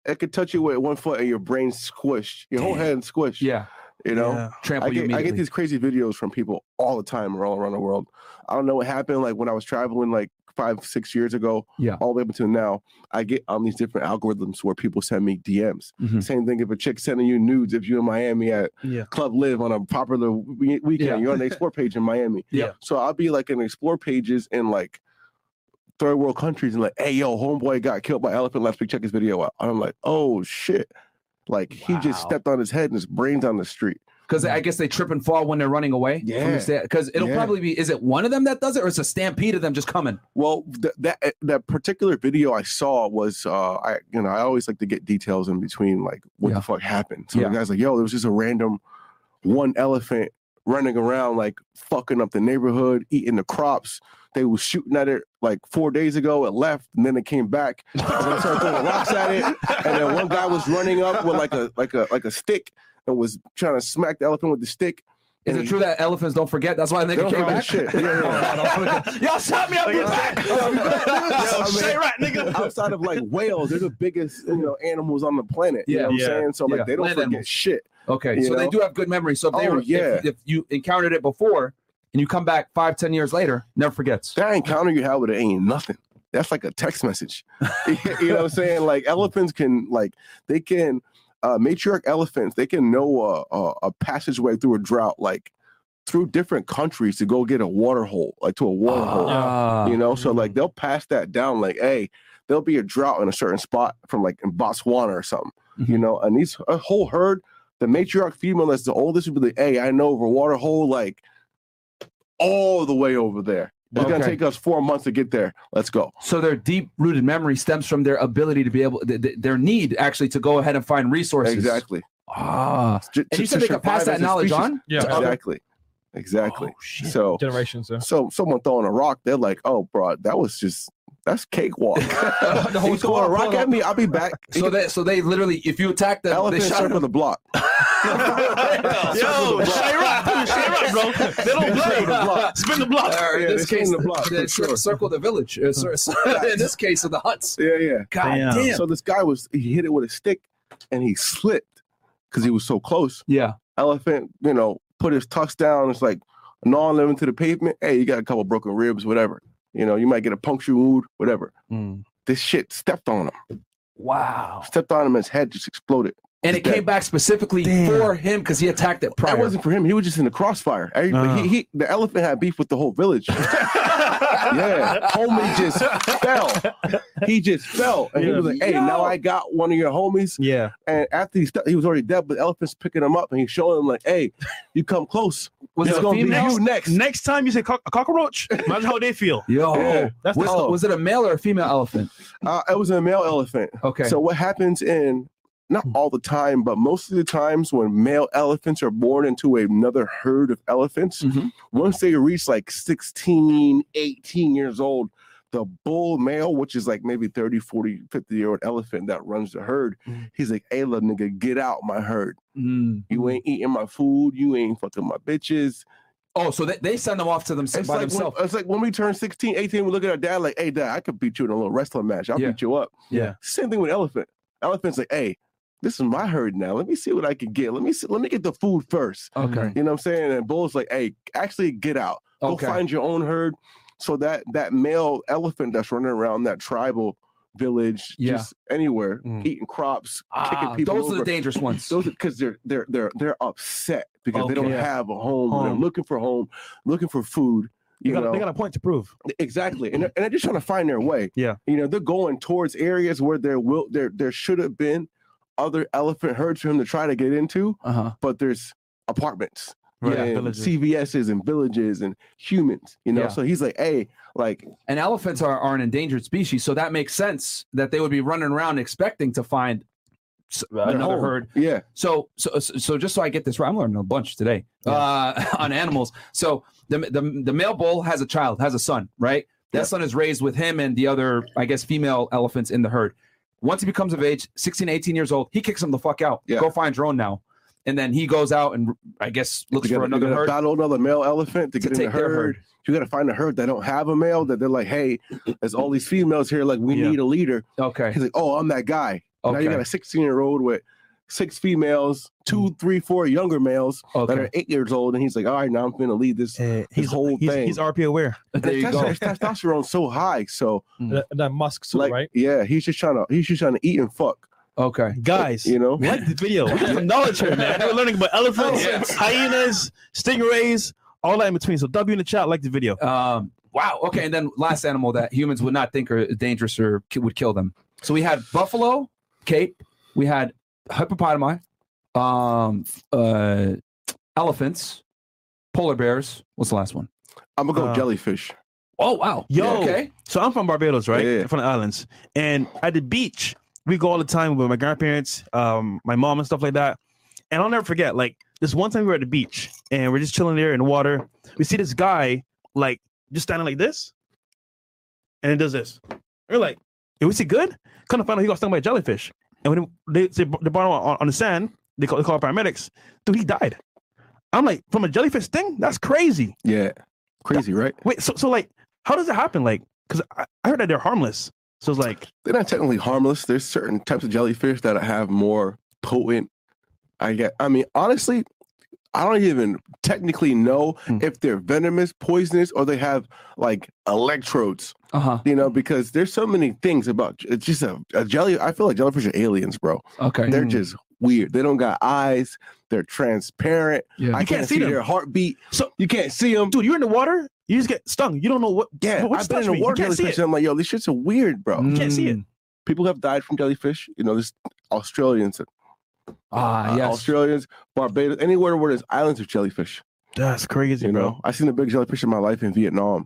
Speaker 3: it could touch you with one foot and your brain squished, your whole
Speaker 1: Damn.
Speaker 3: head squished.
Speaker 1: yeah,
Speaker 3: You know,
Speaker 2: Yeah.
Speaker 1: trample
Speaker 3: I
Speaker 1: you
Speaker 3: get, I
Speaker 1: immediately.
Speaker 3: get these crazy videos from people all the time all around the world. I don't know what happened. Like when I was traveling, like five, six years ago,
Speaker 1: Yeah.
Speaker 3: all the way up until now, I get on these different algorithms where people send me DMs.
Speaker 1: Mhm.
Speaker 3: Same thing if a chick sending you nudes if you're in Miami at
Speaker 2: Yeah.
Speaker 3: Club Live on a popular we- weekend,
Speaker 1: Yeah. <laughs>
Speaker 3: you're on the explore page in Miami.
Speaker 2: Yeah.
Speaker 3: So I'll be like in explore pages in like third world countries and like, hey yo, homeboy got killed by elephant last week. Check his video out. And I'm like, oh shit. Like he just
Speaker 2: Wow.
Speaker 3: stepped on his head and his brains on the street.
Speaker 1: Because I guess they trip and fall when they're running away.
Speaker 3: Yeah.
Speaker 1: Because it'll
Speaker 3: Yeah.
Speaker 1: probably be, is it one of them that does it or it's a stampede of them just coming?
Speaker 3: Well, th- that eh, that particular video I saw was, uh, I you know, I always like to get details in between, like what
Speaker 1: Yeah.
Speaker 3: the fuck happened. So
Speaker 1: Yeah.
Speaker 3: the guy's like, "Yo, there was just a random one elephant running around, like fucking up the neighborhood, eating the crops. They was shooting at it like four days ago. It left, and then it came back. And they started throwing rocks at it. And then one guy was running up with like a like a like a stick and was trying to smack the elephant with the stick.
Speaker 1: Is
Speaker 3: And
Speaker 1: it
Speaker 3: he-
Speaker 1: true that elephants don't forget? That's why they
Speaker 3: They
Speaker 1: came
Speaker 3: don't forget
Speaker 1: back.
Speaker 3: shit. Yeah,
Speaker 1: <laughs>
Speaker 3: yeah.
Speaker 1: Y'all shot me up <laughs> your back.
Speaker 3: Yeah, I mean-
Speaker 2: Say right, nigga.
Speaker 3: outside of like whales, they're the biggest you know animals on the planet. You
Speaker 1: Yeah.
Speaker 3: know what
Speaker 2: Yeah.
Speaker 3: I'm saying? So like
Speaker 1: Yeah.
Speaker 3: they don't
Speaker 1: Land
Speaker 3: forget
Speaker 1: animals.
Speaker 3: shit.
Speaker 1: Okay,
Speaker 3: You
Speaker 1: so they
Speaker 3: know?
Speaker 1: do have good memories. So if they
Speaker 3: Oh,
Speaker 1: were, if-
Speaker 3: yeah.
Speaker 1: if, you encountered it before and you come back five, ten years later, never forgets.
Speaker 3: That encounter you have with it ain't nothing. That's like a
Speaker 1: <laughs>
Speaker 3: text message. <laughs> you know what I'm saying? Like elephants can like they can uh matriarch elephants, they can know a, a, a passageway through a drought, like through different countries to go get a water hole, like to a water hole.
Speaker 1: Ah.
Speaker 3: you know so like they'll pass that down like hey there'll be a drought in a certain spot from like in botswana or something you
Speaker 1: Mm-hmm.
Speaker 3: know and these a whole herd the matriarch female that's the oldest would be like hey i know of a water hole like all the way over there it's gonna
Speaker 1: Okay.
Speaker 3: take us four months to get there let's go
Speaker 1: So their deep-rooted memory stems from their ability to be able, th- th- their need actually to go ahead and find resources.
Speaker 3: exactly
Speaker 1: Ah,
Speaker 3: J-
Speaker 1: and
Speaker 3: to-
Speaker 1: you said
Speaker 3: to
Speaker 1: they could pass
Speaker 3: survive
Speaker 1: that
Speaker 3: as a
Speaker 1: knowledge
Speaker 3: species.
Speaker 1: on.
Speaker 4: Yeah.
Speaker 1: To other-
Speaker 3: exactly exactly
Speaker 1: Oh, shit.
Speaker 3: so
Speaker 4: Generations. Yeah.
Speaker 3: so someone throwing a rock they're like oh bro that was just
Speaker 1: <laughs>
Speaker 3: that's cakewalk <laughs>
Speaker 4: The whole
Speaker 3: you throw a
Speaker 4: squad
Speaker 3: rock
Speaker 4: pulled
Speaker 3: at
Speaker 4: up.
Speaker 3: me i'll be back
Speaker 1: So that so they literally, if you attack them,
Speaker 3: elephant
Speaker 1: they shot
Speaker 3: circle
Speaker 1: them. <laughs>
Speaker 3: the block
Speaker 2: Yo, Shay Rock, dude, Shay Rock,
Speaker 3: <laughs>
Speaker 2: bro. They don't
Speaker 3: Circle the
Speaker 2: play.
Speaker 3: block.
Speaker 2: Spin the block.
Speaker 1: Or in
Speaker 3: <laughs> Yeah,
Speaker 1: this
Speaker 3: they
Speaker 1: case,
Speaker 3: came to
Speaker 1: <laughs>
Speaker 3: block,
Speaker 1: they
Speaker 3: for sure.
Speaker 1: circle the village. Uh, cir- <laughs> in this case, of the huts.
Speaker 3: yeah yeah
Speaker 1: God damn.
Speaker 2: Damn.
Speaker 3: So this guy was he hit it with a stick and he slipped because he was so close.
Speaker 1: yeah.
Speaker 3: Elephant, you know, put his tucks down. It's like gnawing them into the pavement. Hey, you got a couple broken ribs, whatever. You know, you might get a puncture wound, whatever. This shit stepped on him.
Speaker 1: Wow.
Speaker 3: Stepped on him. His head just exploded.
Speaker 1: And it came back specifically for him because he attacked it prior.
Speaker 3: That wasn't for him. He was just in the crossfire. Every-
Speaker 2: Ah.
Speaker 3: he, he, the elephant had beef with the whole
Speaker 1: <laughs>
Speaker 3: village. yeah, homie just fell. He just fell, and he
Speaker 2: Yeah.
Speaker 3: was like, "Hey, now
Speaker 1: Yo.
Speaker 3: I got one of your homies.
Speaker 2: <laughs> Yeah.
Speaker 3: And after he stu- he was already dead, but elephants picking him up and he's showing him like, "Hey, you come close.
Speaker 1: Was
Speaker 3: it's
Speaker 1: it a
Speaker 3: gonna
Speaker 1: female?
Speaker 3: be you next."
Speaker 2: Next time you say cock- a cockroach, imagine how they <laughs> feel.
Speaker 1: Yo,
Speaker 3: Yeah, Oh.
Speaker 2: that's
Speaker 1: was,
Speaker 3: the-
Speaker 1: was it a male or a female elephant?
Speaker 3: Uh, it was a male elephant.
Speaker 1: Okay. Hmm.
Speaker 3: So what happens in not all the time, but most of the times when male elephants are born into another herd of elephants,
Speaker 1: Mhm.
Speaker 3: once they reach like 16, 18 years old, the bull male, which is like maybe 30, 40, 50 year old elephant that runs the herd,
Speaker 1: Mm-hmm.
Speaker 2: Mhm.
Speaker 3: he's like, Hey, little nigga, get out my herd.
Speaker 1: Mm.
Speaker 3: You ain't eating my food. You ain't fucking my bitches.
Speaker 1: Oh, so they, they send them off to themselves
Speaker 3: It's
Speaker 1: by
Speaker 3: like, when,
Speaker 1: themselves.
Speaker 3: it's like when we turn 16, 18, we look at our dad like, hey, dad, I could beat you in a little wrestling match. I'll
Speaker 1: Yeah.
Speaker 3: beat you up.
Speaker 2: Yeah.
Speaker 3: Same thing with elephant. Elephant's like, hey, this is my herd now. Let me see what I can get. Let me see, let me get the food first.
Speaker 1: okay.
Speaker 3: You know what I'm saying? And bull's like, hey, actually get out. Go
Speaker 1: Okay.
Speaker 3: find your own herd. So that that male elephant that's running around that tribal village,
Speaker 1: Yeah.
Speaker 3: just anywhere,
Speaker 2: Mm.
Speaker 3: eating crops,
Speaker 1: Ah,
Speaker 3: kicking people
Speaker 1: those
Speaker 3: over.
Speaker 1: are the dangerous ones.
Speaker 3: Those because they're they're they're they're upset because they don't
Speaker 2: Okay.
Speaker 3: have a home. They're
Speaker 2: Home.
Speaker 3: looking for home, looking for food.
Speaker 2: You
Speaker 3: You
Speaker 2: got,
Speaker 3: know
Speaker 2: they got a point to prove.
Speaker 3: exactly, and they're, and they're just trying to find their way.
Speaker 2: Yeah.
Speaker 3: you know they're going towards areas where there will there there should have been other elephant herds for them to try to get into,
Speaker 1: uh-huh.
Speaker 3: but there's apartments
Speaker 2: Right.
Speaker 3: and
Speaker 2: Villages.
Speaker 3: CVS's and villages and humans. You know,
Speaker 1: Yeah.
Speaker 3: so he's like, hey, like
Speaker 1: And elephants are, are an endangered species, so that makes sense that they would be running around expecting to find s-
Speaker 3: their
Speaker 1: another
Speaker 3: home.
Speaker 1: herd.
Speaker 3: Yeah,
Speaker 1: So, so, so just so I get this right, I'm learning a bunch today uh, <laughs> on animals. So the, the the male bull has a child, has a son, right? That
Speaker 3: Yeah.
Speaker 1: son is raised with him and the other, I guess, female elephants in the herd. Once he becomes of age, 16, 18 years old, he kicks him the fuck out.
Speaker 3: Yeah.
Speaker 1: Go find your own now. And then he goes out and I guess looks
Speaker 3: you
Speaker 1: for
Speaker 3: gotta- you
Speaker 1: another
Speaker 3: gotta
Speaker 1: herd.
Speaker 3: battle another male elephant
Speaker 1: To
Speaker 3: to, get in the
Speaker 1: take their
Speaker 3: herd.
Speaker 1: herd.
Speaker 3: You got to find a herd that don't have a male. That they're like, hey, there's all these females here. Like, we
Speaker 2: Yeah.
Speaker 3: need a leader.
Speaker 1: Okay.
Speaker 3: He's like, oh, I'm that guy. Now
Speaker 1: Okay.
Speaker 3: you got a 16 year old with six females, two, three, four younger males that are eight years old, and he's like, all right, now I'm going to lead this.
Speaker 2: Uh,
Speaker 3: His
Speaker 2: he's
Speaker 3: whole
Speaker 2: he's,
Speaker 3: thing.
Speaker 2: He's RP aware.
Speaker 1: There you
Speaker 3: <laughs>
Speaker 1: go.
Speaker 3: Testosterone- Testosterone's so high, so
Speaker 4: That, that Musk, too,
Speaker 3: like,
Speaker 4: right?
Speaker 3: yeah, he's just trying to he's just trying to eat and fuck,
Speaker 1: Okay.
Speaker 2: Guys,
Speaker 3: you know.
Speaker 2: like the video. We got some knowledge here, man. We're learning about
Speaker 3: <laughs>
Speaker 2: elephants,
Speaker 1: Elephants.
Speaker 2: hyenas, stingrays, all that in between. So W in the chat, like the video.
Speaker 1: Um, wow. Okay. And then last animal that humans would not think are dangerous or ki- would kill them. So we had buffalo, cape. We had hippopotami, um, uh, elephants, polar bears. What's the last one?
Speaker 3: I'm gonna go
Speaker 2: Uh,
Speaker 3: jellyfish.
Speaker 1: Oh wow.
Speaker 2: Yo.
Speaker 1: Okay.
Speaker 2: So I'm from Barbados, right?
Speaker 3: Yeah.
Speaker 2: I'm From the islands. And at the beach, we go all the time with my grandparents, um, my mom and stuff like that. And I'll never forget, like this one time we were at the beach and we're just chilling there in the water. We see this guy like just standing like this, and it does this. We're like, "Yo, "Is he good?" Kind of find out he got stung by a jellyfish. And when they they, they brought him on, on the sand, they call, they call paramedics. Dude, he died. I'm like, from a jellyfish sting? That's crazy.
Speaker 3: Yeah, crazy, right?
Speaker 2: Wait, so so like, how does it happen? Like, because I, I heard that they're harmless. So it's like,
Speaker 3: They're not technically harmless. There's certain types of jellyfish that have more potent. I get. I mean, honestly, I don't even technically know
Speaker 2: Hmm.
Speaker 3: if they're venomous, poisonous, or they have like electrodes.
Speaker 1: Uh huh.
Speaker 3: You know, because there's so many things about it's just a, a jelly. I feel like jellyfish are aliens, bro.
Speaker 1: Okay.
Speaker 2: Hmm.
Speaker 3: They're just weird. They don't got eyes. They're transparent.
Speaker 1: Mm, Yeah.
Speaker 3: I can't, see,
Speaker 2: them.
Speaker 3: their heartbeat.
Speaker 2: So-
Speaker 3: you can't see them.
Speaker 2: dude, you're in the water, you just get stung. You don't know what.
Speaker 3: Yeah,
Speaker 2: what- what's
Speaker 3: I've been in
Speaker 2: touching
Speaker 3: the
Speaker 2: me? You
Speaker 3: water
Speaker 2: can't see
Speaker 3: jellyfish.
Speaker 2: it.
Speaker 3: And I'm like, yo, this shit's a weird, bro.
Speaker 2: You can't see it.
Speaker 1: Mm.
Speaker 3: people have died from jellyfish. You know, there's Australians,
Speaker 1: Ah
Speaker 3: uh,
Speaker 1: yes.
Speaker 3: Australians, Barbados, anywhere where there's islands of jellyfish.
Speaker 2: That's crazy,
Speaker 3: You
Speaker 2: bro.
Speaker 3: know, I seen the big jellyfish in my life in Vietnam.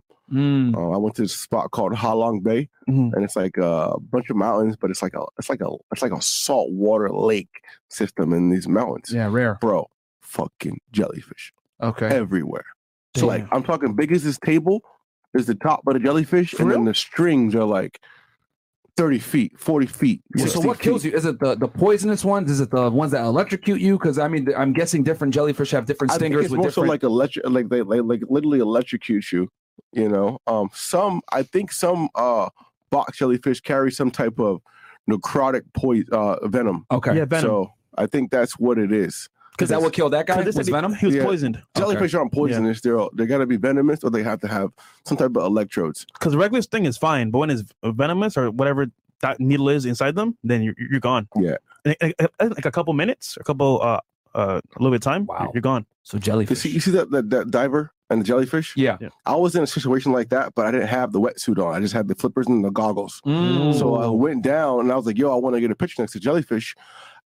Speaker 1: Mm. Mm-hmm.
Speaker 3: Uh, I went to this spot called Ha Long Bay,
Speaker 2: Mhm.
Speaker 3: and it's like a bunch of mountains, but it's like a it's like a it's like a saltwater lake system in these mountains,
Speaker 1: Yeah. Rare.
Speaker 3: bro. Fucking jellyfish
Speaker 1: Okay.
Speaker 3: everywhere.
Speaker 2: Damn.
Speaker 3: So like, I'm talking big as this table is the top of the jellyfish, and then the strings are like thirty feet, forty feet.
Speaker 1: So what kills you? Is it the, the poisonous ones? Is it the ones that electrocute you? Because I mean, I'm guessing different jellyfish have different
Speaker 3: I think
Speaker 1: stingers
Speaker 3: it's
Speaker 1: with
Speaker 3: more so
Speaker 1: different.
Speaker 3: like electric, like they like, like literally electrocute you. You know, um, some I think some uh box jellyfish carry some type of necrotic poison uh, venom.
Speaker 1: okay.
Speaker 2: Yeah, venom.
Speaker 3: So I think that's what it is.
Speaker 1: Because that would kill that guy.
Speaker 2: So this
Speaker 1: Was
Speaker 2: is-
Speaker 1: venom?
Speaker 2: He was
Speaker 3: Yeah.
Speaker 2: poisoned.
Speaker 3: Jellyfish aren't poisonous. They're all- they gotta be venomous or they have to have some type of electrodes.
Speaker 2: Because regular sting is fine, but when it's venomous or whatever that needle is inside them, then you're, you're gone.
Speaker 3: Yeah.
Speaker 2: And it- it- it's like a couple minutes, a couple, uh, uh, a little bit of time,
Speaker 1: Wow.
Speaker 2: you're gone.
Speaker 1: So
Speaker 3: You see,
Speaker 1: jellyfish.
Speaker 3: you see that, that that diver and the jellyfish.
Speaker 1: Yeah.
Speaker 3: I was in a situation like that, but I didn't have the wetsuit on. I just had the flippers and the goggles.
Speaker 1: Mm.
Speaker 3: So I went down and I was like, yo, I want to get a picture next to jellyfish.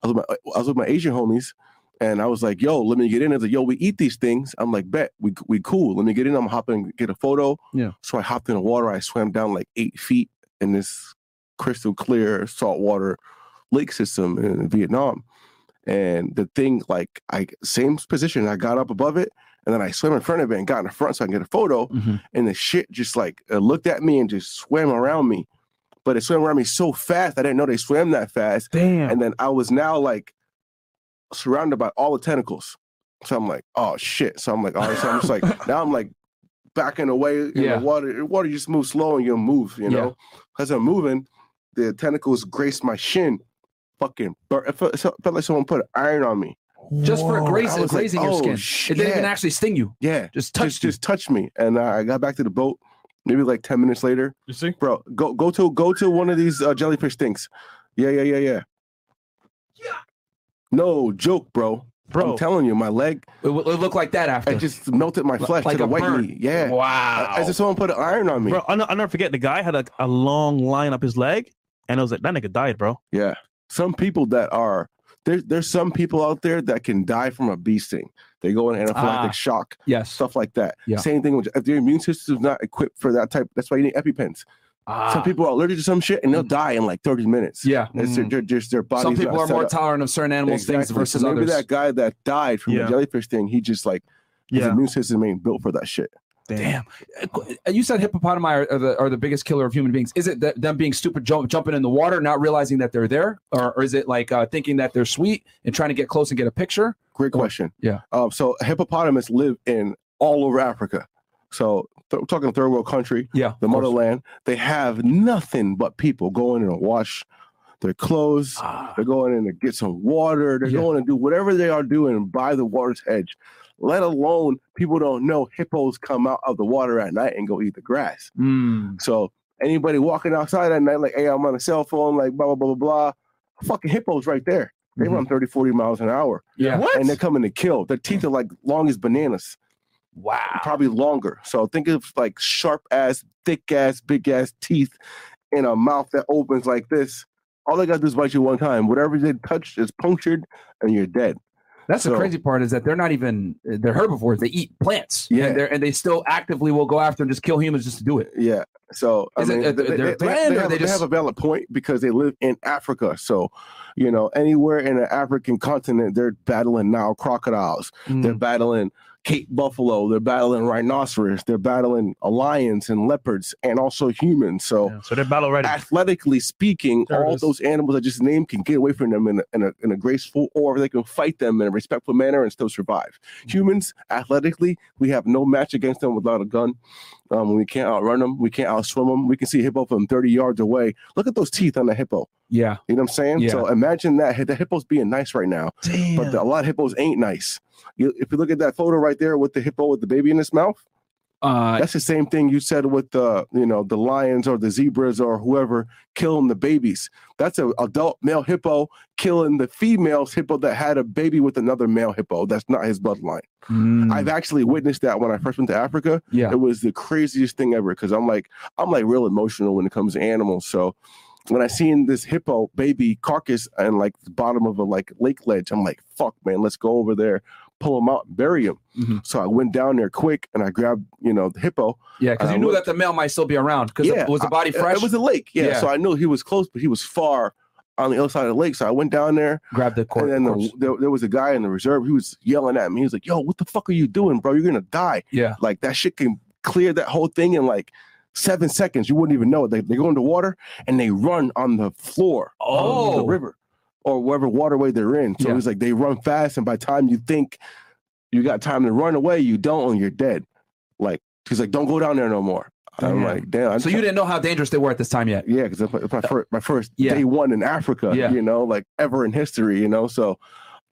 Speaker 3: I was, with my, I was with my Asian homies and I was like, yo, let me get in. I was like, yo, we eat these things. I'm like, bet, we, we cool. Let me get in. I'm hopping, get a photo.
Speaker 1: Yeah.
Speaker 3: So I hopped in the water. I swam down like eight feet in this crystal clear saltwater lake system in Vietnam. And the thing, like, I same position, I got up above it and then I swam in front of it and got in the front so I can get a photo
Speaker 1: Mhm.
Speaker 3: and the shit just like uh, looked at me and just swam around me. But it swam around me so fast, I didn't know they swam that fast.
Speaker 2: Damn.
Speaker 3: And then I was now like surrounded by all the tentacles. So I'm like, oh shit. So I'm like, all right. So I'm just like,
Speaker 1: <laughs>
Speaker 3: now I'm like backing away in
Speaker 1: Yeah.
Speaker 3: the water. The Water just moves slow and you'll move, you
Speaker 1: Yeah.
Speaker 3: know? As I'm moving, the tentacles grace my shin. Fucking, bur- it felt, it felt like someone put iron on me.
Speaker 1: Just for
Speaker 2: Whoa.
Speaker 3: I
Speaker 1: grazing,
Speaker 3: was like,
Speaker 1: grazing your
Speaker 3: oh,
Speaker 1: skin.
Speaker 3: shit.
Speaker 1: It didn't even actually sting you.
Speaker 3: Yeah.
Speaker 1: Just touched
Speaker 3: just, just touch me. And uh, I got back to the boat maybe like 10 minutes later.
Speaker 4: You see?
Speaker 3: bro go go to go to one of these uh, jellyfish things yeah yeah yeah yeah no joke bro
Speaker 2: Bro.
Speaker 3: i'm telling you my leg
Speaker 1: you. It, w- it looked like that after.
Speaker 3: it just melted my
Speaker 1: Li-
Speaker 3: flesh
Speaker 1: like
Speaker 3: to the
Speaker 1: a
Speaker 3: white
Speaker 1: burn.
Speaker 3: meat yeah
Speaker 1: Wow.
Speaker 3: as if someone put an iron on me
Speaker 2: Bro, I'll, ne- I'll never forget the guy had a, a long line up his leg, and I was like, that nigga died, bro.
Speaker 3: yeah some people that are there's there's some people out there that can die from a bee sting they go in anaphylactic
Speaker 1: Ah.
Speaker 3: shock
Speaker 1: yes.
Speaker 3: stuff like that
Speaker 1: Yeah.
Speaker 3: same thing with if your immune system is not equipped for that type that's why you need epipens
Speaker 1: Ah.
Speaker 3: some people are allergic to some shit and they'll
Speaker 1: Mm.
Speaker 3: die in like 30 minutes
Speaker 1: Yeah. Mm.
Speaker 3: It's their, their, just their body's
Speaker 1: Some people
Speaker 3: not
Speaker 1: are
Speaker 3: set
Speaker 1: more
Speaker 3: up.
Speaker 1: tolerant of certain animals things
Speaker 3: Exactly.
Speaker 1: versus
Speaker 3: So maybe
Speaker 1: others.
Speaker 3: that guy that died from
Speaker 2: Yeah.
Speaker 3: the jellyfish thing, he just like his immune system ain't built for that shit.
Speaker 1: Damn. Uh, You said hippopotami are, are the are the biggest killer of human beings. Is it that them being stupid, jump, jumping in the water, not realizing that they're there, or, or is it like uh, thinking that they're sweet and trying to get close and get a picture?
Speaker 3: Great
Speaker 1: Cool.
Speaker 3: question.
Speaker 1: Oh, Yeah.
Speaker 3: Um, so hippopotamus live in all over Africa. So th- we're talking third world country,
Speaker 1: Yeah.
Speaker 3: the
Speaker 1: of course.
Speaker 3: motherland. They have nothing but people going and wash. their clothes.
Speaker 1: Ah.
Speaker 3: They're going in to get some water. They're
Speaker 2: Yeah.
Speaker 3: going to do whatever they are doing by the water's edge. Let alone people don't know hippos come out of the water at night and go eat the grass.
Speaker 1: Mm.
Speaker 3: So anybody walking outside at night, like, hey, I'm on a cell phone, like blah blah blah blah blah. Fucking hippos right there. They
Speaker 1: Mhm.
Speaker 3: run 30, 40 miles an hour.
Speaker 1: Yeah.
Speaker 2: Mm-hmm. What?
Speaker 3: And they're coming to kill. Their teeth are like long as bananas,
Speaker 2: wow.
Speaker 3: probably longer. So think of like sharp ass, thick ass, big ass teeth in a mouth that opens like this. All they gotta do is bite you one time. Whatever they touch is punctured and you're dead.
Speaker 1: That's the
Speaker 3: So-
Speaker 1: crazy part is that they're not even they're herbivores. They eat plants.
Speaker 3: Yeah.
Speaker 1: And, they're, and they still actively will go after and just kill humans just to do it.
Speaker 3: Yeah. So I
Speaker 1: Is it-
Speaker 3: mean,
Speaker 1: uh,
Speaker 3: they, they,
Speaker 1: their
Speaker 3: they- they
Speaker 1: brand, or
Speaker 3: have,
Speaker 1: they
Speaker 3: they have
Speaker 1: just-
Speaker 3: a valid point because they live in Africa. So, you know, anywhere in the African continent, they're battling now crocodiles.
Speaker 2: Mm,
Speaker 3: They're
Speaker 1: Mm-hmm.
Speaker 3: battling Cape buffalo. They're battling rhinoceros. They're battling uh, lions and leopards and also humans. So,
Speaker 2: Yeah, So they're battle ready.
Speaker 3: athletically speaking,
Speaker 4: There it
Speaker 3: all
Speaker 4: is.
Speaker 3: those animals I just named can get away from them in a, in, a, in a graceful or they can fight them in a respectful manner and still survive.
Speaker 4: Mm-hmm.
Speaker 3: Humans, athletically, we have no match against them without a gun. Um, we can't outrun them. We can't outswim them. We can see a hippo from 30 yards away. Look at those teeth on the hippo.
Speaker 1: Yeah.
Speaker 3: You know what I'm saying?
Speaker 1: Yeah.
Speaker 3: So imagine that. The hippo's being nice right now,
Speaker 2: Damn.
Speaker 3: but the- a lot of hippos ain't nice. You, if you look at that photo right there with the hippo with the baby in his mouth,
Speaker 1: Uh,
Speaker 3: that's the same thing you said with the you know the lions or the zebras or whoever killing the babies. That's an adult male hippo killing the female's hippo that had a baby with another male hippo. That's not his bloodline.
Speaker 1: mm,
Speaker 3: I've actually witnessed that when I first went to Africa.
Speaker 1: yeah.
Speaker 3: It was the craziest thing ever because I'm like I'm like real emotional when it comes to animals. So when I seen this hippo baby carcass and like the bottom of a like lake ledge, I'm like, fuck man, let's go over there, pull him out, bury him.
Speaker 1: Mhm.
Speaker 3: So I went down there quick and I grabbed, you know, the hippo.
Speaker 1: Yeah. Because
Speaker 3: uh,
Speaker 1: you knew
Speaker 3: what-
Speaker 1: that the male might still be around. Because
Speaker 3: Yeah,
Speaker 1: was the body
Speaker 3: It-
Speaker 1: fresh?
Speaker 3: It was a lake. Yeah,
Speaker 1: Yeah.
Speaker 3: So I knew he was close, but he was far on the other side of the lake. So I went down there
Speaker 1: Grab the corpse.
Speaker 3: and then
Speaker 1: corpse.
Speaker 3: the, there, there was a guy in the reserve. He was yelling at me. He was like, yo, what the fuck are you doing, bro? You're going to die.
Speaker 1: Yeah.
Speaker 3: Like that shit can clear that whole thing in like seven seconds. You wouldn't even know it. They, they go into water and they run on the floor of
Speaker 1: Oh.
Speaker 3: the river or whatever waterway they're in. So
Speaker 1: Yeah.
Speaker 3: it was like they run fast. And by the time you think you got time to run away, you don't and you're dead. Like, he's like, don't go down there no more. I'm
Speaker 2: Damn.
Speaker 3: like, damn. I
Speaker 1: So you didn't know how dangerous they were at this time yet.
Speaker 3: yeah, because that's my, that's my first, my first
Speaker 1: Uh, Yeah.
Speaker 3: day one in Africa,
Speaker 1: Yeah.
Speaker 3: you know, like ever in history, you know. So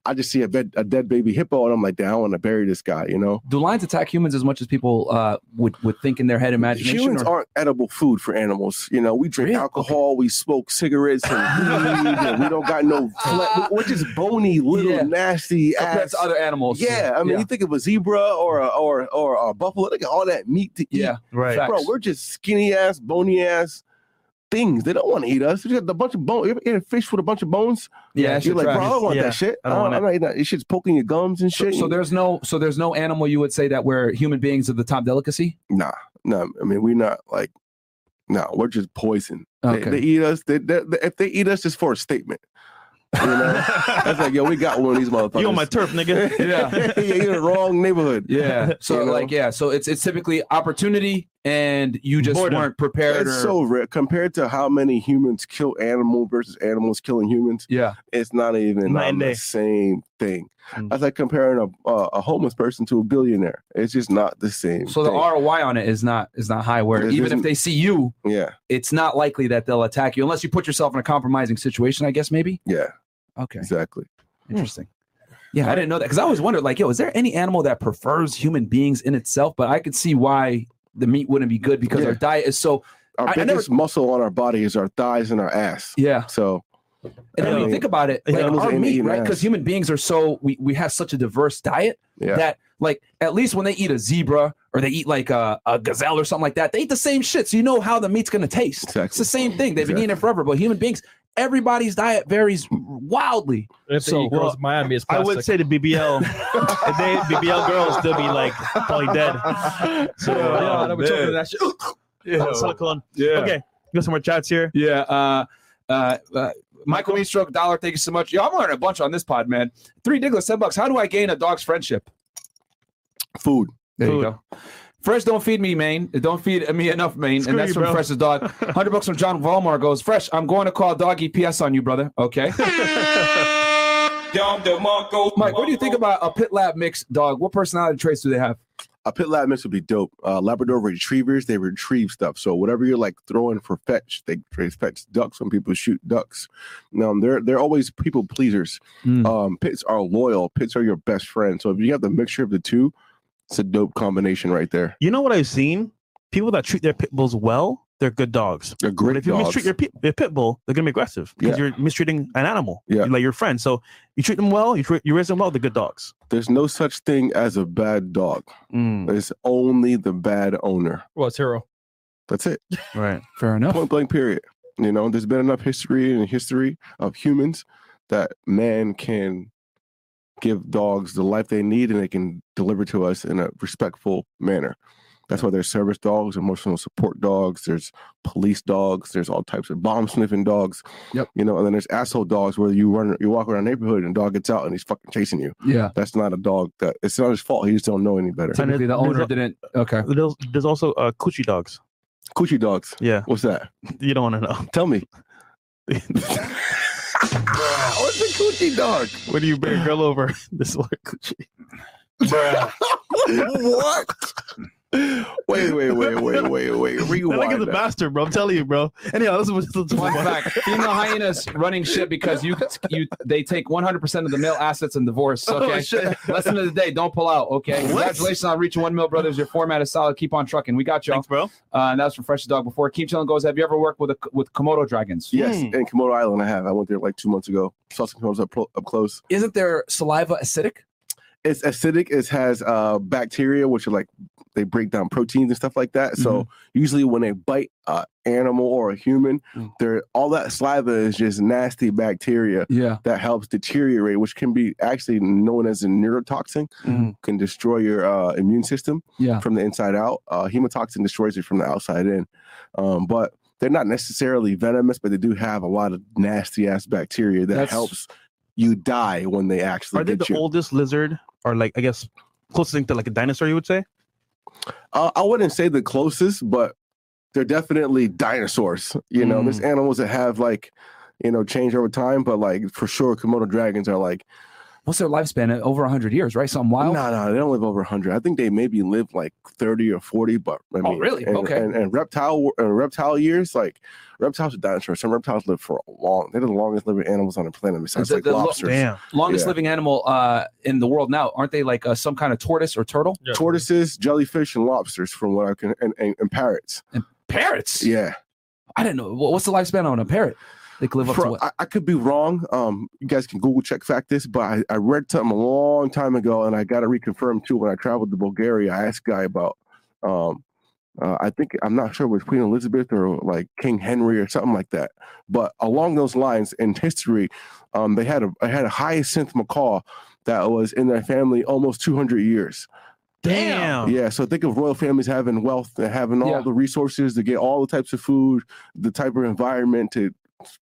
Speaker 3: I just see a, bed, a dead baby hippo and I'm like, damn, I want to bury this guy, you know.
Speaker 1: Do lions attack humans as much as people uh, would would think in their head imagination?
Speaker 3: Humans
Speaker 1: or-
Speaker 3: aren't edible food for animals. You know, we drink
Speaker 1: Really?
Speaker 3: alcohol, we smoke cigarettes,
Speaker 1: <laughs>
Speaker 3: and weed, and we don't got no, fle- we're just bony, little,
Speaker 1: Yeah.
Speaker 3: nasty
Speaker 1: compared
Speaker 3: ass.
Speaker 1: to other animals.
Speaker 3: yeah, I mean, you think of a zebra or a, or or a buffalo, look at all that meat to eat.
Speaker 1: yeah.
Speaker 2: right.
Speaker 1: fact.
Speaker 3: bro,
Speaker 1: Facts.
Speaker 3: we're just skinny ass, bony ass things. They don't want to eat us. You got a bunch of bones. You ever eat a fish with a bunch of bones?
Speaker 1: Yeah, that
Speaker 3: You're
Speaker 1: shit's
Speaker 3: like, bro,
Speaker 1: trash.
Speaker 3: I don't want
Speaker 2: Yeah,
Speaker 3: that shit.
Speaker 2: I don't want
Speaker 3: I'm
Speaker 2: it.
Speaker 3: not eating that. This shit's poking your gums and
Speaker 1: So,
Speaker 3: shit.
Speaker 1: so there's no so there's no animal you would say that where human beings are the top delicacy.
Speaker 3: nah, nah. I mean, we're not like, nah. We're just poison. They-
Speaker 1: Okay.
Speaker 3: They, eat us. They, they, they- if they eat us, it's for a statement. You know, that's like, yo, we got one of these motherfuckers. <laughs>
Speaker 2: You on my turf, nigga. <laughs>
Speaker 1: Yeah.
Speaker 3: yeah, you're in the wrong neighborhood.
Speaker 1: <laughs> Yeah. So
Speaker 3: <laughs> You know?
Speaker 1: like yeah. So it's it's typically opportunity and you just
Speaker 2: Boredom.
Speaker 1: weren't prepared.
Speaker 3: It's
Speaker 1: or-
Speaker 3: so rare compared to how many humans kill animal versus animals killing humans.
Speaker 1: yeah.
Speaker 3: it's not even
Speaker 2: Night
Speaker 3: on
Speaker 2: and
Speaker 3: the
Speaker 2: day.
Speaker 3: same thing.
Speaker 2: Mm.
Speaker 3: That's like comparing a uh, a homeless person to a billionaire. It's just not the same.
Speaker 1: So the
Speaker 3: thing.
Speaker 1: ROI on it is not is not high. Where
Speaker 3: It
Speaker 1: even if
Speaker 3: isn't-
Speaker 1: they see you,
Speaker 3: yeah,
Speaker 1: it's not likely that they'll attack you unless you put yourself in a compromising situation. I guess maybe.
Speaker 3: yeah,
Speaker 1: Okay.
Speaker 3: exactly.
Speaker 1: Interesting. Yeah, I didn't know that because I always wondered, like, yo, is there any animal that prefers human beings in itself? But I could see why the meat wouldn't be good because
Speaker 3: Yeah.
Speaker 1: our diet is so.
Speaker 3: Our
Speaker 1: I- I never-
Speaker 3: biggest muscle on our body is our thighs and our ass.
Speaker 1: Yeah,
Speaker 3: So
Speaker 1: and then when you
Speaker 2: Yeah.
Speaker 1: think about it, like
Speaker 2: Animals
Speaker 1: our
Speaker 3: ain't
Speaker 1: meat,
Speaker 3: eating
Speaker 1: right?
Speaker 3: ass.
Speaker 1: Because human beings are so we we have such a diverse diet
Speaker 3: yeah,
Speaker 1: that like at least when they eat a zebra or they eat like a, a gazelle or something like that, they eat the same shit. So you know how the meat's gonna taste. It's
Speaker 3: Exactly.
Speaker 1: the same thing. They've been eating it forever. But human beings, everybody's diet varies wildly.
Speaker 4: If they
Speaker 1: So,
Speaker 4: eat girls
Speaker 2: well,
Speaker 4: in Miami, it's
Speaker 2: I
Speaker 4: plastic.
Speaker 2: would say the BBL. if they had BBL girls, they'll be like probably dead. So
Speaker 4: yeah, they were talking that shit.
Speaker 2: yeah. Silicone. Okay. You got some more chats here.
Speaker 1: Yeah. Uh, uh, uh, Michael Meanstroke, Dollar, thank you so much. Yo, I'm learning a bunch on this pod, man. Three Diglets, 10 bucks. How do I gain a dog's friendship?
Speaker 3: food.
Speaker 1: There
Speaker 2: Food.
Speaker 1: you go. Fresh, don't feed me, Maine. Don't feed me enough, Maine.
Speaker 2: Screw
Speaker 1: and that's
Speaker 2: you,
Speaker 1: from
Speaker 2: bro.
Speaker 1: Fresh's dog.
Speaker 2: <laughs>
Speaker 1: 100 bucks from John Valmar goes, Fresh, I'm going to call doggy PS on you, brother.
Speaker 2: <laughs>
Speaker 1: Okay. Mike, what do you think about a pit lab mix dog? What personality traits do they have?
Speaker 3: a pit lab mix would be dope. Uh, Labrador retrievers, they retrieve stuff. So whatever you're like throwing for fetch, they, they fetch ducks. Some people shoot ducks. Um, they're they're always people pleasers.
Speaker 1: Mm.
Speaker 3: Um, pits are loyal. Pits are your best friend. So if you have the mixture of the two, it's a dope combination right there.
Speaker 2: You know what I've seen? People that treat their pit bulls well, they're good dogs.
Speaker 3: They're
Speaker 2: But
Speaker 3: great
Speaker 2: if you
Speaker 3: dogs.
Speaker 2: mistreat your pit, your pit bull, they're gonna be aggressive because you're mistreating an animal,
Speaker 3: Yeah.
Speaker 2: like your friend. So you treat them well, you, treat, you raise them well, they're good dogs.
Speaker 3: There's no such thing as a bad dog.
Speaker 1: Mm.
Speaker 3: There's only the bad owner.
Speaker 4: Well, it's hero.
Speaker 3: That's it.
Speaker 2: Right.
Speaker 1: Fair enough.
Speaker 3: Point blank. Period. You know, there's been enough history and history of humans that man can give dogs the life they need and they can deliver to us in a respectful manner. That's why there's service dogs, emotional support dogs, there's police dogs, there's all types of bomb sniffing dogs.
Speaker 1: Yep.
Speaker 3: You know, and then there's asshole dogs where you run you walk around a neighborhood and a dog gets out and he's fucking chasing you.
Speaker 1: Yeah.
Speaker 3: That's not a dog that it's not his fault. He just don't know any better.
Speaker 2: And
Speaker 1: Technically, the
Speaker 2: there's
Speaker 1: owner
Speaker 2: a-
Speaker 1: didn't. Okay.
Speaker 2: There's, there's also uh, coochie dogs.
Speaker 3: Coochie dogs.
Speaker 2: Yeah,
Speaker 3: What's that?
Speaker 2: you don't want to know.
Speaker 3: Tell me. What's a coochie dog?
Speaker 2: What do you bring a girl over? <laughs> this is what a coochie.
Speaker 3: what? Wait, wait, wait, wait, wait, wait.
Speaker 2: Man, Look at
Speaker 3: Rewind.
Speaker 2: the
Speaker 3: that.
Speaker 2: bastard, bro. I'm telling you, bro. Anyhow, this was this was
Speaker 1: Fun
Speaker 3: <laughs>
Speaker 2: fun.
Speaker 1: fact: female hyenas running shit because you you they take 100 percent of the male assets in divorce.
Speaker 2: Oh,
Speaker 1: Okay,
Speaker 2: shit.
Speaker 1: lesson of the day: don't pull out. Okay, congratulations on reaching one mil, brothers. Your format is solid. Keep on trucking. We got y'all.
Speaker 2: Thanks, bro.
Speaker 1: Uh, and that was from Fresh Dog. Before Keep Chilling goes, have you ever worked with a with Komodo dragons?
Speaker 3: Yes,
Speaker 2: Hmm.
Speaker 3: in Komodo Island, I have. I went there like two months ago. Saw some Komodos up, pro- up close.
Speaker 1: Isn't their saliva acidic?
Speaker 3: It's acidic. It has uh, bacteria, which are like they break down proteins and stuff like that. So usually when they bite an animal or a human,
Speaker 2: Mm.
Speaker 3: they're all that saliva is just nasty bacteria
Speaker 1: Yeah.
Speaker 3: that helps deteriorate, which can be actually known as a neurotoxin,
Speaker 2: Mm.
Speaker 3: can destroy your uh, immune system.
Speaker 1: Yeah.
Speaker 3: from the inside out. Uh, hemotoxin destroys it from the outside in. Um, but they're not necessarily venomous, but they do have a lot of nasty ass bacteria that
Speaker 1: That's-
Speaker 3: helps you die when they actually
Speaker 2: Are they
Speaker 3: get
Speaker 2: the
Speaker 3: you.
Speaker 2: oldest lizard, or like I guess closest thing to like a dinosaur? You would say.
Speaker 3: uh, I wouldn't say the closest, but they're definitely dinosaurs. You know,
Speaker 2: Mm.
Speaker 3: there's animals that have like, you know, change over time, but like for sure, Komodo dragons are like,
Speaker 1: What's their lifespan? Uh, Over 100 years, right? Something
Speaker 3: no,
Speaker 1: wild.
Speaker 3: no, they don't live over 100. I think they maybe live like 30 or 40, but I mean,
Speaker 1: Oh, really?
Speaker 3: And,
Speaker 1: Okay.
Speaker 3: And, and reptile and reptile years, like reptiles are dinosaurs. Some reptiles live for a long. They're the longest living animals on the planet besides
Speaker 1: The-
Speaker 3: like
Speaker 1: the lo-
Speaker 3: lobsters.
Speaker 2: Damn.
Speaker 1: Longest
Speaker 3: Yeah.
Speaker 1: living animal uh, in the world now, aren't they? Like uh, some kind of tortoise or turtle?
Speaker 4: Yeah.
Speaker 3: Tortoises, jellyfish, and lobsters, from what I can, and, and, and parrots.
Speaker 1: Parrots.
Speaker 3: Yeah,
Speaker 1: I didn't know. Wha- What's the lifespan on a parrot? They could live up
Speaker 3: Fro-
Speaker 1: to what?
Speaker 3: I, I could be wrong. Um, you guys can Google check fact this, but I, I read something a long time ago, and I got to reconfirm too. When I traveled to Bulgaria, I asked a guy about. Um, uh, I think I'm not sure it was Queen Elizabeth or like King Henry or something like that. But along those lines in history, um, they had a I had a hyacinth macaw that was in their family almost 200 years.
Speaker 2: Damn.
Speaker 3: Yeah, so think of royal families having wealth and having all
Speaker 1: Um, Yeah.
Speaker 3: the resources to get all the types of food, the type of environment to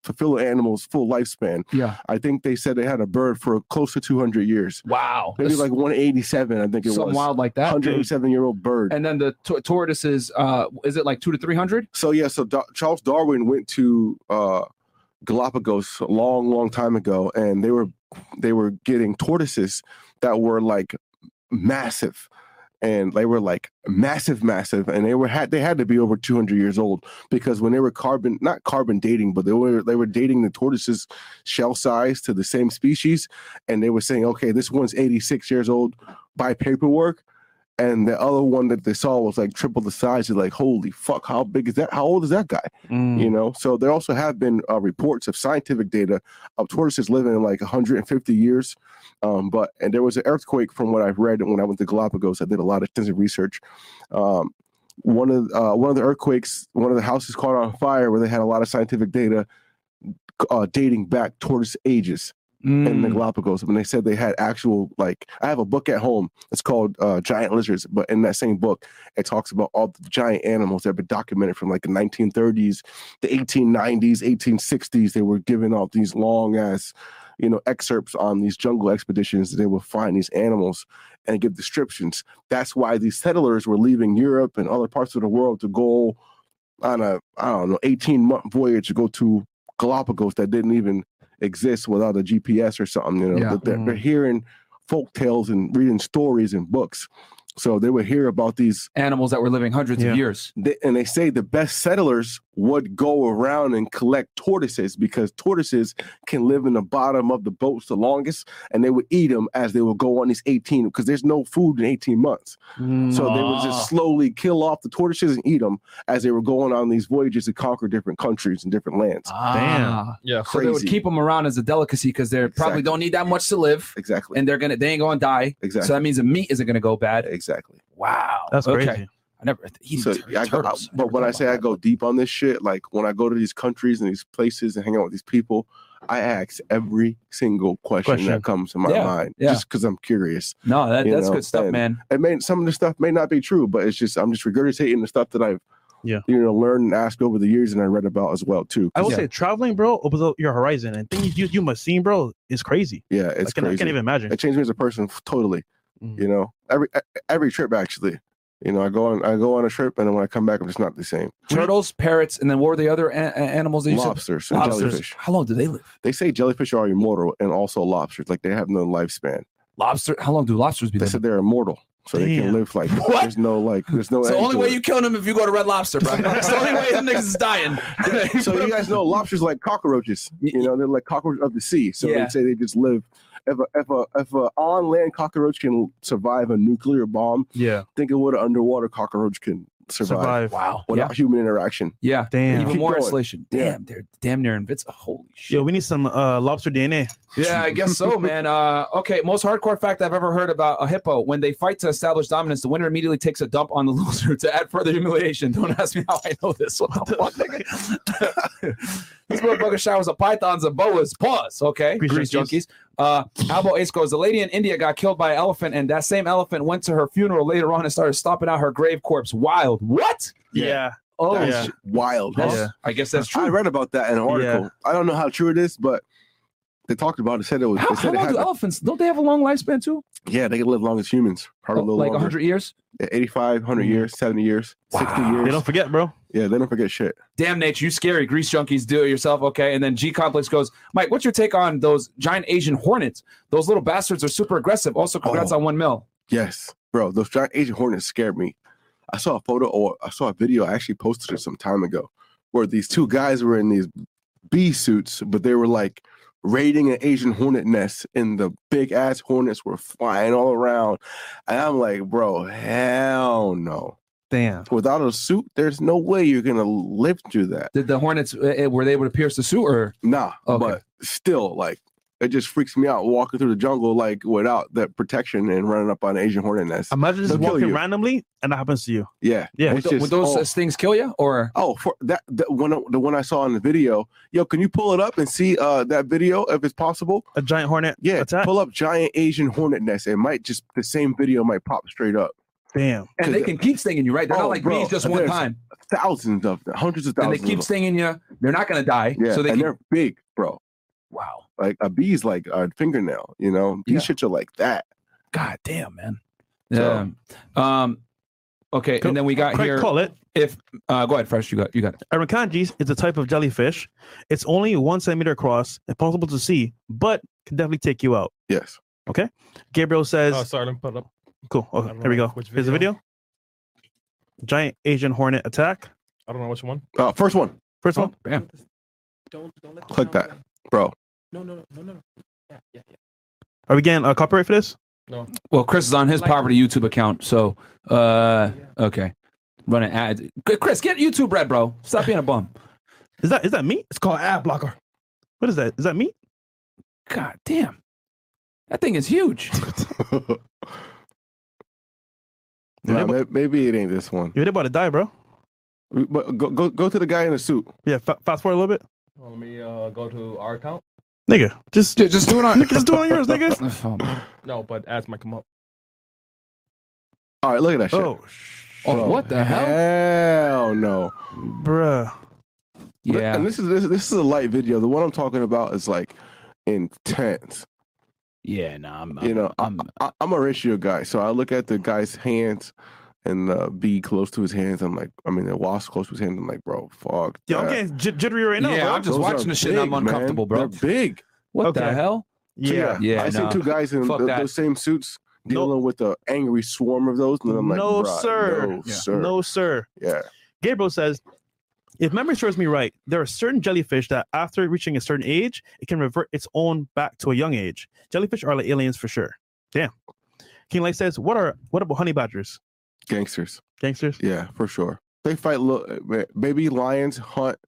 Speaker 3: fulfill an animal's full lifespan.
Speaker 1: Yeah.
Speaker 3: I think they said they had a bird for close to 200 years,
Speaker 1: Wow.
Speaker 3: maybe
Speaker 1: That's
Speaker 3: like 187. I think it
Speaker 1: something
Speaker 3: was
Speaker 1: wild like that.
Speaker 3: 187 year old bird.
Speaker 1: And then the to- tortoises, uh, is it like two to 300?
Speaker 3: so yeah, so Da- Charles Darwin went to uh, Galapagos a long, long time ago, and they were they were getting tortoises that were like massive, and they were like massive, massive, and they were had they had to be over two hundred years old because when they were carbon not carbon dating, but they were they were dating the tortoises shell size to the same species, and they were saying, okay, this one's eighty six years old by paperwork. And the other one that they saw was like triple the size. You're like, holy fuck, how big is that? How old is that guy? you know so there also have been uh, reports of scientific data of tortoises living like 150 years um, but and there was an earthquake from what i've read when i went to galapagos i did a lot of extensive research um, one of uh, one of the earthquakes one of the houses caught on fire where they had a lot of scientific data uh, dating back tortoise ages in the
Speaker 1: Mm.
Speaker 3: Galapagos when they said they had actual like I have a book at home. It's called uh, Giant Lizards, but in that same book, it talks about all the giant animals that have been documented from like the 1930s, the 1890s, 1860s. They were giving out these long ass, you know, excerpts on these jungle expeditions. That they would find these animals and give descriptions. That's why these settlers were leaving Europe and other parts of the world to go on a I don't know 18 month voyage to go to Galapagos that didn't even exist without a GPS or something. You know,
Speaker 1: Yeah.
Speaker 3: that they're, they're hearing folk tales and reading stories and books So they would hear about these
Speaker 1: Animals that were living hundreds
Speaker 2: Yeah.
Speaker 1: of years.
Speaker 3: they, and they say the best settlers would go around and collect tortoises because tortoises can live in the bottom of the boats the longest, and they would eat them as they would go on these 18 because there's no food in 18 months. Mm. So they would
Speaker 2: Ah.
Speaker 3: just slowly kill off the tortoises and eat them as they were going on these voyages to conquer different countries and different lands.
Speaker 1: Ah.
Speaker 4: Yeah.
Speaker 1: So they would
Speaker 3: Crazy.
Speaker 1: keep them around as a delicacy because they probably
Speaker 3: Exactly.
Speaker 1: don't need that much to live,
Speaker 3: Exactly.
Speaker 1: and they're gonna they ain't gonna die.
Speaker 3: exactly.
Speaker 1: So that means the meat isn't gonna go bad.
Speaker 3: exactly.
Speaker 1: Wow,
Speaker 2: That's crazy.
Speaker 1: I never eating
Speaker 3: So
Speaker 1: tur-
Speaker 3: yeah, I go, I-
Speaker 1: turtles. I never
Speaker 3: but when
Speaker 1: thought
Speaker 3: I
Speaker 1: about
Speaker 3: say I
Speaker 1: that.
Speaker 3: go deep on this shit, like when I go to these countries and these places and hang out with these people, I ask every single question,
Speaker 2: Question.
Speaker 3: that comes to my
Speaker 1: Yeah,
Speaker 3: mind
Speaker 1: yeah.
Speaker 3: just because I'm curious.
Speaker 1: no, that,
Speaker 3: you
Speaker 1: that's
Speaker 3: know,
Speaker 1: good stuff,
Speaker 3: and-
Speaker 1: man.
Speaker 3: It may some of the stuff may not be true, but it's just I'm just regurgitating the stuff that I've
Speaker 2: Yeah.
Speaker 3: you know learned and asked over the years and I read about as well too.
Speaker 2: I will
Speaker 1: Yeah.
Speaker 2: say traveling, bro, opens up your horizon and things you you must see, bro, is crazy.
Speaker 3: Yeah, it's
Speaker 2: I, can,
Speaker 3: crazy.
Speaker 2: I can't even imagine.
Speaker 3: it changed me as a person f- totally.
Speaker 2: Mm.
Speaker 3: You know, every e- every trip actually. You know, I go on I go on a trip and then when I come back, I'm just not the same.
Speaker 1: Turtles, parrots, and then what were the other a- a- animals that you said?
Speaker 3: Lobsters and
Speaker 1: Lobsters.
Speaker 3: jellyfish.
Speaker 1: How long do they live?
Speaker 3: They say jellyfish are immortal and also lobsters. Like they have no lifespan.
Speaker 1: Lobster. How long do lobsters be
Speaker 3: They
Speaker 1: living?
Speaker 3: said they're immortal, so they
Speaker 2: Damn.
Speaker 3: can live like
Speaker 1: <laughs> What?
Speaker 3: there's no like there's no.
Speaker 1: It's the
Speaker 3: end
Speaker 1: only
Speaker 3: to
Speaker 1: way
Speaker 3: it.
Speaker 1: you kill them if you go to Red Lobster,
Speaker 3: <laughs>
Speaker 1: bro. It's the only way them niggas is dying.
Speaker 3: so you guys know lobsters like cockroaches. You know they're like cockroaches of the sea. So
Speaker 1: Yeah.
Speaker 3: they say they just live. If a if a if a on land cockroach can survive a nuclear bomb,
Speaker 2: Yeah.
Speaker 3: think of what an underwater cockroach can survive,
Speaker 2: Survive.
Speaker 1: Wow.
Speaker 3: without human interaction.
Speaker 1: Yeah. yeah.
Speaker 2: Damn.
Speaker 1: Even
Speaker 3: Keep
Speaker 1: more
Speaker 3: going.
Speaker 1: insulation.
Speaker 3: Yeah.
Speaker 1: Damn, they're damn near invincible. Holy shit.
Speaker 2: Yo, we need some uh, lobster DNA.
Speaker 1: Yeah, I guess so, man. Uh, okay, most hardcore fact I've ever heard about a hippo: when they fight to establish dominance, the winner immediately takes a dump on the <laughs> loser to add further humiliation. Don't ask me how I know this. What, the fuck, nigga? <laughs> this motherfucker showers of pythons and boas. Pause. Okay,
Speaker 2: Grease
Speaker 1: grease, junkies.
Speaker 2: junkies.
Speaker 1: Uh, how about Ace goes? The lady in India got killed by an elephant, and that same elephant went to her funeral later on and started stomping out her grave corpse. Wild. What?
Speaker 3: Yeah.
Speaker 1: Oh,
Speaker 3: That's
Speaker 2: yeah.
Speaker 3: wild.
Speaker 1: that's-
Speaker 2: Yeah.
Speaker 1: I guess that's
Speaker 3: I
Speaker 1: true.
Speaker 3: read about that in an article. I don't know how true it is, but they talked about it. Said it was.
Speaker 1: How,
Speaker 3: they
Speaker 1: how
Speaker 3: said
Speaker 1: long
Speaker 3: it
Speaker 1: do
Speaker 3: had,
Speaker 1: elephants? Don't they have a long lifespan too?
Speaker 3: yeah, they can live long as humans. Probably a little
Speaker 1: Oh, like
Speaker 3: longer.
Speaker 1: hundred years.
Speaker 3: Yeah, 85, 100
Speaker 2: Mhm.
Speaker 3: years, 70 years, 60
Speaker 1: Wow.
Speaker 3: years.
Speaker 2: They don't forget, bro.
Speaker 3: yeah, they don't forget shit.
Speaker 1: damn nature, you scary grease junkies, do it yourself. Okay. And then G Complex goes, Mike, what's your take on those giant Asian hornets? Those little bastards are super aggressive. Also, congrats
Speaker 3: Oh.
Speaker 1: on one mil.
Speaker 3: Yes, bro. Those giant Asian hornets scared me. I saw a photo or I saw a video. I actually posted it some time ago, where these two guys were in these bee suits, but they were like raiding an Asian hornet nest, and the big ass hornets were flying all around. And I'm like, bro, hell no.
Speaker 2: Damn.
Speaker 3: Without a suit, there's no way you're gonna live through that.
Speaker 1: Did the hornets uh, uh, were they able to pierce the suit or
Speaker 3: Nah,
Speaker 1: Okay.
Speaker 3: but still, like it just freaks me out walking through the jungle like without that protection and running up on Asian hornet
Speaker 1: Uh,
Speaker 3: nest.
Speaker 2: Imagine just
Speaker 3: They'll kill
Speaker 2: walking
Speaker 3: you.
Speaker 2: randomly and that happens to you.
Speaker 3: yeah,
Speaker 2: Yeah.
Speaker 3: It's
Speaker 1: Th- would
Speaker 3: just-
Speaker 1: those
Speaker 3: oh.
Speaker 1: uh, things kill you or
Speaker 3: Oh, for that the one the one I saw in the video. Yo, can you pull it up and see uh that video if it's possible?
Speaker 2: A giant hornet.
Speaker 3: Yeah,
Speaker 2: Attack.
Speaker 3: pull up giant Asian hornet nest. It might just the same video might pop straight up.
Speaker 2: Damn.
Speaker 1: and they can keep stinging you, right? They're
Speaker 3: Oh,
Speaker 1: not like
Speaker 3: bro,
Speaker 1: bees just one
Speaker 3: there's
Speaker 1: time.
Speaker 3: Thousands of them, hundreds of
Speaker 1: And
Speaker 3: thousands.
Speaker 1: they keep
Speaker 3: of them.
Speaker 1: stinging you. They're not gonna die.
Speaker 3: Yeah,
Speaker 1: so they can
Speaker 3: and they're big, bro.
Speaker 1: wow.
Speaker 3: Like a bee's like a fingernail. You know, these shits are like that.
Speaker 1: God damn, man. Yeah.
Speaker 3: So-
Speaker 1: Um okay,
Speaker 2: Cool.
Speaker 1: and then we got
Speaker 2: Craig
Speaker 1: here
Speaker 2: call it.
Speaker 1: if uh go ahead, Fresh, you got you got it.
Speaker 2: Arakangis is a type of jellyfish. It's only one centimeter across, impossible to see, but can definitely take you out.
Speaker 3: Yes.
Speaker 2: Gabriel says,
Speaker 4: Oh, sorry, let me put it up.
Speaker 2: cool.
Speaker 4: I
Speaker 2: Okay,
Speaker 4: don't
Speaker 2: here we
Speaker 4: know
Speaker 2: go.
Speaker 4: which
Speaker 2: Here's the
Speaker 4: video.
Speaker 2: video. Giant Asian hornet attack.
Speaker 4: I don't know which one.
Speaker 3: Uh, first one,
Speaker 4: Oh.
Speaker 2: First one.
Speaker 1: Oh, Bam.
Speaker 5: Don't don't let the
Speaker 3: click
Speaker 5: sound
Speaker 3: that, <laughs>
Speaker 5: go.
Speaker 3: bro.
Speaker 5: No, no, no, no, no. Yeah, yeah, yeah.
Speaker 2: Are we getting a copyright for this?
Speaker 1: Well, Chris is on his
Speaker 5: Like-
Speaker 1: poverty YouTube account, so uh
Speaker 5: yeah.
Speaker 1: okay. Running ads. Qu- Chris, get YouTube red, bro. Stop being a bum.
Speaker 2: Is that is that meat?
Speaker 4: It's called Ad Blocker.
Speaker 2: What is that? Is that meat?
Speaker 1: God damn. That thing is
Speaker 3: <laughs>
Speaker 1: huge.
Speaker 3: Nah, may- maybe it ain't this one.
Speaker 2: You're about to die, bro.
Speaker 3: But go go go to the guy in the suit.
Speaker 2: Yeah. Fa- fast forward a little bit,
Speaker 4: Oh, let me uh, go to our account.
Speaker 2: nigga. Just
Speaker 1: Dude, just do it on.
Speaker 2: <laughs> just do it on yours,
Speaker 1: <laughs>
Speaker 2: nigga.
Speaker 3: Oh,
Speaker 4: No, but ads might come up.
Speaker 3: All right, look at that shit.
Speaker 2: Oh, sh-
Speaker 1: Oh, what the hell?
Speaker 3: Hell no.
Speaker 2: bruh.
Speaker 3: Th-
Speaker 1: yeah.
Speaker 3: And this is this, this is a light video. The one I'm talking about is like intense.
Speaker 1: Yeah, no, I'm,
Speaker 3: you know,
Speaker 1: I'm,
Speaker 3: I, I'm a ratio guy, so I look at the guy's hands and the bee close to his hands. I'm like, I mean, the wasp close to his hands. I'm like, bro, fuck.
Speaker 2: Yo, I'm
Speaker 3: that.
Speaker 2: getting j- jittery right now,
Speaker 1: Yeah,
Speaker 2: bro.
Speaker 1: I'm just
Speaker 3: Those are
Speaker 1: watching the shit and I'm
Speaker 3: big, man.
Speaker 1: uncomfortable, bro.
Speaker 3: They're big.
Speaker 1: What
Speaker 2: Okay.
Speaker 1: the hell?
Speaker 3: So,
Speaker 2: yeah.
Speaker 1: Yeah,
Speaker 3: I
Speaker 1: nah.
Speaker 3: seen two guys in
Speaker 1: Fuck
Speaker 3: th-
Speaker 1: that.
Speaker 3: those same suits. dealing with an angry swarm of those, and then I'm like,
Speaker 2: No,
Speaker 3: "Bruh,
Speaker 2: sir.
Speaker 3: no,
Speaker 1: Yeah.
Speaker 3: sir,
Speaker 2: No, sir.
Speaker 3: yeah,
Speaker 2: Gabriel says, if memory serves me right, there are certain jellyfish that, after reaching a certain age, it can revert its own back to a young age. Jellyfish are like aliens for sure. Damn. King Light says, what are what about honey badgers?
Speaker 3: gangsters,
Speaker 2: Gangsters?
Speaker 3: yeah, for sure. They fight little baby lions. Hunt,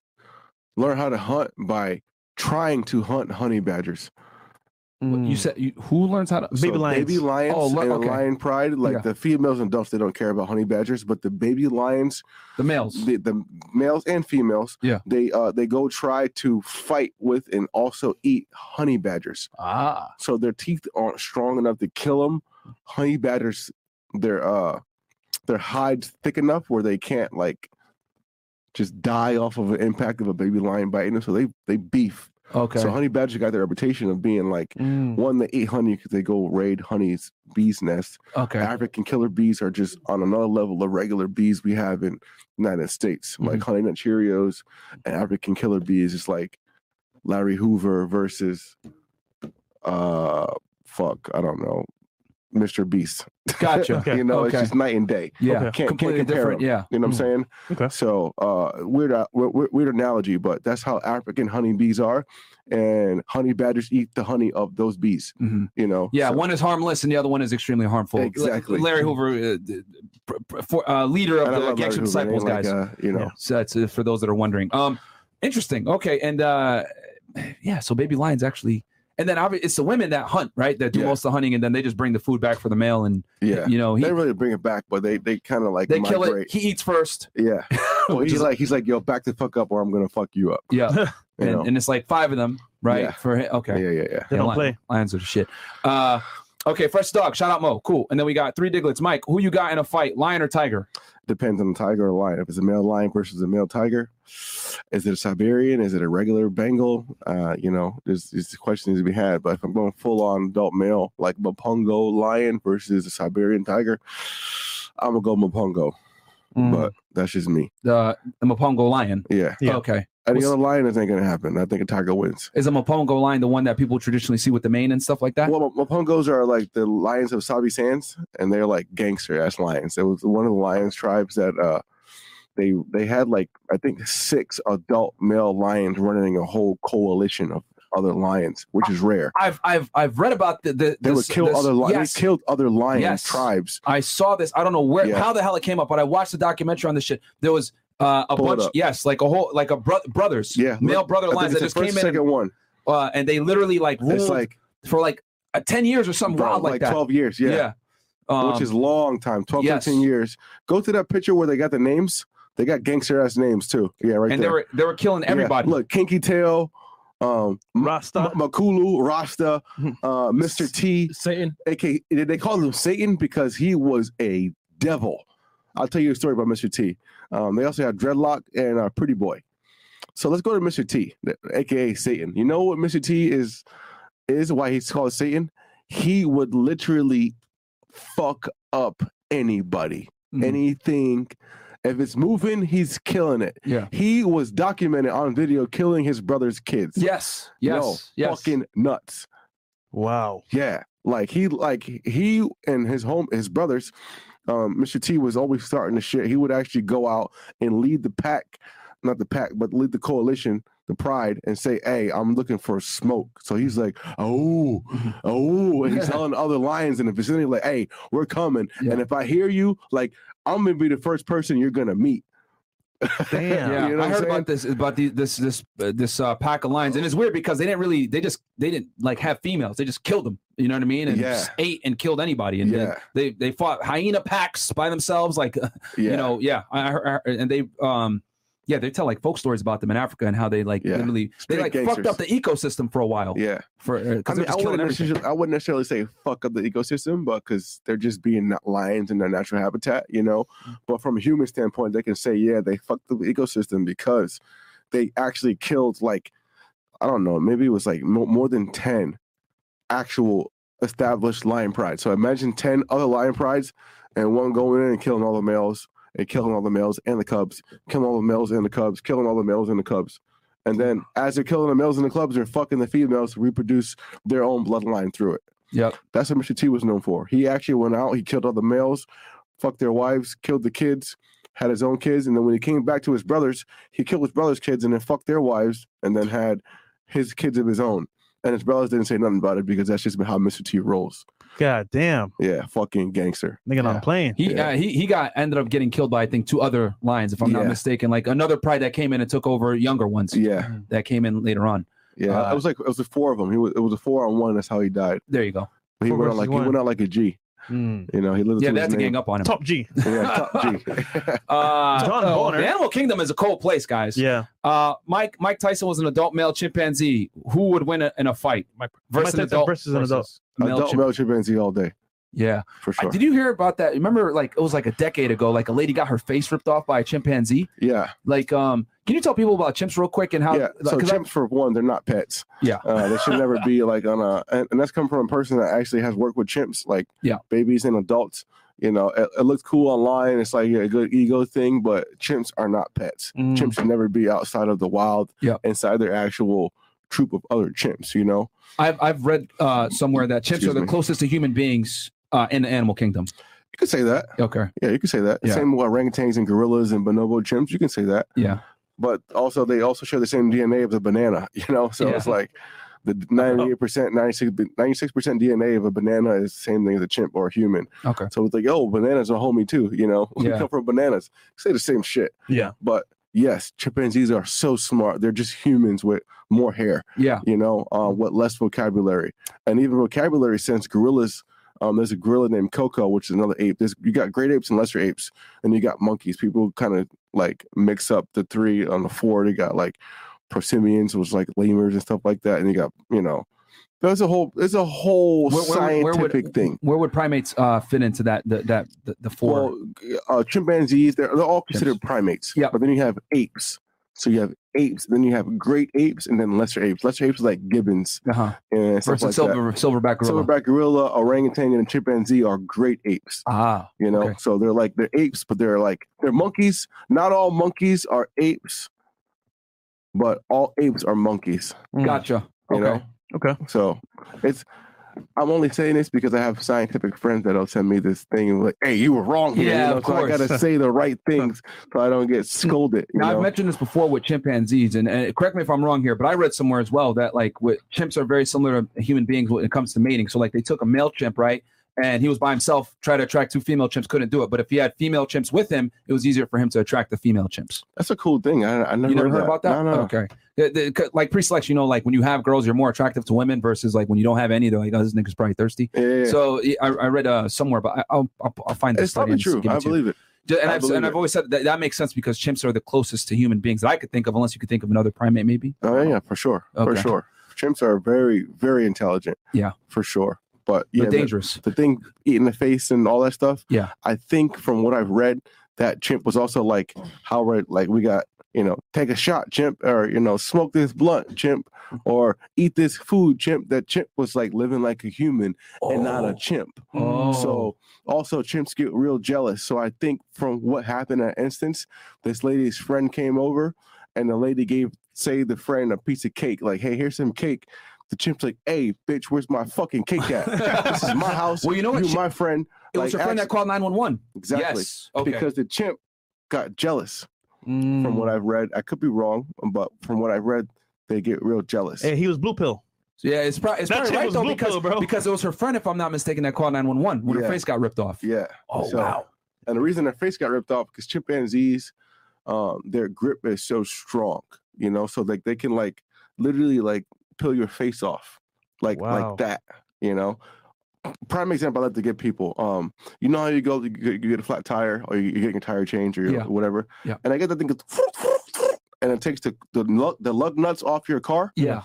Speaker 3: learn how to hunt by trying to hunt honey badgers. Mm.
Speaker 1: You said you, who learns how to?
Speaker 2: Baby lions.
Speaker 3: Baby lions
Speaker 1: Oh,
Speaker 3: oh,
Speaker 1: li- okay.
Speaker 3: lion pride, like
Speaker 1: Yeah.
Speaker 3: the females and adults, they don't care about honey badgers, but the baby lions
Speaker 1: The males.
Speaker 3: the, the males and females
Speaker 1: Yeah.
Speaker 3: they uh they go try to fight with and also eat honey badgers
Speaker 1: Ah,
Speaker 3: so their teeth aren't strong enough to kill them honey badgers their uh their hides thick enough where they can't like just die off of an impact of a baby lion biting them so they they beef
Speaker 1: okay. Mm.
Speaker 3: so honey badgers got the reputation of being like one they eat honey because they go raid honey's bees nest
Speaker 1: okay.
Speaker 3: <laughs> African killer bees are just
Speaker 1: Mm-hmm.
Speaker 3: on another level of regular bees we have in United States,
Speaker 1: Mm-hmm.
Speaker 3: like Honey Nut Cheerios and African killer bees. It's like Larry Hoover versus uh fuck, I don't know, Mr. Beast.
Speaker 1: Gotcha.
Speaker 2: Okay.
Speaker 3: <laughs> you know,
Speaker 1: Okay.
Speaker 3: it's just night and day.
Speaker 1: Yeah.
Speaker 2: Okay.
Speaker 3: Can't,
Speaker 1: Completely
Speaker 3: can't compare
Speaker 1: different. Mm-hmm.
Speaker 3: 'em.
Speaker 1: Yeah.
Speaker 3: You know what I'm saying?
Speaker 2: Okay.
Speaker 3: So uh, weird, uh, weird, weird analogy, but that's how African honey bees are, and honey badgers eat the honey of those bees.
Speaker 1: Mhm.
Speaker 3: You know,
Speaker 1: Yeah,
Speaker 3: So-
Speaker 1: one is harmless and the other one is extremely harmful. L-
Speaker 3: Exactly.
Speaker 1: Larry Hoover, uh, d- pr- pr- for, uh, leader
Speaker 3: and I
Speaker 1: of the
Speaker 3: love Larry
Speaker 1: Gangster
Speaker 3: Hoover, it ain't
Speaker 1: Disciples,
Speaker 3: like,
Speaker 1: guys.
Speaker 3: uh, you know,
Speaker 2: Yeah.
Speaker 1: So that's uh, for those that are wondering. Um, interesting. Okay, and uh, yeah, so baby lions actually, and then obvi- it's the women that hunt, right? That do
Speaker 3: Yeah.
Speaker 1: most of the hunting, and then they just bring the food back for the male, and
Speaker 3: yeah.
Speaker 1: you know
Speaker 3: They
Speaker 1: he,
Speaker 3: they really bring it back, but they they kind of like
Speaker 1: they
Speaker 3: migrate.
Speaker 1: kill it. He eats first.
Speaker 3: Yeah, <laughs>
Speaker 1: <laughs>
Speaker 3: well,
Speaker 1: which
Speaker 3: he's
Speaker 1: is-
Speaker 3: like he's like yo, back the fuck up, or I'm gonna fuck you up.
Speaker 1: yeah,
Speaker 3: You know?
Speaker 1: and, and it's like five of them, right?
Speaker 3: Yeah.
Speaker 1: For him. okay,
Speaker 3: yeah, yeah, yeah.
Speaker 2: They don't
Speaker 1: lion-
Speaker 2: play.
Speaker 1: Lions are the shit. Uh, okay, fresh dog. Shout out Mo. Cool. And then we got three diglets. Mike, who you got in a fight, lion or tiger?
Speaker 3: Depends on the tiger or lion. If it's a male lion versus a male tiger, is it a Siberian? Is it a regular Bengal? Uh, you know, there's these questions to be had. But if I'm going full on adult male, like Mapungo lion versus a Siberian tiger, I'm gonna go Mapungo.
Speaker 1: Mm.
Speaker 2: Mm.
Speaker 3: But that's just me.
Speaker 1: The the Mapongo lion.
Speaker 3: Yeah,
Speaker 2: Yeah.
Speaker 1: Okay.
Speaker 3: any
Speaker 1: Well,
Speaker 3: other lion is ain't gonna happen. I think a tiger wins.
Speaker 1: Is a Mapongo lion the one that people traditionally see with the mane and stuff like that?
Speaker 3: Well, Ma- Mapungos are like the lions of Sabi Sands, and they're like gangster ass lions. It was one of the lions tribes that uh, they they had like I think six adult male lions running a whole coalition of other lions, which is rare.
Speaker 1: I've I've I've read about the, the
Speaker 3: They
Speaker 1: this-
Speaker 3: would kill
Speaker 1: this-
Speaker 3: other lions.
Speaker 1: Yes,
Speaker 3: They killed other lion
Speaker 1: Yes.
Speaker 3: tribes.
Speaker 1: I saw this. I don't know where
Speaker 3: Yeah.
Speaker 1: how the hell it came up, but I watched the documentary on this shit. There was uh, a
Speaker 3: Pull it
Speaker 1: bunch,
Speaker 3: up.
Speaker 1: yes, like a whole like a bro- brothers,
Speaker 3: Yeah,
Speaker 1: male
Speaker 3: look,
Speaker 1: brother
Speaker 3: I think
Speaker 1: lions that
Speaker 3: it's the
Speaker 1: just came
Speaker 3: first,
Speaker 1: in
Speaker 3: second
Speaker 1: and,
Speaker 3: one.
Speaker 1: uh, and they literally like
Speaker 3: It's
Speaker 1: ruled
Speaker 3: like
Speaker 1: for like uh, ten years or something
Speaker 3: bro,
Speaker 1: wild like,
Speaker 3: like
Speaker 1: that.
Speaker 3: twelve years. Yeah,
Speaker 1: Um,
Speaker 3: which is long time 12
Speaker 1: yes.
Speaker 3: 13 years go to that picture where they got the names they got gangster ass names too yeah right
Speaker 1: and
Speaker 3: there
Speaker 1: they were they were killing
Speaker 3: Yeah,
Speaker 1: everybody.
Speaker 3: look kinky tail um
Speaker 2: Rasta.
Speaker 3: M- Makulu, Rasta,
Speaker 2: Mhm.
Speaker 3: uh, Mr. T,
Speaker 4: <laughs> Satan.
Speaker 3: aka did they call him Satan because he was a devil. I'll tell you a story about Mr. T. Um, they also had Dreadlock and uh, Pretty Boy. So let's go to Mr. T, th- aka Satan. You know what Mr. T is is why he's called Satan? He would literally fuck up anybody,
Speaker 1: Mhm.
Speaker 3: anything. If it's moving, he's killing it.
Speaker 1: Yeah.
Speaker 3: He was documented on video killing his brother's kids.
Speaker 1: Yes. Yes.
Speaker 3: Yo,
Speaker 1: yes.
Speaker 3: fucking nuts.
Speaker 2: Wow.
Speaker 3: Yeah, like he, like he and his home, his brothers, um, Mr. T was always starting the shit. He would actually go out and lead the pack, not the pack, but lead the coalition, the pride, and say, "Hey, I'm looking for smoke." So he's like, "Oh,
Speaker 1: <laughs>
Speaker 3: oh," and he's telling other lions in the vicinity, like, "Hey, we're coming."
Speaker 1: Yeah.
Speaker 3: And if I hear you, like, I'm gonna be the first person you're gonna meet.
Speaker 2: Damn.
Speaker 1: <laughs> Yeah,
Speaker 3: You know
Speaker 1: I
Speaker 3: what I'm
Speaker 1: heard
Speaker 3: saying?
Speaker 1: about this about the, this this uh, this uh, pack of lions, and it's weird because they didn't really they just they didn't like have females. They just killed them. You know what I mean? And
Speaker 3: Yeah.
Speaker 1: just ate and killed anybody. And then
Speaker 3: Yeah.
Speaker 1: they they fought hyena packs by themselves. Like <laughs> uh,
Speaker 3: Yeah.
Speaker 1: you know, yeah. I, I, I- and they um yeah they tell like folk stories about them in Africa and how they like
Speaker 3: Yeah.
Speaker 1: literally they
Speaker 3: Straight
Speaker 1: like fucked
Speaker 3: gangsters.
Speaker 1: up the ecosystem for a while.
Speaker 3: yeah.
Speaker 1: For because they're
Speaker 3: I mean,
Speaker 1: just killing
Speaker 3: I wouldn't,
Speaker 1: everything.
Speaker 3: necessarily, I wouldn't necessarily say fuck up the ecosystem, but because they're just being not lions in their natural habitat, you know.
Speaker 1: Mm.
Speaker 3: But from a human standpoint, they can say, yeah, they fucked up the ecosystem because they actually killed like I don't know, maybe it was like mo- more than ten actual established lion prides. So imagine ten other lion prides and one going in and killing all the males and killing all the males and the cubs, killing all the males and the cubs, killing all the males and the cubs. And then, as they're killing the males and the cubs, they're fucking the females to reproduce their own bloodline through it.
Speaker 1: Yep.
Speaker 3: That's what Mr. T was known for. He actually went out, he killed all the males, fucked their wives, killed the kids, had his own kids, and then when he came back to his brothers, he killed his brothers' kids and then fucked their wives and then had his kids of his own. And his brothers didn't say nothing about it because that's just how Mr. T rolls.
Speaker 2: God damn,
Speaker 3: Yeah, fucking gangster.
Speaker 2: nigga,
Speaker 1: Yeah.
Speaker 2: not playing.
Speaker 1: He
Speaker 3: Yeah.
Speaker 1: uh, he he got ended up getting killed by I think two other lions, if I'm not
Speaker 3: Yeah.
Speaker 1: mistaken. Like another pride that came in and took over younger ones
Speaker 3: Yeah,
Speaker 1: that came in later on.
Speaker 3: yeah.
Speaker 1: Uh,
Speaker 3: it was like it was the four of them. He was it was a four on one. That's how he died.
Speaker 1: There you go.
Speaker 3: He
Speaker 2: Four
Speaker 3: went out
Speaker 2: versus
Speaker 3: like he
Speaker 2: one.
Speaker 3: went out like a G.
Speaker 2: Mm.
Speaker 3: You know, he lived.
Speaker 1: Yeah,
Speaker 3: to
Speaker 1: they had to
Speaker 3: his
Speaker 1: gang
Speaker 3: name.
Speaker 1: up on him.
Speaker 2: Top G.
Speaker 3: Yeah,
Speaker 1: <laughs>
Speaker 3: top G. <laughs>
Speaker 1: Uh,
Speaker 2: John
Speaker 1: oh,
Speaker 2: Bonner.
Speaker 1: the animal kingdom is a cold place, guys.
Speaker 2: Yeah,
Speaker 1: Uh, Mike Mike Tyson was an adult male chimpanzee. Who would win a, in a fight?
Speaker 4: Mike-
Speaker 1: versus an
Speaker 2: Mike Tyson
Speaker 1: adult.
Speaker 2: versus an adult.
Speaker 1: Male
Speaker 3: Adult
Speaker 1: chim-
Speaker 3: male chimpanzee all day
Speaker 1: yeah.
Speaker 3: for
Speaker 1: Uh,
Speaker 3: sure.
Speaker 1: Did you hear about that? Remember, like it was like a decade ago. Like a lady got her face ripped off by a chimpanzee.
Speaker 3: Yeah,
Speaker 1: Like, um, can you tell people about chimps real quick and how?
Speaker 3: yeah. So
Speaker 1: 'cause I-
Speaker 3: chimps, for one, they're not pets.
Speaker 1: Yeah.
Speaker 3: uh, they should never be like on a. And, and that's come from a person that actually has worked with chimps, like
Speaker 1: Yeah.
Speaker 3: babies and adults. You know, it, it looks cool online. It's like a good ego thing, but chimps are not pets.
Speaker 2: Mm.
Speaker 3: Chimps should never be outside of the wild,
Speaker 1: Yeah.
Speaker 3: inside their actual troop of other chimps. You know,
Speaker 1: I've I've read uh, somewhere that chimps
Speaker 3: Excuse
Speaker 1: are the
Speaker 3: me.
Speaker 1: closest to human beings uh, in the animal kingdom.
Speaker 3: you could say that.
Speaker 1: Okay.
Speaker 3: Yeah, you could say that.
Speaker 1: Yeah.
Speaker 3: Same with orangutans and gorillas and bonobo chimps. You can say that.
Speaker 1: Yeah.
Speaker 3: but also they also share the same DNA of the banana, <laughs> you know? So it's
Speaker 1: Yeah.
Speaker 3: like the 98%, 96%, 96% DNA of a banana is the same thing as a chimp or a human.
Speaker 1: Okay.
Speaker 3: So it's like, oh, bananas are homie too, you know? <laughs> We
Speaker 1: Yeah.
Speaker 3: come from bananas. Say the same shit.
Speaker 2: Yeah.
Speaker 3: But yes, chimpanzees are so smart. They're just humans with more hair,
Speaker 1: Yeah.
Speaker 3: you know, uh,
Speaker 1: Mm-hmm.
Speaker 3: with less vocabulary. And even vocabulary sense, gorillas. Um, there's a gorilla named Coco, which is another ape. There's you got great apes and lesser apes, and you got monkeys. People kind of like mix up the three on the four. They got like prosimians, which is like lemurs and stuff like that, and you got you know, there's a whole there's a whole scientific
Speaker 1: would,
Speaker 3: thing.
Speaker 1: Where would primates uh, fit into that? The, that the, the four.
Speaker 3: Well, g- uh, chimpanzees they're, they're all considered primates.
Speaker 1: Yeah.
Speaker 3: but then you have apes. So you have apes, then you have great apes, and then lesser apes. Lesser apes are like gibbons
Speaker 1: uh-huh.
Speaker 3: and stuff
Speaker 1: Versus
Speaker 3: like that.
Speaker 1: silver silverback gorilla.
Speaker 3: Silverback gorilla, orangutan, and chimpanzee are great apes.
Speaker 1: Ah.
Speaker 3: You know,
Speaker 1: Okay.
Speaker 3: so they're like they're apes, but they're like they're monkeys. Not all monkeys are apes, but all apes are monkeys.
Speaker 2: Mm.
Speaker 1: Gotcha.
Speaker 3: hmm. You
Speaker 1: Okay.
Speaker 3: know,
Speaker 2: Okay.
Speaker 3: so it's. I'm only saying this because I have scientific friends that'll send me this thing and like, "Hey, you were wrong here." you
Speaker 1: Yeah,
Speaker 3: know?
Speaker 1: of
Speaker 3: so I gotta
Speaker 1: course.
Speaker 3: say
Speaker 1: <laughs>
Speaker 3: the right things so I don't get scolded. You
Speaker 1: Now, I've
Speaker 3: know?
Speaker 1: mentioned this before with chimpanzees, and, and correct me if I'm wrong here, but I read somewhere as well that like with chimps are very similar to human beings when it comes to mating. So like they took a male chimp, right, and he was by himself, tried to attract two female chimps, couldn't do it. But if he had female chimps with him, it was easier for him to attract the female chimps.
Speaker 3: That's a cool thing. I, I never,
Speaker 1: you never heard
Speaker 3: that.
Speaker 1: about that?
Speaker 3: No, no.
Speaker 1: Okay. The- the- 'cause, like pre-selection, you know, like when you have girls, you're more attractive to women versus like when you don't have any, they're like, oh, this nigga's probably thirsty.
Speaker 3: Yeah, yeah, yeah.
Speaker 1: So I, I read uh, somewhere, but I, I'll, I'll, I'll find this
Speaker 3: it's probably true. I believe it.
Speaker 1: Ju- and
Speaker 3: I
Speaker 1: I've,
Speaker 3: believe
Speaker 1: and
Speaker 3: it.
Speaker 1: I've always said that that makes sense because chimps are the closest to human beings that I could think of, unless you could think of another primate, maybe.
Speaker 3: Oh yeah, for sure, for
Speaker 1: Okay.
Speaker 3: sure. Chimps are very, very intelligent.
Speaker 1: Yeah.
Speaker 3: for sure. But yeah,
Speaker 1: They're
Speaker 3: the-
Speaker 1: dangerous.
Speaker 3: the thing eating the face and all that stuff.
Speaker 1: Yeah.
Speaker 3: I think from what I've read, that chimp was also like, how right, like we got, you know, take a shot, chimp, or you know, smoke this blunt, chimp,
Speaker 1: Mm-hmm.
Speaker 3: or eat this food, chimp. That chimp was like living like a human and not a chimp.
Speaker 1: Oh.
Speaker 3: So also chimps get real jealous. So I think from what happened at instance, this lady's friend came over and the lady gave say the friend a piece of cake, like, hey, here's some cake. The chimp's like, hey, bitch, where's my fucking cake
Speaker 1: <laughs>
Speaker 3: at? this is my house.
Speaker 1: Well, you know what?
Speaker 3: You
Speaker 1: Chi-
Speaker 3: my friend.
Speaker 1: it was
Speaker 3: like,
Speaker 1: your friend
Speaker 3: ask-
Speaker 1: that called nine one one.
Speaker 3: Exactly.
Speaker 1: Yes. Okay.
Speaker 3: Because the chimp got jealous
Speaker 2: Mm.
Speaker 1: Mm.
Speaker 3: from what I've read. I could be wrong, but from what I've read, they get real jealous.
Speaker 2: Hey, he was blue pill.
Speaker 1: yeah, it's, pro- it's
Speaker 2: That
Speaker 1: probably
Speaker 2: shit
Speaker 1: right
Speaker 2: was
Speaker 1: though
Speaker 2: blue
Speaker 1: because,
Speaker 2: pill, bro.
Speaker 1: because it was her friend, if I'm not mistaken, that called nine one one when
Speaker 3: Yeah.
Speaker 1: her face got ripped off.
Speaker 3: Yeah.
Speaker 1: Oh
Speaker 3: So-
Speaker 1: wow.
Speaker 3: And the reason their face got ripped off because chimpanzees, um, their grip is so strong, you know, so like they can like literally like peel your face off, like
Speaker 2: Wow.
Speaker 3: like that, you know. Prime example I like to give people. Um, you know how you go, you get, you get a flat tire, or you- you're getting your tire change, or your-
Speaker 1: Yeah.
Speaker 3: whatever.
Speaker 1: Yeah.
Speaker 3: And I get that thing, goes and it takes the the, nut- the lug nuts off your car.
Speaker 1: Yeah.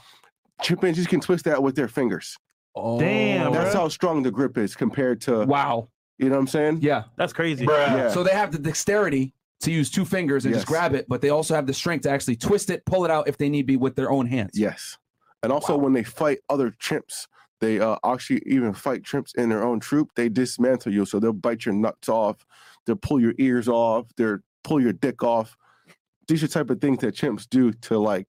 Speaker 3: Chimpanzees can twist that with their fingers.
Speaker 1: Oh.
Speaker 2: Damn,
Speaker 3: That's
Speaker 2: bruh.
Speaker 3: how strong the grip is compared to
Speaker 1: Wow.
Speaker 3: you know what I'm saying.
Speaker 1: Yeah.
Speaker 2: That's crazy.
Speaker 3: Uh, Yeah.
Speaker 1: So they have the dexterity to use two fingers and just
Speaker 3: Yes.
Speaker 1: grab it, but they also have the strength to actually twist it, pull it out if they need be with their own hands.
Speaker 3: Yes. And also when they fight other chimps, they uh, actually even fight chimps in their own troop. They dismantle you, so they'll bite your nuts off, they'll pull your ears off, they'll pull your dick off. These are type of things that chimps do to like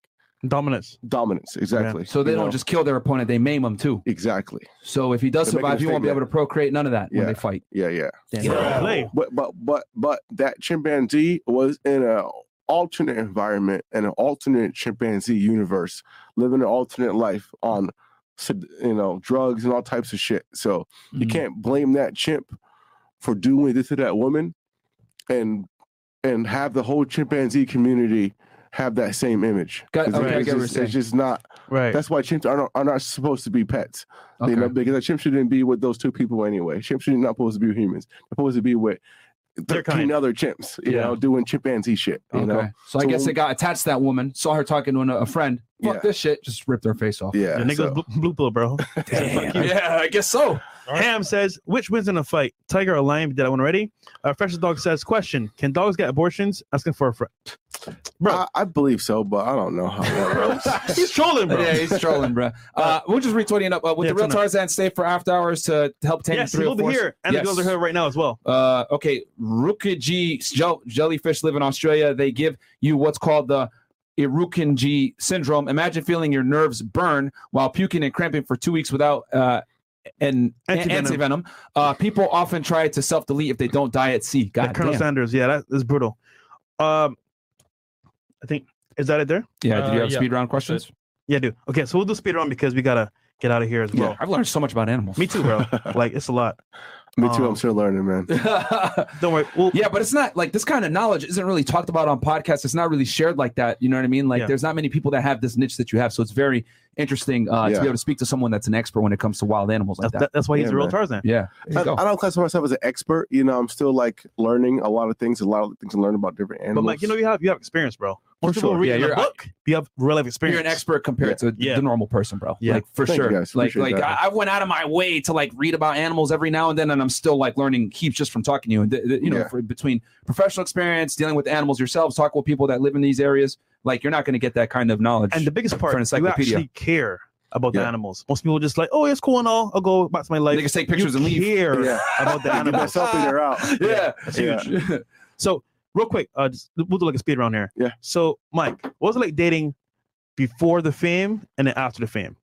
Speaker 2: Dominance.
Speaker 3: Dominance, exactly.
Speaker 1: So they
Speaker 3: you
Speaker 1: don't
Speaker 3: know?
Speaker 1: just kill their opponent; they maim them too.
Speaker 3: exactly.
Speaker 1: So if he does
Speaker 3: They're making a
Speaker 1: survive, he won't be able
Speaker 3: statement.
Speaker 1: to procreate. None of that when
Speaker 3: Yeah.
Speaker 1: they fight.
Speaker 3: Yeah, yeah.
Speaker 2: Play.
Speaker 3: But but but but that chimpanzee was in a alternate environment and an alternate chimpanzee universe, living an alternate life on, sed- you know, drugs and all types of shit. So you
Speaker 1: Mhm.
Speaker 3: can't blame that chimp for doing this to that woman, and and have the whole chimpanzee community have that same image.
Speaker 1: Got-
Speaker 3: 'Cause
Speaker 1: okay, I
Speaker 3: it's,
Speaker 1: get what you're
Speaker 3: just,
Speaker 1: saying.
Speaker 3: it's just not.
Speaker 2: Right.
Speaker 3: That's why chimps are not, are not supposed to be pets.
Speaker 1: Okay.
Speaker 3: You know, because a chimp shouldn't be with those two people anyway. Chimps should not supposed to be with humans. They're supposed to be with
Speaker 2: Their kind.
Speaker 3: thirteen other chimps. You
Speaker 2: Yeah.
Speaker 3: know, doing chimpanzee shit. You
Speaker 1: okay.
Speaker 3: know,
Speaker 1: So I
Speaker 3: So
Speaker 1: guess
Speaker 3: when-
Speaker 1: it got attached to that woman. Saw her talking to an- a friend. Fuck
Speaker 3: Yeah.
Speaker 1: this shit. Just ripped her face off.
Speaker 3: yeah.
Speaker 2: the nigga's
Speaker 3: so-
Speaker 2: blue, blue pill, bro. <laughs>
Speaker 1: Damn.
Speaker 4: uh,
Speaker 1: Yeah, I guess so.
Speaker 2: Ham says, which wins in a fight, tiger or lion? We did that one already. Uh, Fresh dog says, question: Can dogs get abortions? Asking for a friend. Bro.
Speaker 3: I, I believe so, but I don't know how
Speaker 1: <laughs>
Speaker 3: that works.
Speaker 2: He's trolling, bro.
Speaker 1: Yeah, he's trolling, bro. Uh, we'll just retweet it up uh, with
Speaker 2: Yeah,
Speaker 1: the real
Speaker 2: turn
Speaker 1: Tarzan. Stay for after hours to to help tame
Speaker 2: yes,
Speaker 1: the three
Speaker 2: he's over here, and
Speaker 1: Yes.
Speaker 2: the girls are here right now as well.
Speaker 1: Uh, okay, Rukiji jell- jellyfish live in Australia. They give you what's called the Irukandji syndrome. Imagine feeling your nerves burn while puking and cramping for two weeks without uh, an
Speaker 2: Antivenom.
Speaker 1: antivenom. venom Uh, people often try to self delete if they don't die at sea.
Speaker 2: Yeah,
Speaker 1: God
Speaker 2: Colonel
Speaker 1: damn.
Speaker 2: Sanders. Yeah, that is brutal. Um, I think is that it there?
Speaker 1: Yeah, did you
Speaker 4: Uh,
Speaker 1: have
Speaker 4: yeah.
Speaker 1: speed round questions?
Speaker 2: Yeah, dude. Okay, so we'll do speed round because we gotta get out of here as well.
Speaker 1: Bro, I've learned so much about animals.
Speaker 2: Me
Speaker 1: <laughs>
Speaker 2: too, bro. like it's a lot.
Speaker 3: Me too.
Speaker 1: Oh.
Speaker 2: Um,
Speaker 3: I'm still learning, man.
Speaker 1: <laughs>
Speaker 2: Don't worry. Well,
Speaker 1: Yeah, but it's not like this kind of knowledge isn't really talked about on podcasts. It's not really shared like that. You know what I mean? Like,
Speaker 2: Yeah.
Speaker 1: there's not many people that have this niche that you have. So it's very interesting uh, to
Speaker 3: Yeah.
Speaker 1: be able to speak to someone that's an expert when it comes to wild animals like
Speaker 2: that's,
Speaker 1: that.
Speaker 2: that- that's why he's
Speaker 3: Yeah,
Speaker 2: a real
Speaker 3: man.
Speaker 2: Tarzan.
Speaker 1: yeah.
Speaker 3: I,
Speaker 1: There you go.
Speaker 3: I don't classify myself as an expert. You know, I'm still like learning a lot of things, a lot of things to learn about different
Speaker 2: But
Speaker 3: animals.
Speaker 2: Mike, you know you have you have experience, bro. Most people
Speaker 3: sure.
Speaker 2: read
Speaker 1: Yeah,
Speaker 2: in a
Speaker 1: you're-
Speaker 2: book. You have real life experience.
Speaker 1: You're an expert compared to
Speaker 2: Yeah.
Speaker 1: the normal person, bro.
Speaker 2: Yeah.
Speaker 1: Like for
Speaker 3: Thank you
Speaker 1: sure.
Speaker 3: guys.
Speaker 1: Like
Speaker 3: Appreciate
Speaker 1: like
Speaker 3: that.
Speaker 1: I, I went out of my way to like read about animals every now and then, and I'm still like learning heaps just from talking to you. And th- th- you know,
Speaker 3: Yeah.
Speaker 1: for, between professional experience, dealing with animals yourselves, talking with people that live in these areas, like you're not going to get that kind of knowledge.
Speaker 2: And the biggest part,
Speaker 1: an
Speaker 2: you
Speaker 1: encyclopedia.
Speaker 2: actually care about the
Speaker 3: Yeah.
Speaker 2: animals. Most people just like, oh, it's cool and all. I'll go back to my life.
Speaker 1: Niggas take
Speaker 2: You
Speaker 1: pictures and leave.
Speaker 2: Care
Speaker 3: Yeah. <laughs>
Speaker 2: about the
Speaker 3: Get that
Speaker 2: animals.
Speaker 3: selfie there
Speaker 2: <laughs>
Speaker 3: out.
Speaker 1: <laughs> yeah,
Speaker 2: That's
Speaker 3: Yeah.
Speaker 2: huge. So real quick, uh, just, we'll do like a speed round here.
Speaker 3: Yeah.
Speaker 2: So Mike, what was it like dating before the fame and then after the fame?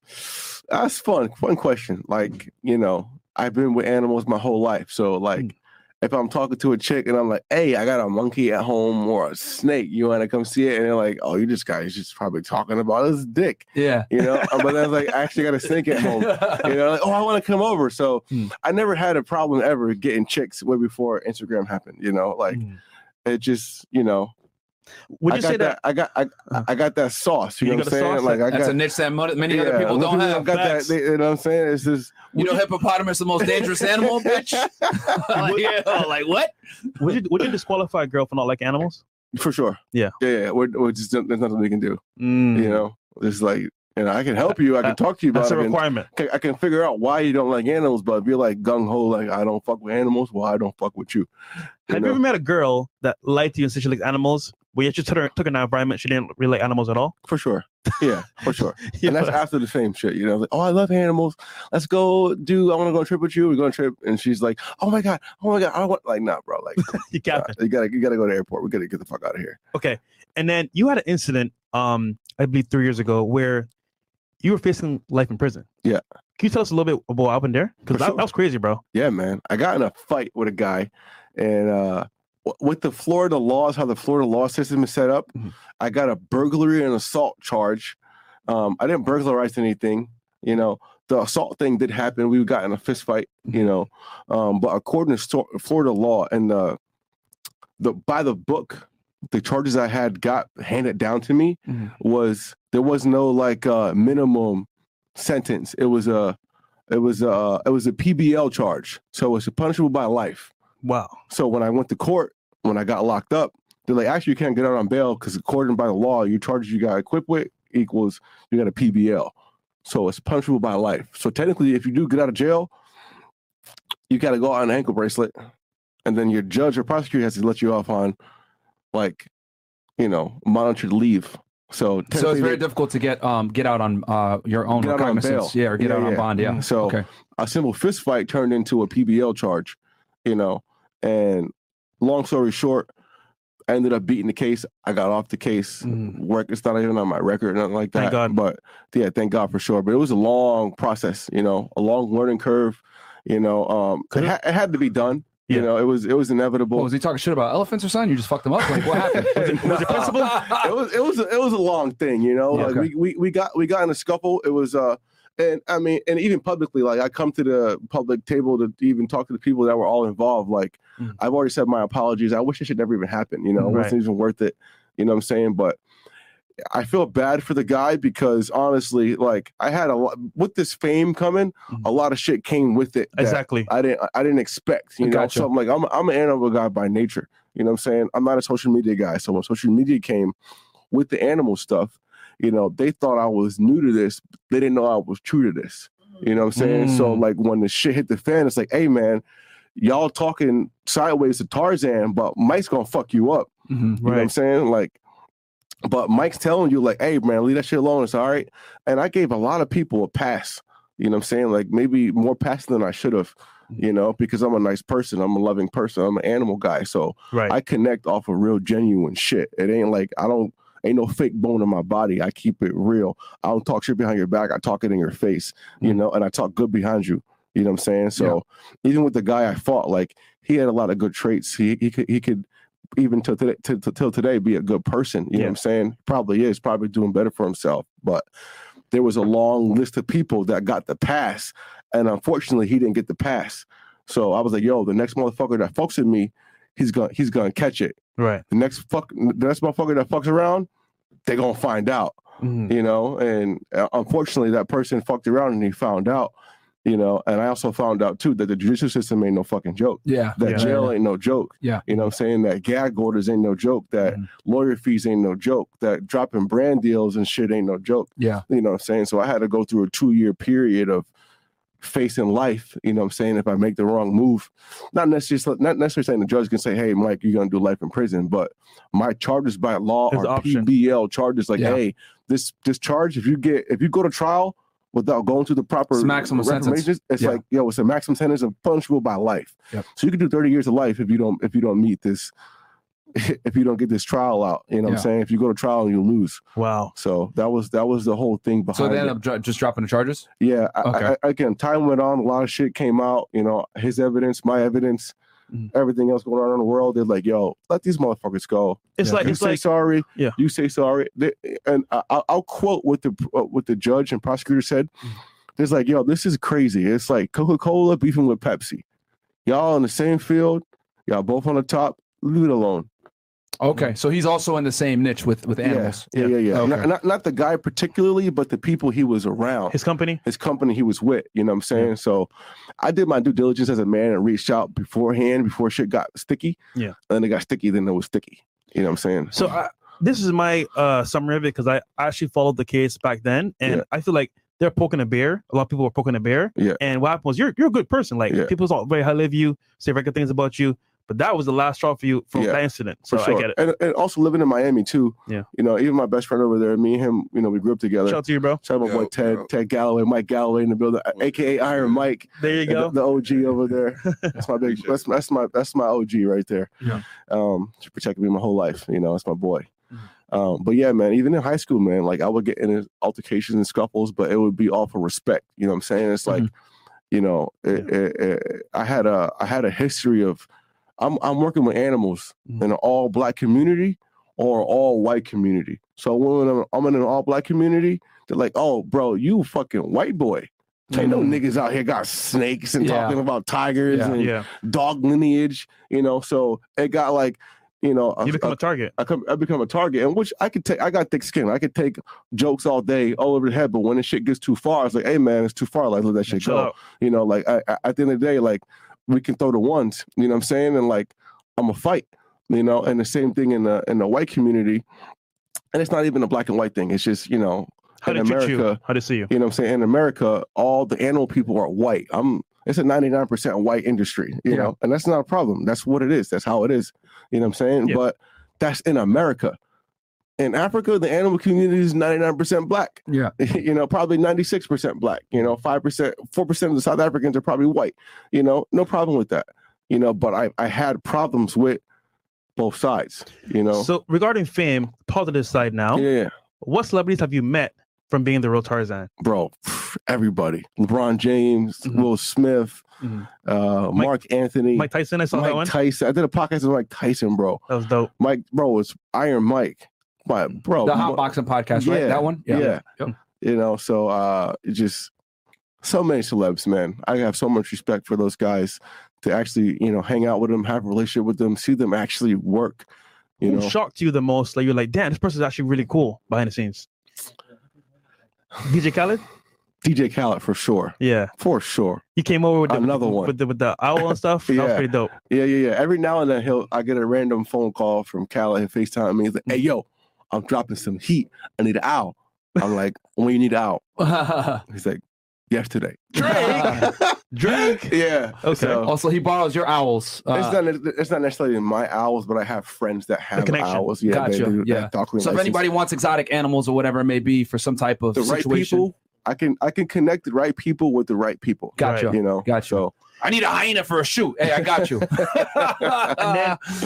Speaker 3: That's fun. Fun question. Like, you know, I've been with animals my whole life. So
Speaker 1: Hmm.
Speaker 3: like if I'm talking to a chick and I'm like, hey, I got a monkey at home or a snake, you wanna come see it? And they're like, Oh, you just guys just probably talking about his dick,
Speaker 1: yeah.
Speaker 3: you know? Uh, but then I was like, I actually got a snake
Speaker 2: <laughs>
Speaker 3: at home. You know, like, oh, I want to come over. So
Speaker 1: Hmm.
Speaker 3: I never had a problem ever getting chicks way before Instagram happened, you know, like
Speaker 2: Mm.
Speaker 3: it just, you know,
Speaker 2: Would
Speaker 3: I
Speaker 2: you
Speaker 3: got
Speaker 2: say that?
Speaker 3: I got I,
Speaker 2: Uh.
Speaker 3: I got that sauce. You,
Speaker 2: You
Speaker 3: know what
Speaker 2: got
Speaker 3: I'm
Speaker 2: a
Speaker 3: saying?
Speaker 2: sauce
Speaker 3: Like I
Speaker 1: That's
Speaker 3: got
Speaker 1: a niche that mon- many other
Speaker 3: yeah,
Speaker 1: people
Speaker 3: most
Speaker 1: don't have.
Speaker 3: got that.
Speaker 2: Facts.
Speaker 3: they- you know what I'm saying? It's just
Speaker 1: you know, hippopotamus the most dangerous <laughs>
Speaker 3: <laughs>
Speaker 1: animal, bitch. like, yeah, like what?
Speaker 2: Would you would you disqualify a girl for not like animals?
Speaker 3: For sure.
Speaker 2: Yeah.
Speaker 3: Yeah. yeah. We're, we're just there's nothing we can do.
Speaker 1: Mm-hmm.
Speaker 3: You know, it's like you know, I can help you. I can
Speaker 2: That-
Speaker 3: talk to you about
Speaker 2: That's
Speaker 3: it.
Speaker 2: a
Speaker 3: I can-
Speaker 2: requirement.
Speaker 3: I can, I can figure out why you don't like animals, but if you're like gung ho, like I don't fuck with animals, well, I don't fuck with you. You
Speaker 2: Have
Speaker 3: know?
Speaker 2: you ever met a girl that lied to you and said she likes animals, but yet she took her took her environment she didn't really like animals at all? <laughs>
Speaker 3: For sure. Yeah, for sure.
Speaker 2: Yeah.
Speaker 3: And that's after the same shit. You know, like, oh, I love animals. Let's go do, I want to go on a trip with you. We're going on a trip. And she's like, oh my God, oh my God. I want, like, nah, bro. Like,
Speaker 2: you <laughs>
Speaker 3: nah,
Speaker 2: got it.
Speaker 3: you gotta, you gotta go to the airport. We gotta get the fuck out of here.
Speaker 2: Okay. And then you had an incident, um, I believe three years ago, where you were facing life in prison.
Speaker 3: Yeah.
Speaker 2: Can you tell us a little bit about what happened there? Because
Speaker 3: For
Speaker 2: that,
Speaker 3: sure.
Speaker 2: that was crazy, bro.
Speaker 3: Yeah, man. I got in a fight with a guy, and uh, w- with the Florida laws, how the Florida law system is set up,
Speaker 2: Mhm.
Speaker 3: I got a burglary and assault charge. Um, I didn't burglarize anything, you know. The assault thing did happen. We got in a fist fight, you know. Um, but according to Stor- Florida law and the the by the book, the charges I had got handed down to me
Speaker 1: Mhm.
Speaker 3: was there was no like uh minimum sentence. It was a it was a it was a PBL charge, so it's punishable by life.
Speaker 2: Wow.
Speaker 3: So when I went to court, when I got locked up, they're like, actually, you can't get out on bail because according by the law, your charges you got equipped with equals you got a PBL, so it's punishable by life. So technically, if you do get out of jail, you got to go out on an ankle bracelet, and then your judge or prosecutor has to let you off on, like, you know, monitored leave. So
Speaker 1: So it's
Speaker 3: technically,
Speaker 1: very difficult to get um get out on uh your own
Speaker 3: Get out on
Speaker 1: recognizance.
Speaker 3: bail.
Speaker 1: yeah, Mm, or get
Speaker 3: Yeah,
Speaker 1: out on
Speaker 3: yeah.
Speaker 1: bond. Yeah.
Speaker 3: So
Speaker 1: Okay.
Speaker 3: a simple fist fight turned into a PBL charge, you know. And long story short, I ended up beating the case. I got off the case.
Speaker 2: Mm.
Speaker 3: Work. It's not even on my record, nothing like that.
Speaker 2: Thank God.
Speaker 3: But yeah, thank God for sure. But it was a long process, you know, a long learning curve. You know, um, it, ha- it had to be done.
Speaker 2: Yeah.
Speaker 3: You know, it was it was inevitable.
Speaker 1: What, was he talking shit about elephants or something? You just fucked them up. Like what <laughs> happened?
Speaker 2: Was it principal?
Speaker 3: it was it was a, it was a long thing, you know.
Speaker 1: Yeah,
Speaker 3: like
Speaker 1: okay.
Speaker 3: we, we we got we got in a scuffle. It was uh, and I mean, and even publicly, like I come to the public table to even talk to the people that were all involved. Like
Speaker 1: Hmm.
Speaker 2: Mm.
Speaker 3: I've already said my apologies. I wish it should never even happen. You know, it wasn't
Speaker 2: Right.
Speaker 3: even worth it. You know what I'm saying? But I feel bad for the guy because honestly, like I had a lot with this fame coming,
Speaker 1: Hmm.
Speaker 2: Mhm.
Speaker 3: a lot of shit came with it. that uh,
Speaker 2: Exactly.
Speaker 3: I didn't I didn't expect, you know.
Speaker 1: Gotcha.
Speaker 3: So I'm like, I'm I'm an animal guy by nature. You know what I'm saying? I'm not a social media guy. So when social media came with the animal stuff, you know, they thought I was new to this. They didn't know I was true to this. You know what I'm saying? So
Speaker 2: Mm.
Speaker 3: like when the shit hit the fan, it's like, hey man, y'all talking sideways to Tarzan, but Mike's gonna fuck you up.
Speaker 1: Mhm.
Speaker 3: You know what I'm
Speaker 2: Right.
Speaker 3: saying? Like, but Mike's telling you, like, hey, man, leave that shit alone. It's all right. And I gave a lot of people a pass. You know what I'm saying? Like, maybe more pass than I should have, you know, because I'm a nice person. I'm a loving person. I'm an animal guy. So
Speaker 2: Right.
Speaker 3: I connect off of real, genuine shit. It ain't like I don't, ain't no fake bone in my body. I keep it real. I don't talk shit behind your back. I talk it in your face, you
Speaker 2: Mm.
Speaker 3: know, and I talk good behind you. You know what I'm saying? So even with the guy I fought, like, he had a lot of good traits. He, he could, he could, even till today, till, till- till today, be a good person. You know what
Speaker 2: Yeah.
Speaker 3: I'm saying? Probably is, probably doing better for himself. But there was a long list of people that got the pass, and unfortunately, he didn't get the pass. So I was like, "Yo, the next motherfucker that fucks with me, he's gonna he's gonna catch it.
Speaker 2: Right.
Speaker 3: The next fuck, the next motherfucker that fucks around, they gonna find out."
Speaker 2: Mhm.
Speaker 3: you know and uh, unfortunately that person fucked around and he found out you know and i also found out too that the judicial system ain't no fucking joke
Speaker 1: Yeah.
Speaker 3: that
Speaker 2: Yeah.
Speaker 3: jail ain't no joke
Speaker 1: Yeah.
Speaker 3: you know what i'm saying that gag orders ain't no joke that
Speaker 1: Mhm.
Speaker 3: lawyer fees ain't no joke that dropping brand deals and shit ain't no joke
Speaker 1: Yeah.
Speaker 3: you know what i'm saying so i had to go through a two year period of facing life you know what i'm saying if i make the wrong move not necessarily not necessarily saying the judge can say hey mike you're gonna do life in prison but my charges by law
Speaker 2: There's
Speaker 3: are
Speaker 2: option.
Speaker 3: pbl charges like
Speaker 1: Yeah.
Speaker 3: hey this this charge if you get if you go to trial without going through the proper
Speaker 1: It's maximum sentence.
Speaker 3: reformations, it's
Speaker 1: Yeah.
Speaker 3: like yo it's a maximum sentence of punishable by life
Speaker 1: Yep.
Speaker 3: so you can do 30 years of life if you don't if you don't meet this <laughs> if you don't get this trial out you know what
Speaker 1: Yeah.
Speaker 3: i'm saying if you go to trial and you lose
Speaker 2: Wow.
Speaker 3: so that was that was the whole thing behind
Speaker 1: So they
Speaker 3: it.
Speaker 1: end up dro- just dropping the charges.
Speaker 3: Yeah. I,
Speaker 1: Okay.
Speaker 3: I, I- again, time went on. A lot of shit came out. You know, his evidence, my evidence,
Speaker 2: Mm.
Speaker 3: everything else going on in the world. They're like, "Yo, let these motherfuckers go.
Speaker 2: It's
Speaker 1: Yeah.
Speaker 2: like
Speaker 3: you
Speaker 2: it's
Speaker 3: say
Speaker 2: like
Speaker 3: sorry.
Speaker 2: Yeah.
Speaker 3: You say sorry." They, and I, I'll- I'll quote what the uh, what the judge and prosecutor said.
Speaker 1: Mm.
Speaker 3: It's like, "Yo, this is crazy. It's like Coca Cola beefing with Pepsi. Y'all on the same field. Y'all both on the top. Leave it alone."
Speaker 1: Okay. So he's also in the same niche with with animals.
Speaker 3: Yeah, yeah, yeah. yeah.
Speaker 1: Okay.
Speaker 3: Not, not not the guy particularly, but the people he was around
Speaker 2: his company.
Speaker 3: his company he was with. You know what I'm saying? So I did my due diligence as a man and reached out beforehand before shit got sticky.
Speaker 2: Yeah.
Speaker 3: And then it got sticky, then it was sticky. You know what I'm saying?
Speaker 2: So I, this is my uh, summary of it because I actually followed the case back then, and
Speaker 3: Yeah.
Speaker 2: I feel like they're poking a bear. A lot of people were poking a bear.
Speaker 3: Yeah.
Speaker 2: And what happened was you're you're a good person. Like
Speaker 3: Yeah.
Speaker 2: people thought very high of you, say very good things about you. But that was the last straw for you from
Speaker 3: Yeah.
Speaker 2: that incident. So
Speaker 3: for sure.
Speaker 2: I get it.
Speaker 3: And, and also living in Miami too.
Speaker 2: Yeah.
Speaker 3: You know, even my best friend over there, me and him, you know, we grew up together.
Speaker 2: Shout out to you, bro.
Speaker 3: Shout out my boy
Speaker 6: Yo,
Speaker 3: Ted,
Speaker 6: yo.
Speaker 3: Ted Galloway, Mike Galloway in the building, aka Iron Mike.
Speaker 2: There you
Speaker 3: the,
Speaker 2: go.
Speaker 3: the OG over there. That's my big.
Speaker 6: Appreciate
Speaker 3: That's, that's my that's my OG right there.
Speaker 1: Yeah.
Speaker 3: Um, she protected me my whole life. You know, that's my boy. Um, but yeah, man, even in high school, man, like I would get in altercations and scuffles, but it would be all for respect. You know what I'm saying? It's like, you know, it, it, it, I had a I had a history of, I'm I'm working with animals
Speaker 2: Mhm.
Speaker 3: in an all black community or all white community. So when I'm, I'm in an all black community, they're like, oh, bro, you fucking white boy. Ain't no niggas out here got snakes and
Speaker 1: Yeah.
Speaker 3: talking about tigers
Speaker 1: Yeah.
Speaker 3: and
Speaker 2: Yeah.
Speaker 3: dog lineage, you know. So it got like, you know, a-
Speaker 2: You become a target.
Speaker 3: I come, I become a target, and which I could take. I got thick skin. I could take jokes all day, all over the head. But when the shit gets too far, it's like, hey man, it's too far. Like let that shit
Speaker 2: Chill
Speaker 3: go.
Speaker 2: out.
Speaker 3: You know, like I, I, at the end of the day, like we can throw the ones. You know what I'm saying? And like I'm a fight. You know, and the same thing in the in the white community, and it's not even a black and white thing. It's just you know,
Speaker 2: How
Speaker 3: in
Speaker 2: to treat you?
Speaker 3: America-
Speaker 2: How to see you?
Speaker 3: you know what I'm saying? In America, all the animal people are white. I'm it's a 99% white industry, you
Speaker 1: Yeah.
Speaker 3: know, and that's not a problem. That's what it is. That's how it is. You know what I'm saying?
Speaker 2: Yeah.
Speaker 3: But that's in America. In Africa, the animal community is 99% black.
Speaker 1: Yeah.
Speaker 3: <laughs> You know, probably 96% black. You know, 5%, 4% of the South Africans are probably white. You know, no problem with that. You know, but I, I had problems with both sides. You know.
Speaker 2: So regarding fame, positive side now.
Speaker 3: yeah, yeah,
Speaker 2: What celebrities have you met from being the real Tarzan?
Speaker 3: bro. Everybody: LeBron James,
Speaker 2: Mhm.
Speaker 3: Will Smith,
Speaker 2: Mhm.
Speaker 3: uh,
Speaker 2: Mike-
Speaker 3: Mark Anthony,
Speaker 2: Mike Tyson, I saw
Speaker 3: Mike
Speaker 2: that one.
Speaker 3: Tyson. I did a podcast with Mike Tyson, bro.
Speaker 2: that was dope.
Speaker 3: Mike, bro, was Iron Mike, but
Speaker 2: Mm.
Speaker 3: bro,
Speaker 1: The
Speaker 3: Mo-
Speaker 1: Hot Boxing Podcast, right?
Speaker 3: Yeah,
Speaker 1: That one?
Speaker 3: yeah.
Speaker 1: Yep.
Speaker 3: you know so uh it just so many celebs man i have so much respect for those guys to actually you know hang out with them have a relationship with them see them actually work you
Speaker 2: Who
Speaker 3: know
Speaker 2: shocked you the most? Like you're like, damn, this person's actually really cool behind the
Speaker 3: <laughs>
Speaker 2: scenes. DJ Khaled,
Speaker 3: dj khaled for sure
Speaker 2: yeah,
Speaker 3: for sure
Speaker 2: he came over with the,
Speaker 3: Another one.
Speaker 2: with the, with the owl and stuff. That was
Speaker 3: Yeah.
Speaker 2: pretty dope.
Speaker 3: yeah yeah yeah every now and then he'll i get a random phone call from khaled and facetime me he's like hey yo i'm dropping some heat i need an owl i'm like when you need an owl
Speaker 1: <laughs> Yeah.
Speaker 3: he's like yesterday
Speaker 2: Drake,
Speaker 3: yeah
Speaker 2: Okay.
Speaker 3: so,
Speaker 1: also, he borrows your owls.
Speaker 3: it's
Speaker 1: Uh,
Speaker 3: not it's not necessarily my owls, but I have friends that have
Speaker 2: connection.
Speaker 3: owls. Yeah,
Speaker 1: Gotcha,
Speaker 3: do that
Speaker 1: yeah.
Speaker 3: Dockland
Speaker 1: so if
Speaker 3: license.
Speaker 1: anybody wants exotic animals or whatever it may be for some type of
Speaker 3: the right
Speaker 1: situation,
Speaker 3: people, I can I can connect the right people with the right people.
Speaker 1: gotcha.
Speaker 2: Right.
Speaker 3: You know,
Speaker 1: Gotcha.
Speaker 3: So
Speaker 1: I need a hyena for a shoot. Hey, I got <laughs> you.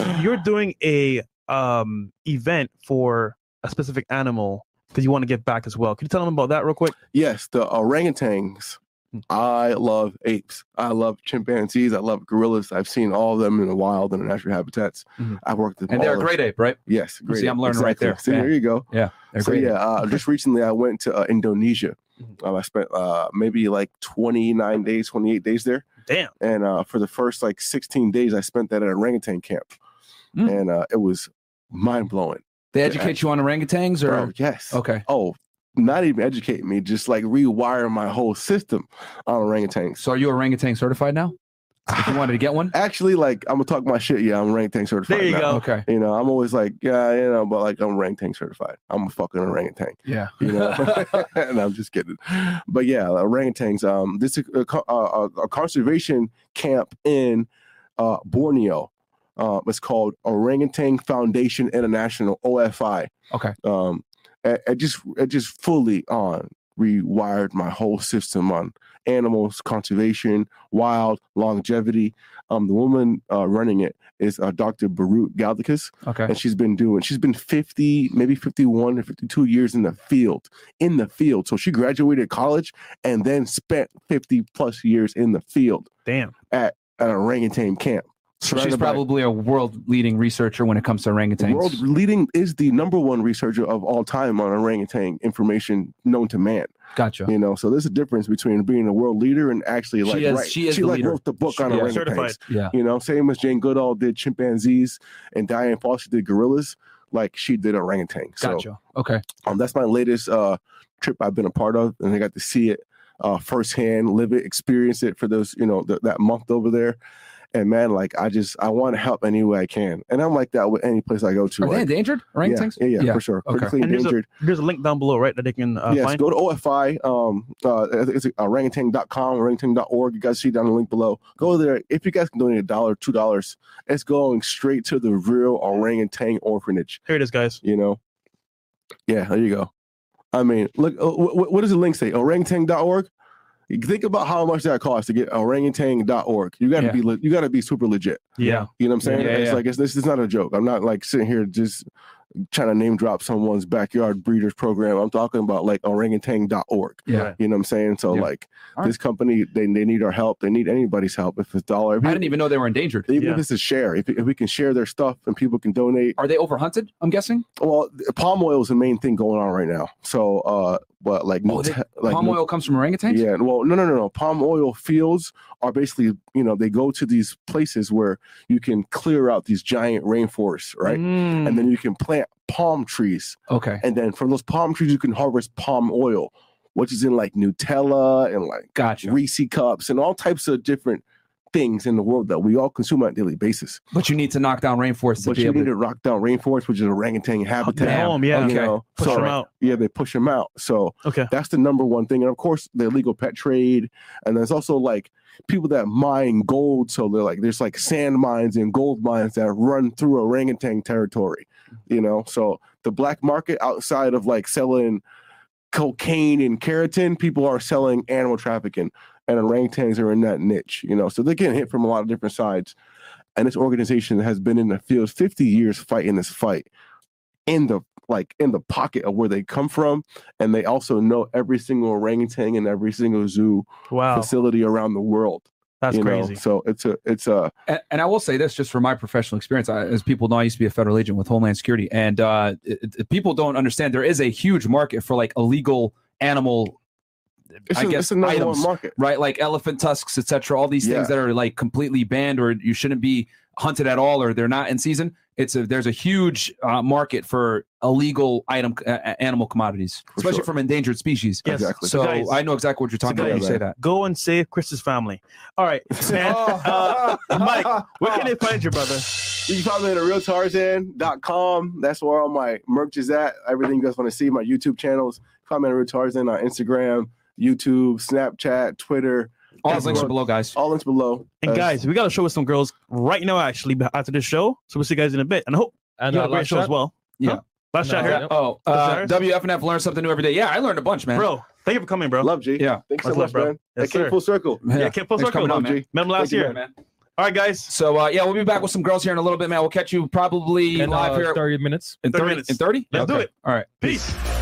Speaker 3: <laughs>
Speaker 2: And you're doing a um event for a specific animal because you want to give back as well. Can you tell them about that real quick?
Speaker 3: yes, the orangutans.
Speaker 1: Hmm.
Speaker 3: I love apes. I love chimpanzees. I love gorillas. I've seen all of them in the wild and in natural habitats.
Speaker 1: Mhm.
Speaker 3: I've worked with
Speaker 1: and they're a
Speaker 3: all of-
Speaker 1: great ape, right?
Speaker 3: Yes, great.
Speaker 1: See, I'm learning right there.
Speaker 3: See, there
Speaker 1: Yeah.
Speaker 3: you go.
Speaker 1: They're a
Speaker 3: so
Speaker 1: great Mm-hmm.
Speaker 3: yeah,
Speaker 1: ape. <laughs>
Speaker 3: uh, just recently I went to uh, Indonesia. Um, I spent uh, maybe like 29 days, 28 days there.
Speaker 2: Damn.
Speaker 3: and uh, for the first like 16 days i spent that at an orangutan camp
Speaker 1: Mm.
Speaker 3: and uh, it was mind-blowing
Speaker 1: They educate you on orangutans,
Speaker 3: Bro,
Speaker 1: or
Speaker 3: yes
Speaker 1: okay.
Speaker 3: oh not even educate me just like rewire my whole system on orangutans
Speaker 1: So are you orangutan certified now? You wanted to get
Speaker 3: <sighs>
Speaker 1: one?
Speaker 3: actually like i'm gonna talk my shit yeah i'm orangutan certified
Speaker 2: There you
Speaker 3: now.
Speaker 2: go.
Speaker 1: Okay.
Speaker 3: you know i'm always like yeah you know but like i'm orangutan certified i'm a fucking orangutan
Speaker 1: Yeah.
Speaker 3: you know <laughs> and i'm just kidding but yeah orangutans um this is a, co- a, a- a conservation camp in uh borneo uh, it's called orangutan foundation international ofi
Speaker 1: Okay.
Speaker 3: um it, it just it just fully on rewired my whole system on animals conservation wild longevity um the woman uh, running it is uh, dr barut galdikas
Speaker 1: <laughs> Okay.
Speaker 3: and she's been doing she's been 50 maybe 51 or 52 years in the field in the field so she graduated college and then spent 50 plus years in the field
Speaker 2: Damn.
Speaker 3: at an orangutan camp
Speaker 1: So she's
Speaker 3: surrounded by-
Speaker 1: probably a world leading researcher when it comes to orangutans.
Speaker 3: world leading is the number one researcher of all time on orangutan information known to man
Speaker 1: Gotcha.
Speaker 3: you know so there's a difference between being a world leader and actually
Speaker 1: She
Speaker 3: like
Speaker 1: is-
Speaker 3: right-
Speaker 1: she is the
Speaker 3: like
Speaker 1: leader.
Speaker 3: wrote the book on
Speaker 2: Yeah,
Speaker 3: orangutans
Speaker 2: certified.
Speaker 1: Yeah.
Speaker 3: you know same as jane goodall did chimpanzees and diane foster did gorillas like she did orangutan so
Speaker 1: Gotcha. Okay.
Speaker 3: Um, that's my latest uh, trip I've been a part of, and I got to see it uh, firsthand, live it, experience it for those you know th- that month over there. And man, like I just I want to help any way I can, and I'm like that with any place I go to.
Speaker 1: Are they
Speaker 3: like,
Speaker 1: endangered?
Speaker 3: yeah,
Speaker 1: Orangutans?
Speaker 3: yeah, yeah,
Speaker 1: Yeah.
Speaker 3: for sure.
Speaker 1: Okay.
Speaker 3: Critically
Speaker 2: And there's a-
Speaker 3: endangered.
Speaker 2: There's a link down below, right, that they can uh,
Speaker 3: yes,
Speaker 2: find.
Speaker 3: go to OFI. Um, uh, I think it's uh, orangutan.com, orangutan.org. You guys see down the link below. Go there. If you guys can donate a dollar, two dollars, it's going straight to the real orangutan orphanage
Speaker 2: Here it is, guys.
Speaker 3: you know yeah there you go i mean look uh, wh- wh- what does the link say orangutan.org You think about how much that costs to get orangutan.org you gotta
Speaker 1: Yeah.
Speaker 3: be le- you gotta be super legit
Speaker 2: Yeah.
Speaker 3: you know what i'm saying
Speaker 1: Yeah, yeah,
Speaker 3: it's
Speaker 1: yeah.
Speaker 3: like it's, this is not a joke i'm not like sitting here just trying to name drop someone's backyard breeders program i'm talking about like orangutan.org
Speaker 1: Yeah.
Speaker 2: Right.
Speaker 3: you know what i'm saying so
Speaker 1: Yeah.
Speaker 3: like
Speaker 1: All right.
Speaker 3: this company they, they need our help they need anybody's help if it's dollar if
Speaker 1: I
Speaker 3: you-
Speaker 1: didn't even know they were endangered.
Speaker 3: even
Speaker 2: Yeah.
Speaker 3: if it's a share if, if we can share their stuff and people can donate
Speaker 1: Are they overhunted? I'm guessing.
Speaker 3: well th- palm oil is the main thing going on right now so uh but like
Speaker 1: Oh, they-
Speaker 3: Nute- like
Speaker 1: Palm
Speaker 3: Nu-
Speaker 1: oil comes from orangutans.
Speaker 3: yeah well no no no no palm oil fields are basically you know they go to these places where you can clear out these giant rainforests right
Speaker 2: Mm.
Speaker 3: and then you can plant palm trees
Speaker 1: Okay.
Speaker 3: and then from those palm trees you can harvest palm oil which is in like nutella and like
Speaker 1: Gotcha.
Speaker 3: reese cups and all types of different things in the world that we all consume on a daily basis
Speaker 1: But you need to knock down rainforests to
Speaker 3: but
Speaker 1: be
Speaker 3: you
Speaker 1: able
Speaker 3: need
Speaker 1: to.
Speaker 3: to rock down rainforest which is orangutan habitat
Speaker 1: Damn.
Speaker 2: Home, yeah.
Speaker 1: Okay.
Speaker 3: you know
Speaker 2: Push
Speaker 3: so-
Speaker 2: them out.
Speaker 3: yeah, they push them out. So
Speaker 2: Okay.
Speaker 3: that's the number one thing. And of course, the illegal pet trade. And there's also like people that mine gold. So they're like, there's like sand mines and gold mines that run through orangutan territory, you know? So the black market outside of like selling cocaine and keratin, people are selling animal trafficking. And orangutans are in that niche, you know? So they're getting hit from a lot of different sides. and this organization has been in the field 50 years fighting this fight in the like in the pocket of where they come from and they also know every single orangutan and every single zoo
Speaker 2: Wow,
Speaker 3: facility around the world
Speaker 2: that's
Speaker 3: you know?
Speaker 2: crazy.
Speaker 3: so it's a it's a
Speaker 1: And, and I will say this, just from my professional experience, I, as people know, I used to be a federal agent with Homeland Security, and uh, it- it- people don't understand there is a huge market for like illegal animal,
Speaker 3: it's
Speaker 1: I
Speaker 3: a-
Speaker 1: guess,
Speaker 3: it's another
Speaker 1: items,
Speaker 3: one market
Speaker 1: right? Like elephant tusks, etc. All these
Speaker 3: Yeah.
Speaker 1: things that are like completely banned or you shouldn't be hunted at all, or they're not in season. It's a there's a huge uh, market for illegal item uh, uh, animal commodities,
Speaker 3: For
Speaker 1: especially
Speaker 3: sure.
Speaker 1: from endangered species.
Speaker 2: Yes.
Speaker 3: Exactly.
Speaker 1: So
Speaker 2: Guys.
Speaker 1: I know exactly what you're talking
Speaker 2: So
Speaker 1: about when you
Speaker 3: guys.
Speaker 1: say that.
Speaker 2: Go and save Chris's family. All right, <laughs> man.
Speaker 3: Oh.
Speaker 2: uh, Mike, where can they find you, brother?
Speaker 3: <laughs> You can find me at realtarzan.com. That's where all my merch is at. Everything you guys want to see, my YouTube channels. Find me at Real Tarzan on Instagram, YouTube, Snapchat, Twitter.
Speaker 1: All
Speaker 3: That's
Speaker 1: the links are
Speaker 3: what-
Speaker 1: below, guys.
Speaker 3: All links below.
Speaker 2: And
Speaker 3: Uh,
Speaker 2: guys, we got a show with some girls right now, actually, after this show. So we'll see you guys in a bit. And I hope
Speaker 4: And
Speaker 2: you
Speaker 4: uh,
Speaker 2: have a great
Speaker 4: last
Speaker 2: show as
Speaker 4: shot.
Speaker 2: well.
Speaker 1: Yeah.
Speaker 2: Huh? Last shot
Speaker 4: No.
Speaker 2: here.
Speaker 4: Yep.
Speaker 1: Oh, uh,
Speaker 2: Desires?
Speaker 1: WFNF learns something new every day. Yeah, I learned a bunch, man.
Speaker 2: Bro, thank you for coming, bro.
Speaker 3: love G.
Speaker 1: Yeah.
Speaker 3: Thanks so
Speaker 2: Much
Speaker 3: much,
Speaker 2: love, bro.
Speaker 3: man.
Speaker 2: Yes,
Speaker 3: that came
Speaker 2: sir.
Speaker 3: full circle.
Speaker 1: Yeah.
Speaker 2: Yeah, Kid Full
Speaker 1: Thanks for
Speaker 2: Circle.
Speaker 1: coming on,
Speaker 2: Remember
Speaker 1: man.
Speaker 3: G.
Speaker 2: last
Speaker 3: Thank you,
Speaker 2: year.
Speaker 1: man.
Speaker 2: All right, guys.
Speaker 1: So uh, yeah, we'll be back with some girls here in a little bit, man. We'll catch you probably
Speaker 4: In,
Speaker 1: live
Speaker 4: uh,
Speaker 1: here
Speaker 4: 30 minutes.
Speaker 1: in
Speaker 2: 30
Speaker 1: thirty.
Speaker 2: minutes.
Speaker 1: in thirty.
Speaker 2: Let's do it.
Speaker 1: All right.
Speaker 2: Peace.